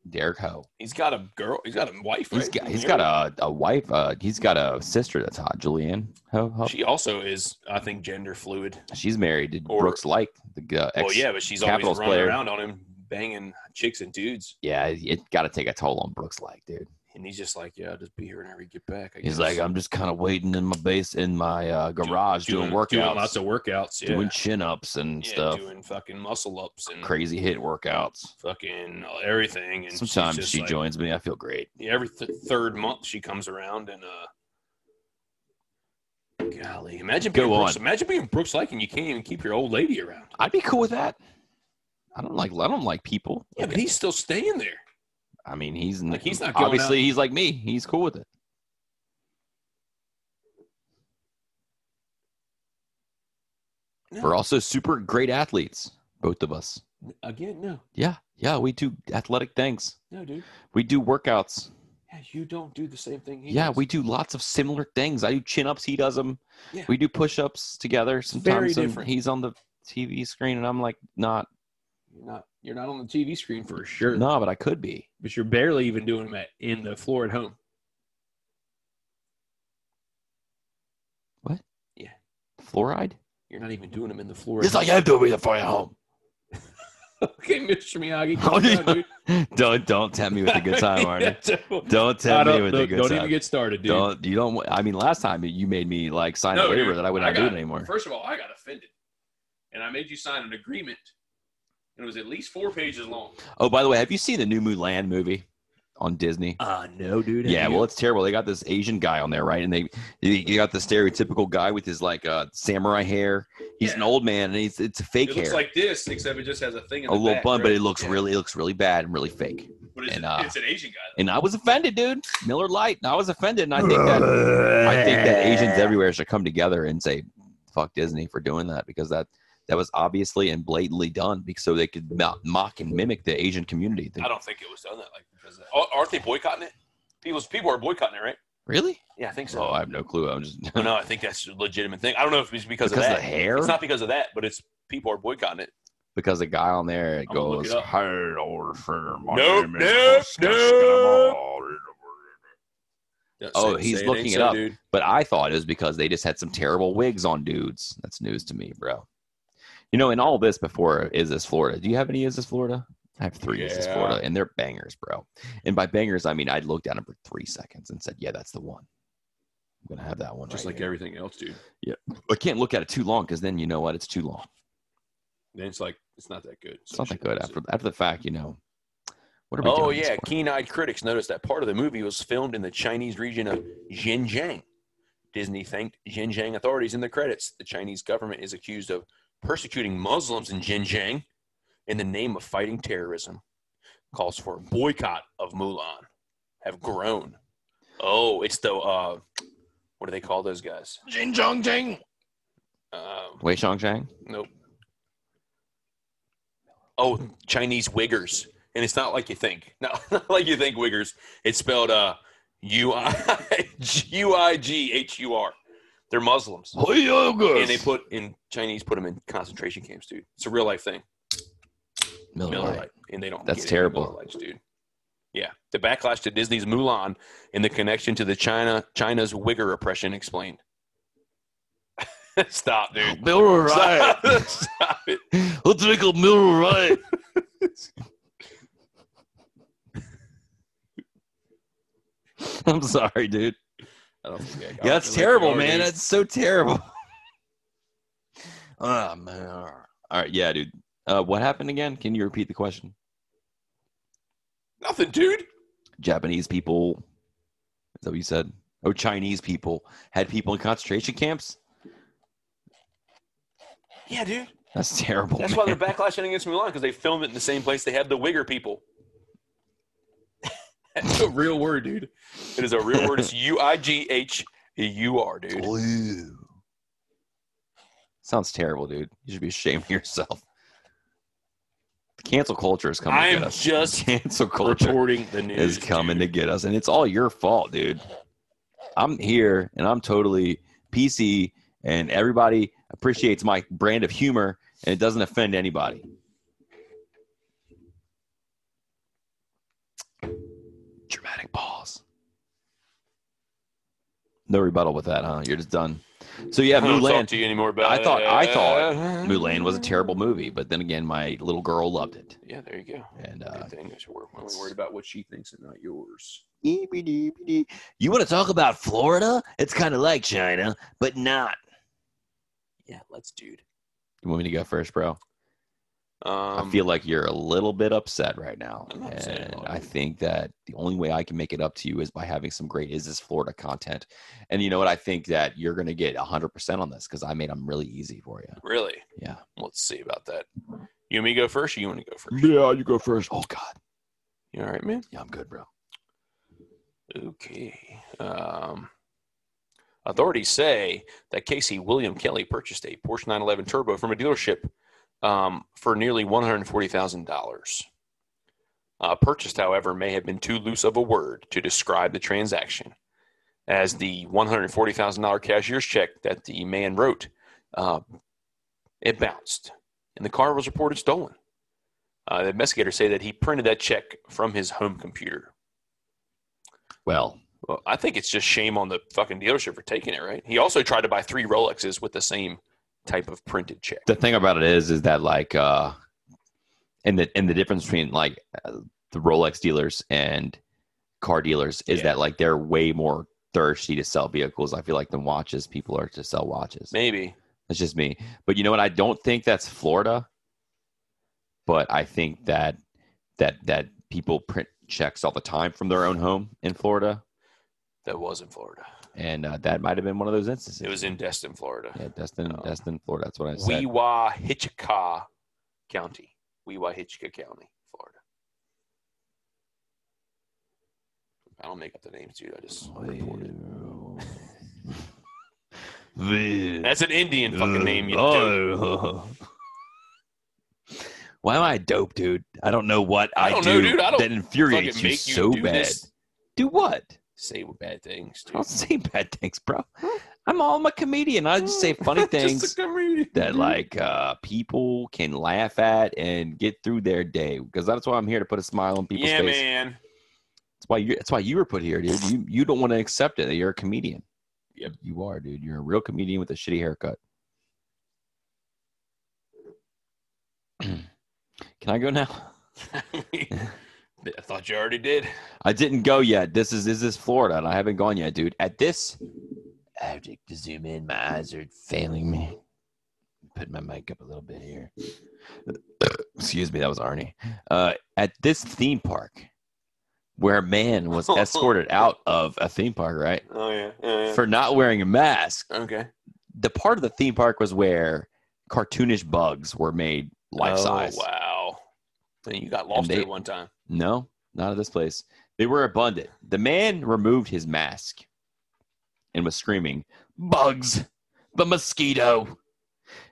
[SPEAKER 3] Derek Ho.
[SPEAKER 4] He's got a girl. He's got a wife.
[SPEAKER 3] He's
[SPEAKER 4] right?
[SPEAKER 3] got he's got a, a wife. Uh, he's got a sister that's hot, Julianne Ho. Ho.
[SPEAKER 4] She also is, I think, gender fluid.
[SPEAKER 3] She's married to
[SPEAKER 4] Or-
[SPEAKER 3] Brooks Like the uh, ex.
[SPEAKER 4] well, yeah, but she's
[SPEAKER 3] Capitals
[SPEAKER 4] always running
[SPEAKER 3] player.
[SPEAKER 4] around on him, banging chicks and dudes.
[SPEAKER 3] yeah. It got to take a toll on Brooks Like, dude.
[SPEAKER 4] And he's just like, yeah, I'll just be here whenever you get back. I
[SPEAKER 3] He's
[SPEAKER 4] guess."
[SPEAKER 3] like, I'm just kind of waiting in my base in my uh, garage doing, workouts, doing,
[SPEAKER 4] lots of workouts, yeah.
[SPEAKER 3] chin ups and
[SPEAKER 4] Yeah,
[SPEAKER 3] stuff,
[SPEAKER 4] doing fucking muscle ups and
[SPEAKER 3] crazy hit workouts.
[SPEAKER 4] fucking everything. And she's
[SPEAKER 3] Sometimes
[SPEAKER 4] just
[SPEAKER 3] she
[SPEAKER 4] like-
[SPEAKER 3] joins me. I feel great.
[SPEAKER 4] Yeah, every th- third month she comes around and uh, golly, imagine
[SPEAKER 3] Go
[SPEAKER 4] being Brooks,
[SPEAKER 3] on.
[SPEAKER 4] imagine being Brooks like, and you can't even keep your old lady around.
[SPEAKER 3] I'd be cool with that. I don't like I don't like people.
[SPEAKER 4] Yeah, but he's still staying there.
[SPEAKER 3] I mean, he's
[SPEAKER 4] Like, he's not going
[SPEAKER 3] obviously he's like me. He's cool with it.
[SPEAKER 4] No.
[SPEAKER 3] We're also super great athletes, both of us.
[SPEAKER 4] Again, no,
[SPEAKER 3] Yeah, yeah, we do athletic things.
[SPEAKER 4] no, dude.
[SPEAKER 3] We do workouts.
[SPEAKER 4] Yeah, you don't do the same thing. He
[SPEAKER 3] yeah,
[SPEAKER 4] does.
[SPEAKER 3] we do lots of similar things. I do chin ups, he does them.
[SPEAKER 4] Yeah.
[SPEAKER 3] We do push ups together
[SPEAKER 4] very
[SPEAKER 3] sometimes. and
[SPEAKER 4] different.
[SPEAKER 3] he's on the TV screen, and I'm like, not
[SPEAKER 4] You're not. You're not on the TV screen for sure.
[SPEAKER 3] no, but I could be.
[SPEAKER 4] but you're barely even doing them at, in the floor at home.
[SPEAKER 3] Fluoride?
[SPEAKER 4] You're not even doing them in the floor.
[SPEAKER 5] It's
[SPEAKER 4] at
[SPEAKER 5] like I am doing it for you home.
[SPEAKER 4] home. okay, Mr. Miyagi.
[SPEAKER 3] Oh,
[SPEAKER 4] calm down,
[SPEAKER 3] yeah.
[SPEAKER 4] dude.
[SPEAKER 3] Don't don't tempt me with a good time, Arnie.
[SPEAKER 4] Yeah, don't-
[SPEAKER 3] Don't
[SPEAKER 4] I
[SPEAKER 3] tempt me
[SPEAKER 4] don't-
[SPEAKER 3] with a
[SPEAKER 4] look,
[SPEAKER 3] good
[SPEAKER 4] don't
[SPEAKER 3] time.
[SPEAKER 4] even get started, dude.
[SPEAKER 3] Don't you don't? I mean, last time you made me like sign a
[SPEAKER 4] No,
[SPEAKER 3] waiver
[SPEAKER 4] dude,
[SPEAKER 3] that I would
[SPEAKER 4] I
[SPEAKER 3] not do
[SPEAKER 4] got-
[SPEAKER 3] it anymore.
[SPEAKER 4] First of all, I got offended, and I made you sign an agreement, and it was at least four pages long.
[SPEAKER 3] Oh, by the way, have you seen the new Mulan movie on Disney?
[SPEAKER 7] Uh, no, dude.
[SPEAKER 3] Yeah, well, it's terrible. They got this Asian guy on there, right? And they they they got the stereotypical guy with his like uh, samurai hair. He's an
[SPEAKER 4] Yeah.
[SPEAKER 3] old man, and he's it's fake
[SPEAKER 4] It
[SPEAKER 3] hair,
[SPEAKER 4] looks like this, except it just has a thing in
[SPEAKER 3] a
[SPEAKER 4] the
[SPEAKER 3] little
[SPEAKER 4] back,
[SPEAKER 3] bun, but
[SPEAKER 4] right?
[SPEAKER 3] it looks
[SPEAKER 4] Yeah.
[SPEAKER 3] really it looks really bad and really fake.
[SPEAKER 4] But it's,
[SPEAKER 3] and,
[SPEAKER 4] a-
[SPEAKER 3] uh,
[SPEAKER 4] it's an Asian guy.
[SPEAKER 3] And I was offended, dude. Miller Light. And I was offended, and I think that I think that Asians everywhere should come together and say, "Fuck Disney" for doing that because that that was obviously and blatantly done because so they could mo- mock and mimic the Asian community.
[SPEAKER 4] I don't think it was done that like because oh, aren't they boycotting it? People people are boycotting it, right?
[SPEAKER 3] really?
[SPEAKER 4] Yeah, I think
[SPEAKER 3] Oh, I have no clue. I'm just
[SPEAKER 4] no, I think that's a legitimate thing. I don't know if it's because,
[SPEAKER 3] because of
[SPEAKER 4] of that.
[SPEAKER 3] the hair.
[SPEAKER 4] It's not because of that, but it's people are boycotting it.
[SPEAKER 3] because the guy on there it
[SPEAKER 4] I'm gonna look
[SPEAKER 3] goes
[SPEAKER 4] it up.
[SPEAKER 3] hard order for my
[SPEAKER 4] Nope,
[SPEAKER 3] name
[SPEAKER 4] nope,
[SPEAKER 3] is
[SPEAKER 4] nope. Yeah,
[SPEAKER 3] Oh,
[SPEAKER 4] say-
[SPEAKER 3] he's
[SPEAKER 4] say
[SPEAKER 3] looking
[SPEAKER 4] ain't
[SPEAKER 3] it
[SPEAKER 4] so,
[SPEAKER 3] up.
[SPEAKER 4] dude.
[SPEAKER 3] But I thought it was because they just had some terrible wigs on dudes. That's news to me, bro. You know, in all this before is this Florida. Do you have any is this Florida? I have three is this
[SPEAKER 4] Yeah.
[SPEAKER 3] Florida, and they're bangers, bro. And by bangers, I mean I looked at them for three seconds and said, "Yeah, that's the one." I'm gonna have that one.
[SPEAKER 4] Just
[SPEAKER 3] right
[SPEAKER 4] like
[SPEAKER 3] here.
[SPEAKER 4] everything else, dude.
[SPEAKER 3] I can't look at it too long because then you know what? It's too long.
[SPEAKER 4] Then it's like it's not that good.
[SPEAKER 3] It's not that
[SPEAKER 4] shit,
[SPEAKER 3] good
[SPEAKER 4] that's
[SPEAKER 3] after
[SPEAKER 4] it.
[SPEAKER 3] after the fact. You know. What are we
[SPEAKER 4] Oh
[SPEAKER 3] doing this
[SPEAKER 4] yeah,
[SPEAKER 3] for?
[SPEAKER 4] keen-eyed critics noticed that part of the movie was filmed in the Chinese region of Xinjiang. Disney thanked Xinjiang authorities in the credits. The Chinese government is accused of persecuting Muslims in Xinjiang in the name of fighting terrorism. Calls for a boycott of Mulan have grown. Oh, it's the uh, what do they call those guys?
[SPEAKER 7] Jing Jing.
[SPEAKER 4] Um,
[SPEAKER 3] Wei Shang Shang.
[SPEAKER 4] Nope. Oh, Chinese Wiggers. And it's not like you think. No, not like you think Wiggers. It's spelled uh U I G U I G H U R. They're Muslims. And they put in Chinese put them in concentration camps, dude. It's a real life thing.
[SPEAKER 3] Miller
[SPEAKER 4] Miller
[SPEAKER 3] Lite.
[SPEAKER 4] Lite. And they don't
[SPEAKER 3] That's
[SPEAKER 4] get any
[SPEAKER 3] terrible.
[SPEAKER 4] Miller Lites, dude. Yeah. The backlash to Disney's Mulan and the connection to the China China's Uyghur oppression explained. Stop, dude.
[SPEAKER 3] Miller
[SPEAKER 4] Stop, Stop it.
[SPEAKER 3] Let's make a Miller Lite. I'm sorry, dude.
[SPEAKER 4] I don't think I got
[SPEAKER 3] Yeah,
[SPEAKER 4] it.
[SPEAKER 3] that's
[SPEAKER 4] Like,
[SPEAKER 3] terrible,
[SPEAKER 4] already-
[SPEAKER 3] man. That's so terrible. oh man. All right, yeah, dude. Uh, what happened again? Can you repeat the question?
[SPEAKER 4] Nothing, dude.
[SPEAKER 3] Japanese people. Is that what you said? Oh, Chinese people had people in concentration camps.
[SPEAKER 4] Yeah, dude.
[SPEAKER 3] That's terrible.
[SPEAKER 4] That's
[SPEAKER 3] man.
[SPEAKER 4] why they're backlashing against Mulan because they filmed it in the same place they had the Uyghur people.
[SPEAKER 7] That's a real word, dude.
[SPEAKER 4] It is a real word. It's U I G H E U R, dude.
[SPEAKER 3] Ooh. Sounds terrible, dude. You should be ashamed of yourself. Cancel culture is coming
[SPEAKER 4] I
[SPEAKER 3] to
[SPEAKER 4] am
[SPEAKER 3] get us.
[SPEAKER 4] just
[SPEAKER 3] Cancel culture
[SPEAKER 4] Reporting the
[SPEAKER 3] is
[SPEAKER 4] news
[SPEAKER 3] coming
[SPEAKER 4] dude.
[SPEAKER 3] to get us, and it's all your fault, dude. I'm here, and I'm totally PC, and everybody appreciates my brand of humor, and it doesn't offend anybody. Dramatic pause. No rebuttal with that, huh? You're just done. So yeah,
[SPEAKER 4] I don't
[SPEAKER 3] Mulan.
[SPEAKER 4] talk to you anymore uh, about
[SPEAKER 3] I thought- I thought
[SPEAKER 4] it.
[SPEAKER 3] Mulan was a terrible movie, but then again, my little girl loved it.
[SPEAKER 4] Yeah, there you go.
[SPEAKER 3] And
[SPEAKER 4] Good
[SPEAKER 3] uh,
[SPEAKER 4] thing that we're only worried about what she thinks and not yours.
[SPEAKER 3] you want to talk about Florida? It's kind of like China, but not.
[SPEAKER 4] Yeah, let's, dude.
[SPEAKER 3] You want me to go first, bro?
[SPEAKER 4] Um,
[SPEAKER 3] I feel like you're a little bit upset right now,
[SPEAKER 4] I'm not upset at
[SPEAKER 3] and
[SPEAKER 4] all,
[SPEAKER 3] I
[SPEAKER 4] dude.
[SPEAKER 3] think that the only way I can make it up to you is by having some great "Is This Florida" content. And you know what? I think that you're gonna get 100 percent on this because I made them really easy for you.
[SPEAKER 4] really.
[SPEAKER 3] Yeah.
[SPEAKER 4] Let's see about that. You and me go first, or you want to go first?
[SPEAKER 3] Yeah, you go first. Oh God.
[SPEAKER 4] You all right, man?
[SPEAKER 3] Yeah, I'm good, bro.
[SPEAKER 4] Okay. Um, authorities say that Casey William Kelly purchased a Porsche 911 Turbo from a dealership um, for nearly $140,000. Uh, purchased, however, may have been too loose of a word to describe the transaction, as the $140,000 cashier's check that the man wrote, uh, it bounced, and the car was reported stolen. Uh, the investigators say that he printed that check from his home computer.
[SPEAKER 3] Well,
[SPEAKER 4] Well, I think it's just shame on the fucking dealership for taking it, right? He also tried to buy three Rolexes with the same type of printed check.
[SPEAKER 3] the thing about it is is that like uh and the and the difference between like uh, the rolex dealers and car dealers is
[SPEAKER 4] Yeah.
[SPEAKER 3] that like they're way more thirsty to sell vehicles i feel like than watches people are to sell watches
[SPEAKER 4] Maybe.
[SPEAKER 3] That's just me. But you know what? I don't think that's Florida. But I think that that that people print checks all the time from their own home in Florida,
[SPEAKER 4] That was in Florida.
[SPEAKER 3] and uh, that might have been one of those instances.
[SPEAKER 4] It was in Destin, Florida.
[SPEAKER 3] yeah, Destin,
[SPEAKER 4] Oh.
[SPEAKER 3] Destin, Florida. That's what I said.
[SPEAKER 4] Weewahitchika County. Weewahitchika County, Florida. I don't make up the names, dude. I just reported. That's an Indian fucking name. You dope.
[SPEAKER 3] Why am I dope, dude? I don't know what
[SPEAKER 4] I
[SPEAKER 3] I,
[SPEAKER 4] don't
[SPEAKER 3] do
[SPEAKER 4] know, dude. I don't
[SPEAKER 3] that infuriates
[SPEAKER 4] Fucking
[SPEAKER 3] you
[SPEAKER 4] make you
[SPEAKER 3] so
[SPEAKER 4] do
[SPEAKER 3] bad.
[SPEAKER 4] this.
[SPEAKER 3] Do what?
[SPEAKER 4] Say bad things,
[SPEAKER 3] I
[SPEAKER 4] dude.
[SPEAKER 3] don't say bad things, bro. I'm all I'm a comedian. I just say funny things that like uh, people can laugh at and get through their day because that's why I'm here to put a smile on people's
[SPEAKER 4] Yeah,
[SPEAKER 3] face.
[SPEAKER 4] man.
[SPEAKER 3] That's why you. That's why you were put here, dude. You you don't want to accept it that you're a comedian.
[SPEAKER 4] Yep.
[SPEAKER 3] you are, dude. You're a real comedian with a shitty haircut. Can I go now?
[SPEAKER 4] I thought you already did.
[SPEAKER 3] I didn't go yet. This is this is Florida, and I haven't gone yet, dude. At this, I have to zoom in. My eyes are failing me. Put my mic up a little bit here. Excuse me, that was Arnie. Uh, at this theme park, where a man was escorted out of a theme park, right,
[SPEAKER 4] Oh yeah. yeah, yeah.
[SPEAKER 3] for not wearing a mask.
[SPEAKER 4] okay.
[SPEAKER 3] The part of the theme park was where cartoonish bugs were made life
[SPEAKER 4] Oh,
[SPEAKER 3] size.
[SPEAKER 4] Wow. And you got lost
[SPEAKER 3] they-
[SPEAKER 4] there one time.
[SPEAKER 3] No, not at this place. They were abundant. The man removed his mask and was screaming, Bugs, the mosquito.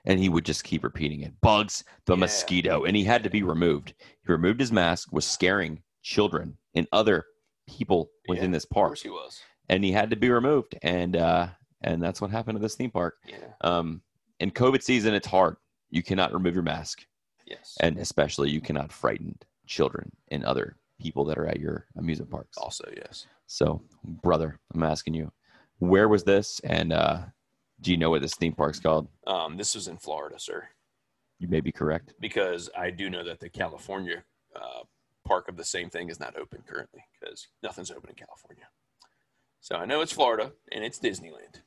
[SPEAKER 3] And he would just keep repeating it Bugs, the
[SPEAKER 4] Yeah.
[SPEAKER 3] mosquito. And he had to be removed. He removed his mask, was scaring children and other people within this
[SPEAKER 4] Of
[SPEAKER 3] park.
[SPEAKER 4] course he was.
[SPEAKER 3] And he had to be removed. And, uh, and that's what happened at this theme park.
[SPEAKER 4] Yeah.
[SPEAKER 3] Um, in COVID season, it's hard. You cannot remove your mask
[SPEAKER 4] Yes.
[SPEAKER 3] and especially you cannot frighten children and other people that are at your amusement parks.
[SPEAKER 4] also yes.
[SPEAKER 3] So, brother, I'm asking you, where was this, and uh, do you know what this theme park's called?
[SPEAKER 4] Um, this was in Florida, sir.
[SPEAKER 3] You may be correct.
[SPEAKER 4] because I do know that the California uh, park of the same thing is not open currently because nothing's open in California. So I know it's Florida and it's Disneyland.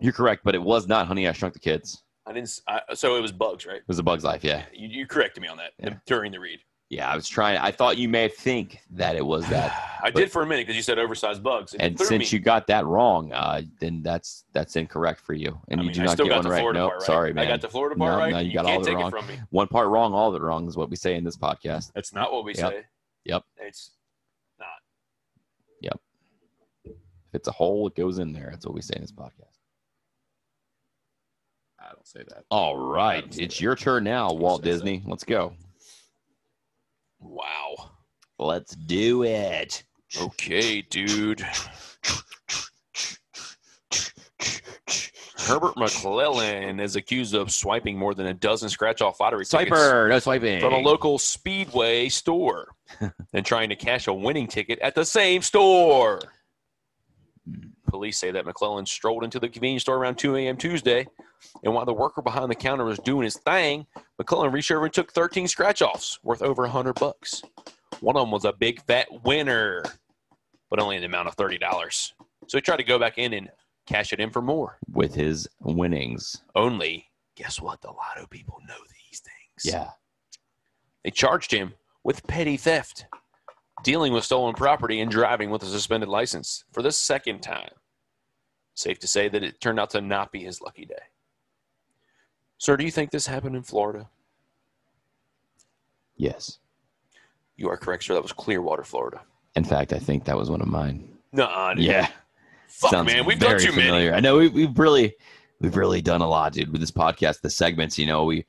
[SPEAKER 3] You're correct, but it was not Honey I Shrunk the Kids.
[SPEAKER 4] I didn't. s I so it was bugs, right?
[SPEAKER 3] It was A Bug's Life. Yeah,
[SPEAKER 4] You, you corrected me on that
[SPEAKER 3] Yeah.
[SPEAKER 4] during the read.
[SPEAKER 3] yeah. I was trying. I thought you may think that it was that,
[SPEAKER 4] I
[SPEAKER 3] but-
[SPEAKER 4] did for a minute because you said oversized bugs, and, it
[SPEAKER 3] and
[SPEAKER 4] threw
[SPEAKER 3] since
[SPEAKER 4] me.
[SPEAKER 3] you got that wrong, uh, then that's that's incorrect for you, and
[SPEAKER 4] I
[SPEAKER 3] you
[SPEAKER 4] mean,
[SPEAKER 3] do
[SPEAKER 4] I
[SPEAKER 3] not
[SPEAKER 4] still
[SPEAKER 3] get
[SPEAKER 4] got
[SPEAKER 3] one
[SPEAKER 4] the
[SPEAKER 3] right.
[SPEAKER 4] Florida
[SPEAKER 3] nope,
[SPEAKER 4] part right.
[SPEAKER 3] sorry, man.
[SPEAKER 4] I got the Florida
[SPEAKER 3] No,
[SPEAKER 4] part right.
[SPEAKER 3] no, you
[SPEAKER 4] you,
[SPEAKER 3] got all
[SPEAKER 4] can't
[SPEAKER 3] the
[SPEAKER 4] take
[SPEAKER 3] wrong.
[SPEAKER 4] it from me.
[SPEAKER 3] one part wrong, all the wrong is what we say in this podcast.
[SPEAKER 4] That's not what we
[SPEAKER 3] Yep.
[SPEAKER 4] say.
[SPEAKER 3] Yep.
[SPEAKER 4] It's
[SPEAKER 3] If it's a hole, it goes in there. That's what we say in this podcast.
[SPEAKER 7] I don't say that.
[SPEAKER 3] All right,
[SPEAKER 7] That's
[SPEAKER 3] it's
[SPEAKER 7] it.
[SPEAKER 3] your turn now, Walt
[SPEAKER 7] That's it.
[SPEAKER 3] Disney. Let's go.
[SPEAKER 4] wow.
[SPEAKER 3] Let's do it.
[SPEAKER 4] Okay, dude. Herbert McClellan is accused of swiping more than a dozen scratch-off lottery tickets
[SPEAKER 3] Swiper, no swiping.
[SPEAKER 4] from a local Speedway store and trying to cash a winning ticket at the same store. Police say that McClellan strolled into the convenience store around 2 a.m. Tuesday, and while the worker behind the counter was doing his thing, McClellan reached over and took 13 scratch-offs worth over 100 bucks. One of them was a big fat winner, but only in the amount of $30. So he tried to go back in and cash it in for more.
[SPEAKER 3] with his winnings.
[SPEAKER 4] Only, guess what? The lotto people know these things.
[SPEAKER 3] Yeah.
[SPEAKER 4] They charged him with petty theft, dealing with stolen property, and driving with a suspended license for the second time. Safe to say that it turned out to not be his lucky day. Sir, do you think this happened in Florida?
[SPEAKER 3] Yes.
[SPEAKER 4] You are correct, sir. That was Clearwater, Florida.
[SPEAKER 3] In fact, I think that was one of mine.
[SPEAKER 4] Nuh-uh, dude.
[SPEAKER 3] Yeah.
[SPEAKER 4] Fuck,
[SPEAKER 3] Sounds
[SPEAKER 4] man. We've done
[SPEAKER 3] very
[SPEAKER 4] too many.
[SPEAKER 3] familiar. I know we, we've really, we've really done a lot, dude, with this podcast. The segments, you know, we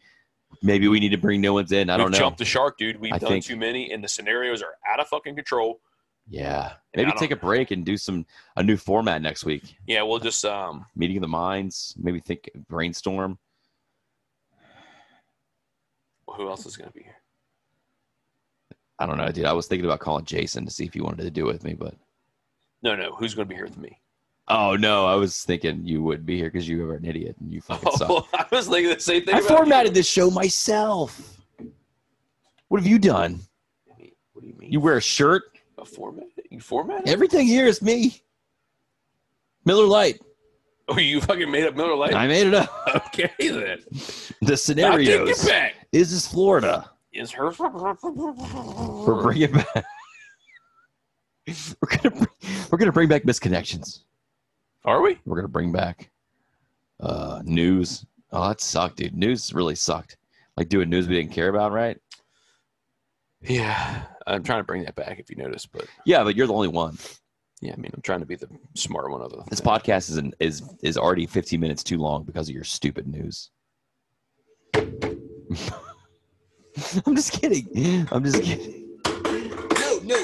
[SPEAKER 3] maybe we need to bring new ones in. I
[SPEAKER 4] We've
[SPEAKER 3] don't know.
[SPEAKER 4] jumped the shark, dude. We've
[SPEAKER 3] I
[SPEAKER 4] done
[SPEAKER 3] think-
[SPEAKER 4] too many, and the scenarios are out of fucking control.
[SPEAKER 3] Yeah. Maybe
[SPEAKER 4] I don't
[SPEAKER 3] take a
[SPEAKER 4] know.
[SPEAKER 3] break and do some a new format next week.
[SPEAKER 4] Yeah, we'll just um,
[SPEAKER 3] Meeting of the minds. Maybe think brainstorm.
[SPEAKER 4] who else is gonna be here?
[SPEAKER 3] I don't know, dude. I was thinking about calling Jason to see if he wanted to do it with me, but
[SPEAKER 4] No, no, who's gonna be here with me?
[SPEAKER 3] Oh no, I was thinking you wouldn't be here because you were an idiot and you fucking suck.
[SPEAKER 4] Oh, I was thinking the same thing.
[SPEAKER 3] I
[SPEAKER 4] about you.
[SPEAKER 3] formatted this show myself. What have you done?
[SPEAKER 4] What do you mean?
[SPEAKER 3] You wear a shirt.
[SPEAKER 4] a format? You format? it?
[SPEAKER 3] Everything here is me. Miller Light.
[SPEAKER 4] Oh, you fucking made up Miller Lite.
[SPEAKER 3] I made it up.
[SPEAKER 7] okay then.
[SPEAKER 3] The
[SPEAKER 7] I'll take
[SPEAKER 3] scenarios.
[SPEAKER 7] it back.
[SPEAKER 3] Is this Florida?
[SPEAKER 4] Is her
[SPEAKER 3] We're bringing back. we're gonna bring, we're gonna bring back misconnections.
[SPEAKER 4] Are we?
[SPEAKER 3] We're gonna bring back uh, news. Oh, that sucked, dude. News really sucked. Like doing news we didn't care about, right?
[SPEAKER 4] Yeah. I'm trying to bring that back if you notice, but
[SPEAKER 3] Yeah, but you're the only one.
[SPEAKER 4] yeah, I mean, I'm trying to be the smart one of the.
[SPEAKER 3] This podcast is an, is is already 15 minutes too long because of your stupid news. I'm just kidding. I'm just kidding. No, no.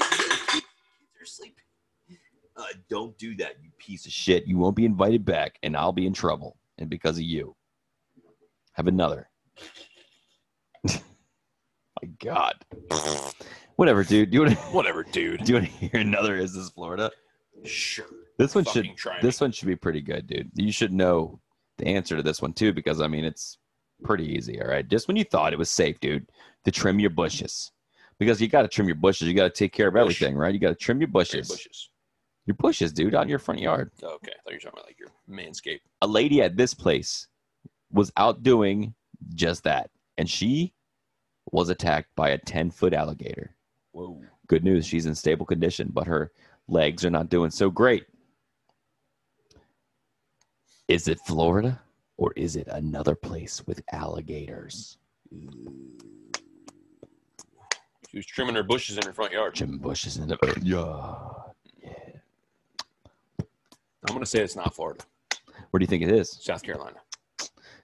[SPEAKER 3] You're sleeping. Uh, don't do that, you piece of shit. You won't be invited back, and I'll be in trouble. And because of you, have another. My God. Whatever, dude. Do you want to?
[SPEAKER 4] Whatever, dude.
[SPEAKER 3] Do you want to hear another? Is this Florida?
[SPEAKER 4] Sure.
[SPEAKER 3] This one should
[SPEAKER 4] Fucking try me.
[SPEAKER 3] this one should be pretty good, dude. You should know the answer to this one too, because I mean it's pretty easy. All right, just when you thought it was safe, dude, to trim your bushes, because you got to trim your bushes. You got to take care of
[SPEAKER 4] Bush.
[SPEAKER 3] everything, right? You got to trim your
[SPEAKER 4] Very
[SPEAKER 3] bushes,
[SPEAKER 4] bushes.
[SPEAKER 3] your bushes, dude, out in your front yard.
[SPEAKER 4] Oh, okay. I thought you were talking about like your manscape.
[SPEAKER 3] A lady at this place was out doing just that, and she was attacked by a ten foot alligator.
[SPEAKER 4] Whoa.
[SPEAKER 3] Good news, she's in stable condition, but her legs are not doing so great. Is it Florida or is it another place with alligators?
[SPEAKER 4] She was trimming her bushes in her front yard.
[SPEAKER 3] Jim Bush is in the yeah.
[SPEAKER 4] I'm going to say it's not Florida,
[SPEAKER 3] Where do you think it is?
[SPEAKER 4] South Carolina.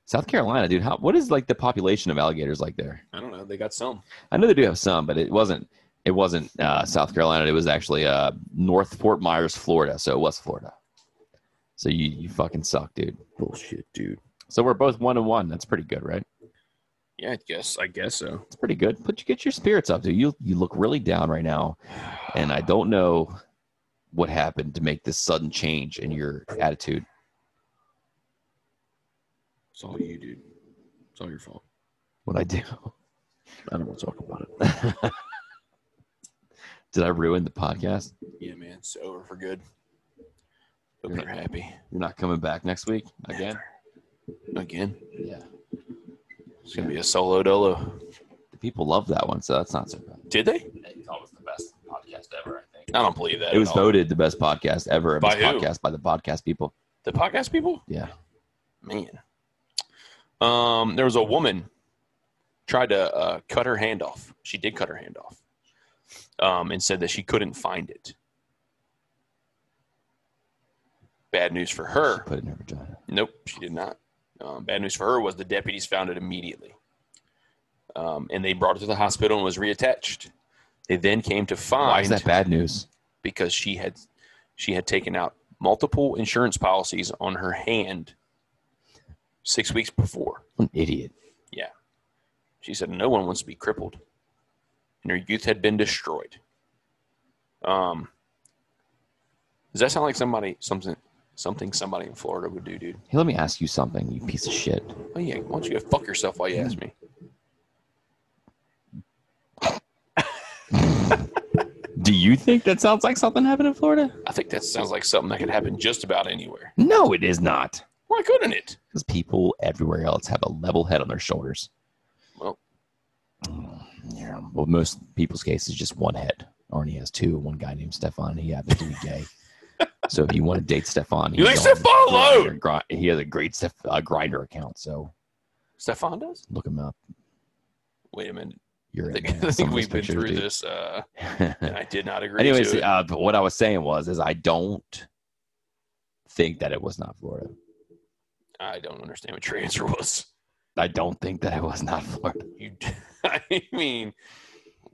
[SPEAKER 3] South Carolina, dude. How, what is like the population of alligators like there?
[SPEAKER 4] I don't know. They got some.
[SPEAKER 3] I know they do have some, but it wasn't. It wasn't uh, South Carolina. It was actually uh, North Fort Myers, Florida. So it was Florida. So you, you fucking suck, dude.
[SPEAKER 4] Bullshit, dude.
[SPEAKER 3] So we're both one and one. That's pretty good, right?
[SPEAKER 4] Yeah, I guess. I guess so.
[SPEAKER 3] It's pretty good. Put you get your spirits up, dude. You you look really down right now, and I don't know what happened to make this sudden change in your attitude.
[SPEAKER 4] It's all you, dude. It's all your fault.
[SPEAKER 3] What I do?
[SPEAKER 4] I don't want to talk about it.
[SPEAKER 3] Did I ruin the podcast?
[SPEAKER 4] Yeah, man. It's over for good. Hope
[SPEAKER 3] You're
[SPEAKER 4] you're happy.
[SPEAKER 3] You're not coming back next week again.
[SPEAKER 4] Again.
[SPEAKER 3] Yeah,
[SPEAKER 4] It's going to be a solo dolo.
[SPEAKER 3] the people love that one, so that's not so bad.
[SPEAKER 4] Did they?
[SPEAKER 3] It's always the best podcast ever. I think
[SPEAKER 4] I don't believe that.
[SPEAKER 3] it was
[SPEAKER 4] at all.
[SPEAKER 3] voted the best podcast ever.
[SPEAKER 4] By
[SPEAKER 3] best
[SPEAKER 4] who?
[SPEAKER 3] podcast by the podcast people.
[SPEAKER 4] The podcast people?
[SPEAKER 3] Yeah.
[SPEAKER 4] Man. Um, there was a woman tried to uh, cut her hand off. She did cut her hand off um, and said that she couldn't find it. Bad news for her.
[SPEAKER 3] Put it in her vagina.
[SPEAKER 4] Nope, she did not. Um, bad news for her was the deputies found it immediately. Um, and they brought her to the hospital and was reattached. They then came to
[SPEAKER 3] Why is
[SPEAKER 4] find
[SPEAKER 3] that bad news?
[SPEAKER 4] because she had she had taken out multiple insurance policies on her hand six weeks before.
[SPEAKER 3] What an idiot.
[SPEAKER 4] She said no one wants to be crippled, and her youth had been destroyed. Um, does that sound like somebody something something somebody in Florida would do, dude?
[SPEAKER 3] Hey, let me ask you something, you piece of shit.
[SPEAKER 4] Oh yeah, why don't you go fuck yourself while you ask me?
[SPEAKER 3] Do you think that sounds like something happened in Florida?
[SPEAKER 4] I think that sounds like something that could happen just about anywhere.
[SPEAKER 3] No, it is not.
[SPEAKER 4] Why couldn't it?
[SPEAKER 3] because people everywhere else have a level head on their shoulders. Mm,
[SPEAKER 4] Well.
[SPEAKER 3] yeah. Well, most people's case is just one head. Arnie has two. and One guy named Stefan. He happens to be gay. so if you want to date Stefan,
[SPEAKER 4] You
[SPEAKER 3] he's
[SPEAKER 4] like
[SPEAKER 3] on
[SPEAKER 4] Stefan
[SPEAKER 3] Grindr. Gri- He has a great Steph, uh, grinder account. So
[SPEAKER 4] Stefan does?
[SPEAKER 3] look him up.
[SPEAKER 4] Wait a minute.
[SPEAKER 3] You're
[SPEAKER 4] I
[SPEAKER 3] in
[SPEAKER 4] think,
[SPEAKER 3] there. Some
[SPEAKER 4] I
[SPEAKER 3] of
[SPEAKER 4] think
[SPEAKER 3] his
[SPEAKER 4] we've been
[SPEAKER 3] pictures,
[SPEAKER 4] through
[SPEAKER 3] dude.
[SPEAKER 4] this. Uh, and I did not agree.
[SPEAKER 3] Anyways,
[SPEAKER 4] to it.
[SPEAKER 3] uh, but what I was saying was, is I don't think that it was not Florida.
[SPEAKER 4] I don't understand what your answer was.
[SPEAKER 3] I don't think that it was not Florida.
[SPEAKER 4] You, I mean,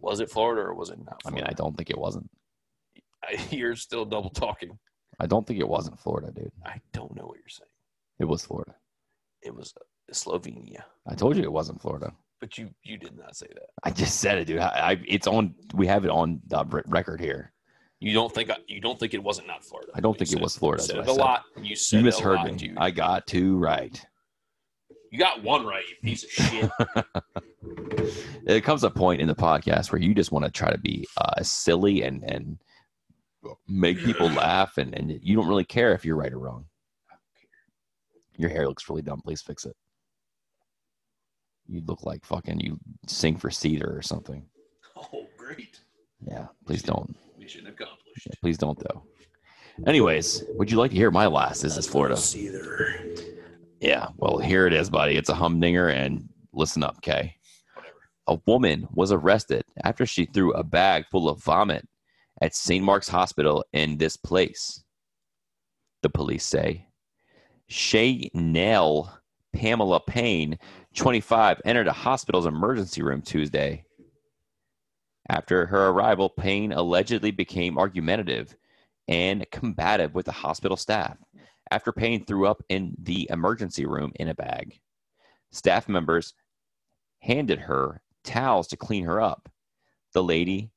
[SPEAKER 4] was it Florida or was it not?
[SPEAKER 3] I mean, I
[SPEAKER 4] Florida?
[SPEAKER 3] don't think it wasn't.
[SPEAKER 4] I- you're still double talking.
[SPEAKER 3] I don't think it wasn't Florida, dude.
[SPEAKER 4] I don't know what you're saying.
[SPEAKER 3] It was Florida.
[SPEAKER 4] It was uh, Slovenia,
[SPEAKER 3] I told you it wasn't Florida.
[SPEAKER 4] but you you did not say that.
[SPEAKER 3] I just said it, dude. I, I it's on. We have it on the re- record here.
[SPEAKER 4] You don't think I, you don't think it wasn't not Florida.
[SPEAKER 3] I don't
[SPEAKER 4] what you
[SPEAKER 3] think it was Florida,
[SPEAKER 4] You
[SPEAKER 3] is
[SPEAKER 4] said
[SPEAKER 3] what
[SPEAKER 4] it a
[SPEAKER 3] I said.
[SPEAKER 4] lot. You said
[SPEAKER 3] you
[SPEAKER 4] it a
[SPEAKER 3] misheard
[SPEAKER 4] lot,
[SPEAKER 3] me.
[SPEAKER 4] dude.
[SPEAKER 3] I got two right.
[SPEAKER 4] you got one right, you piece of shit.
[SPEAKER 3] It comes a point in the podcast where you just want to try to be uh, silly and and make people laugh, and and you don't really care if you're right or wrong. Your hair looks really dumb. Please fix it. You'd look like fucking you sing for Cedar or something.
[SPEAKER 4] Oh, great.
[SPEAKER 3] Yeah, please don't.
[SPEAKER 4] Mission accomplished.
[SPEAKER 3] Yeah, please don't though. Anyways, would you like to hear my last? This is Florida.
[SPEAKER 4] Either.
[SPEAKER 3] Yeah, well, here it is, buddy. It's a humdinger, and listen up, Kay. A woman was arrested after she threw a bag full of vomit at St. Mark's Hospital in this place. The police say Shay Nell Pamela Payne, 25, entered a hospital's emergency room Tuesday. After her arrival, Payne allegedly became argumentative and combative with the hospital staff after Payne threw up in the emergency room in a bag. Staff members handed her towels to clean her up. The lady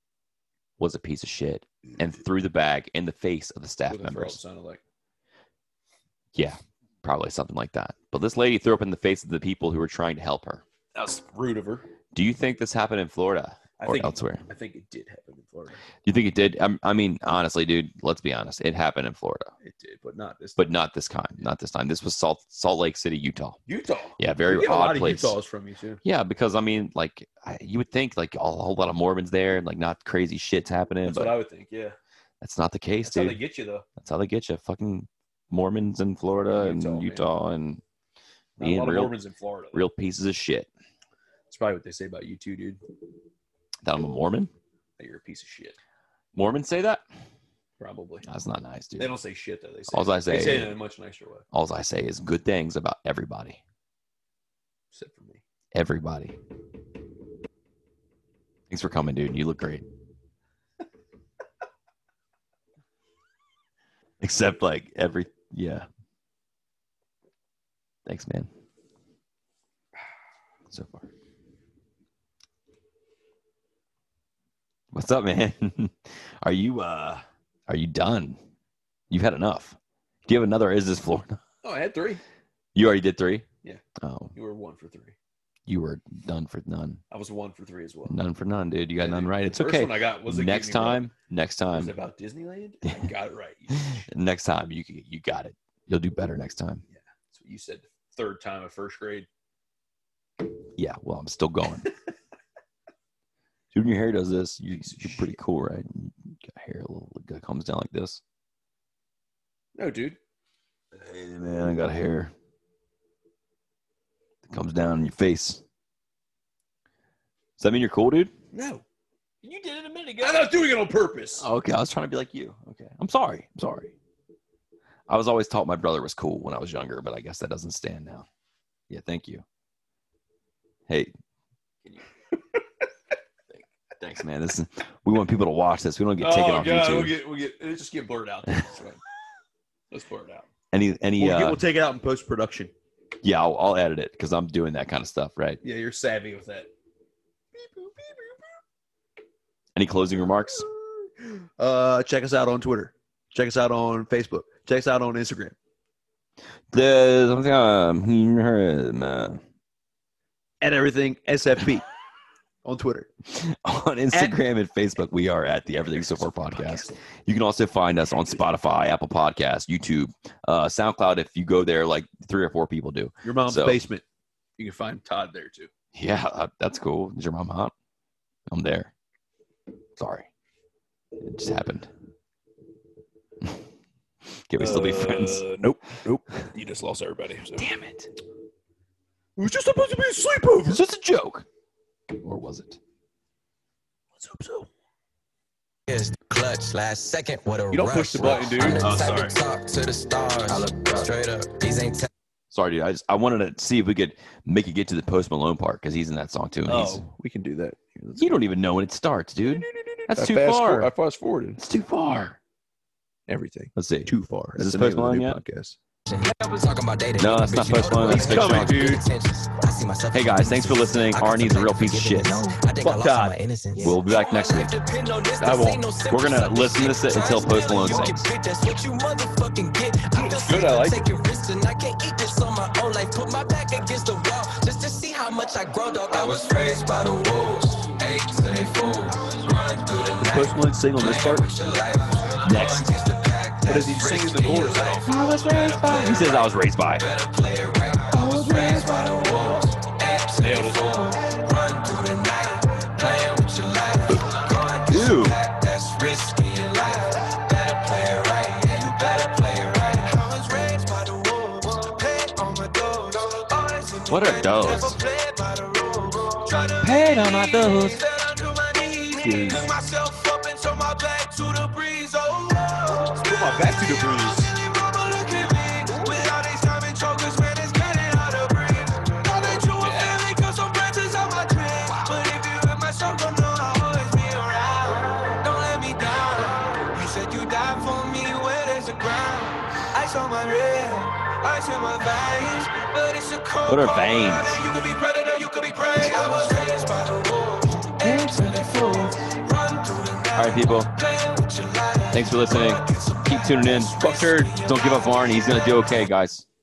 [SPEAKER 3] was a piece of shit and threw the bag in the face of the staff
[SPEAKER 4] What the frog
[SPEAKER 3] members.
[SPEAKER 4] sounded like.
[SPEAKER 3] Yeah, probably something like that. But this lady threw up in the face of the people who were trying to help her.
[SPEAKER 10] That's rude of her.
[SPEAKER 3] Do you think this happened in Florida
[SPEAKER 4] I
[SPEAKER 3] or
[SPEAKER 4] think-
[SPEAKER 3] elsewhere?
[SPEAKER 4] I think it did happen in Florida.
[SPEAKER 3] You think it did? I, I mean, honestly, dude, let's be honest. It happened in Florida,
[SPEAKER 4] It did, but not this.
[SPEAKER 3] but not this time. Not this time. This was Salt Salt Lake City, Utah.
[SPEAKER 4] Utah.
[SPEAKER 3] Yeah,
[SPEAKER 4] We
[SPEAKER 3] very
[SPEAKER 4] get a lot
[SPEAKER 3] odd
[SPEAKER 4] of
[SPEAKER 3] place.
[SPEAKER 4] Utahs from you too.
[SPEAKER 3] Yeah, because I mean, like I, you would think, like a whole lot of Mormons there, and like not crazy shits happening,
[SPEAKER 4] That's
[SPEAKER 3] but
[SPEAKER 4] what I would think. Yeah,
[SPEAKER 3] that's not the case,
[SPEAKER 4] that's how
[SPEAKER 3] dude.
[SPEAKER 4] they get you though.
[SPEAKER 3] that's how they get you. Fucking Mormons in Florida
[SPEAKER 4] Utah, man.
[SPEAKER 3] and Utah and
[SPEAKER 4] Not a
[SPEAKER 3] being
[SPEAKER 4] lot of
[SPEAKER 3] real,
[SPEAKER 4] Mormons in Florida. though.
[SPEAKER 3] real pieces of shit.
[SPEAKER 4] That's probably what they say about you too, dude.
[SPEAKER 3] That I'm a Mormon.
[SPEAKER 4] That you're a piece of shit.
[SPEAKER 3] Mormons say that.
[SPEAKER 4] Probably.
[SPEAKER 3] That's not nice,
[SPEAKER 4] They
[SPEAKER 3] dude.
[SPEAKER 4] don't say shit though. They say.
[SPEAKER 3] All I
[SPEAKER 4] they say it
[SPEAKER 3] say,
[SPEAKER 4] in a much nicer way.
[SPEAKER 3] all I say is good things about everybody.
[SPEAKER 4] Except for me.
[SPEAKER 3] Everybody. Thanks for coming, dude. You look great. Except like every yeah. Thanks, man. So far. What's up, man? are you uh are you done? You've had enough. Do you have another is this Florida?
[SPEAKER 4] Oh, I had three.
[SPEAKER 3] You already did three?
[SPEAKER 4] Yeah.
[SPEAKER 3] Oh.
[SPEAKER 4] You were one for three.
[SPEAKER 3] You were done for none.
[SPEAKER 4] I was one for three as well.
[SPEAKER 3] None for none, dude. You got
[SPEAKER 4] Yeah,
[SPEAKER 3] none
[SPEAKER 4] dude.
[SPEAKER 3] right. It's
[SPEAKER 4] First
[SPEAKER 3] okay.
[SPEAKER 4] one I got was a
[SPEAKER 3] next
[SPEAKER 4] Giving Me
[SPEAKER 3] time, next
[SPEAKER 4] One. Was it
[SPEAKER 3] time,
[SPEAKER 4] about Disneyland? I got it right. you bitch.
[SPEAKER 3] next time, you c- you got it. You'll do better next time.
[SPEAKER 4] That's what you said. Third time of first grade.
[SPEAKER 3] Yeah. Well, I'm still going. dude, when your hair does this, you,
[SPEAKER 4] Piece of
[SPEAKER 3] you're pretty cool, right? You got hair a little that comes down like this.
[SPEAKER 4] No, dude.
[SPEAKER 3] Hey, man, I got hair that comes down in your face. Does that mean you're cool, dude?
[SPEAKER 4] No. You did it a minute ago. I'm not doing it on purpose.
[SPEAKER 3] Oh, Okay, I was trying to be like you. Okay, I'm sorry. I'm sorry. I was always taught my brother was cool when I was younger, but I guess that doesn't stand now. Yeah, thank you. Hey, thanks, man. This is, we want people to watch this. We don't get taken
[SPEAKER 4] oh
[SPEAKER 3] off
[SPEAKER 4] god,
[SPEAKER 3] YouTube.
[SPEAKER 4] we'll get we'll get it just get blurred out. there. That's fine. Let's blur it out.
[SPEAKER 3] any, any,
[SPEAKER 4] We'll, get-
[SPEAKER 3] uh,
[SPEAKER 4] we'll take it out in post production.
[SPEAKER 3] yeah, I'll, I'll edit it because I'm doing that kind of stuff, right?
[SPEAKER 4] Yeah, you're savvy with that.
[SPEAKER 3] Any closing remarks?
[SPEAKER 4] Uh, check us out on Twitter. Check us out on Facebook. Check us out on Instagram.
[SPEAKER 3] There's something, um, hmm, hmm, uh,
[SPEAKER 4] And everything SFP on Twitter.
[SPEAKER 3] on Instagram and Facebook, we are at the Everything So Far podcast. You can also find us on Spotify, Apple Podcasts, YouTube, uh, SoundCloud. If you go there, like three or four people do.
[SPEAKER 4] Your mom's
[SPEAKER 3] So-
[SPEAKER 4] basement. You can find Todd there too.
[SPEAKER 3] Yeah, uh, that's cool. Is your mom hot? I'm there. Sorry, it just happened. can we still be friends?
[SPEAKER 10] Uh, Nope. Nope. You just lost everybody. so.
[SPEAKER 3] Damn it!
[SPEAKER 4] It was just supposed to be a sleepover.
[SPEAKER 3] It's just a joke, or was it?
[SPEAKER 4] Let's hope so.
[SPEAKER 2] It's clutch last second. What a
[SPEAKER 4] You don't
[SPEAKER 2] rush.
[SPEAKER 4] push the button, dude.
[SPEAKER 2] I'm the
[SPEAKER 4] Oh,
[SPEAKER 2] type to talk to the stars. Straight up. These ain't
[SPEAKER 3] Sorry, dude. I just I wanted to see if we could make it get to the Post Malone part because he's in that song too. And he's,
[SPEAKER 4] Oh, we can do that. Here, let's-
[SPEAKER 3] you don't even know when it starts, dude. That's too
[SPEAKER 4] fast
[SPEAKER 3] far.
[SPEAKER 4] for- I fast forwarded
[SPEAKER 3] It's too far.
[SPEAKER 4] everything.
[SPEAKER 3] Let's see.
[SPEAKER 4] Too far.
[SPEAKER 3] Is this
[SPEAKER 4] the name
[SPEAKER 3] Post
[SPEAKER 4] of the
[SPEAKER 3] Malone
[SPEAKER 4] new
[SPEAKER 3] yet?
[SPEAKER 4] Podcast.
[SPEAKER 2] talking about dating.
[SPEAKER 3] No, that's not
[SPEAKER 2] Bitch, you know
[SPEAKER 3] Post
[SPEAKER 2] the
[SPEAKER 3] Malone,
[SPEAKER 2] way
[SPEAKER 3] that's
[SPEAKER 2] I
[SPEAKER 3] Big
[SPEAKER 2] feel.
[SPEAKER 3] Sean.
[SPEAKER 2] Good intentions. I see myself
[SPEAKER 3] Hey,
[SPEAKER 2] in
[SPEAKER 3] guys,
[SPEAKER 2] intentions.
[SPEAKER 3] thanks for listening.
[SPEAKER 2] I can
[SPEAKER 3] Arnie's a real
[SPEAKER 2] sometimes
[SPEAKER 3] piece of
[SPEAKER 2] forgive
[SPEAKER 3] shit.
[SPEAKER 2] and know. I think I
[SPEAKER 4] Fuck
[SPEAKER 2] lost all my
[SPEAKER 4] Todd.
[SPEAKER 2] innocence.
[SPEAKER 3] We'll be back next week.
[SPEAKER 2] I
[SPEAKER 3] I won't. We're gonna listen to this until Post Malone sings.
[SPEAKER 4] Good, I like
[SPEAKER 2] Taking risks and I can't eat this on my own life. Put my back against the wall just to see how much I grow, dog. I was raised by the wolves. Eight to they Running through the night.
[SPEAKER 4] Post Malone sing on this part.
[SPEAKER 3] Next.
[SPEAKER 4] What is he singing the chorus? at?
[SPEAKER 3] He says I was raised by.
[SPEAKER 2] Nailed
[SPEAKER 4] it is.
[SPEAKER 2] fool. Run through the night, playing with your life. Going through some
[SPEAKER 3] Ew.
[SPEAKER 2] pack that's risky in life. Better play it right, yeah, you better play it right. I was raised by the wolves, paid on my dues. Always in the
[SPEAKER 3] What are
[SPEAKER 2] game,
[SPEAKER 3] those?
[SPEAKER 2] never played by the rules. Try to
[SPEAKER 3] Paid on my
[SPEAKER 2] Fell
[SPEAKER 3] dues.
[SPEAKER 2] onto my knees,
[SPEAKER 3] Dude.
[SPEAKER 2] picked myself up and turned my back to the breeze. Oh,
[SPEAKER 11] Put my back to the breeze.
[SPEAKER 2] Silly mama, look at me. With all these diamond chokers, man, it's getting hard to breathe. Know that you a family, cause some branches on my tree. But if you hurt my circle, know I'll always be around. Don't let me down. You said you died for me where there's a ground. Ice on my red, ice in my veins. But it's a cold,
[SPEAKER 3] What are
[SPEAKER 2] cold
[SPEAKER 3] veins?
[SPEAKER 2] world, and You could be predator, you could be prey. I was raised by the wolves. Apes and they fools. Run through the night.
[SPEAKER 3] All right, people.
[SPEAKER 2] Playing with your life.
[SPEAKER 3] Thanks for listening. Keep tuning in.
[SPEAKER 2] Buck Turd.
[SPEAKER 3] Don't give up on Arnie. He's going to do okay, guys.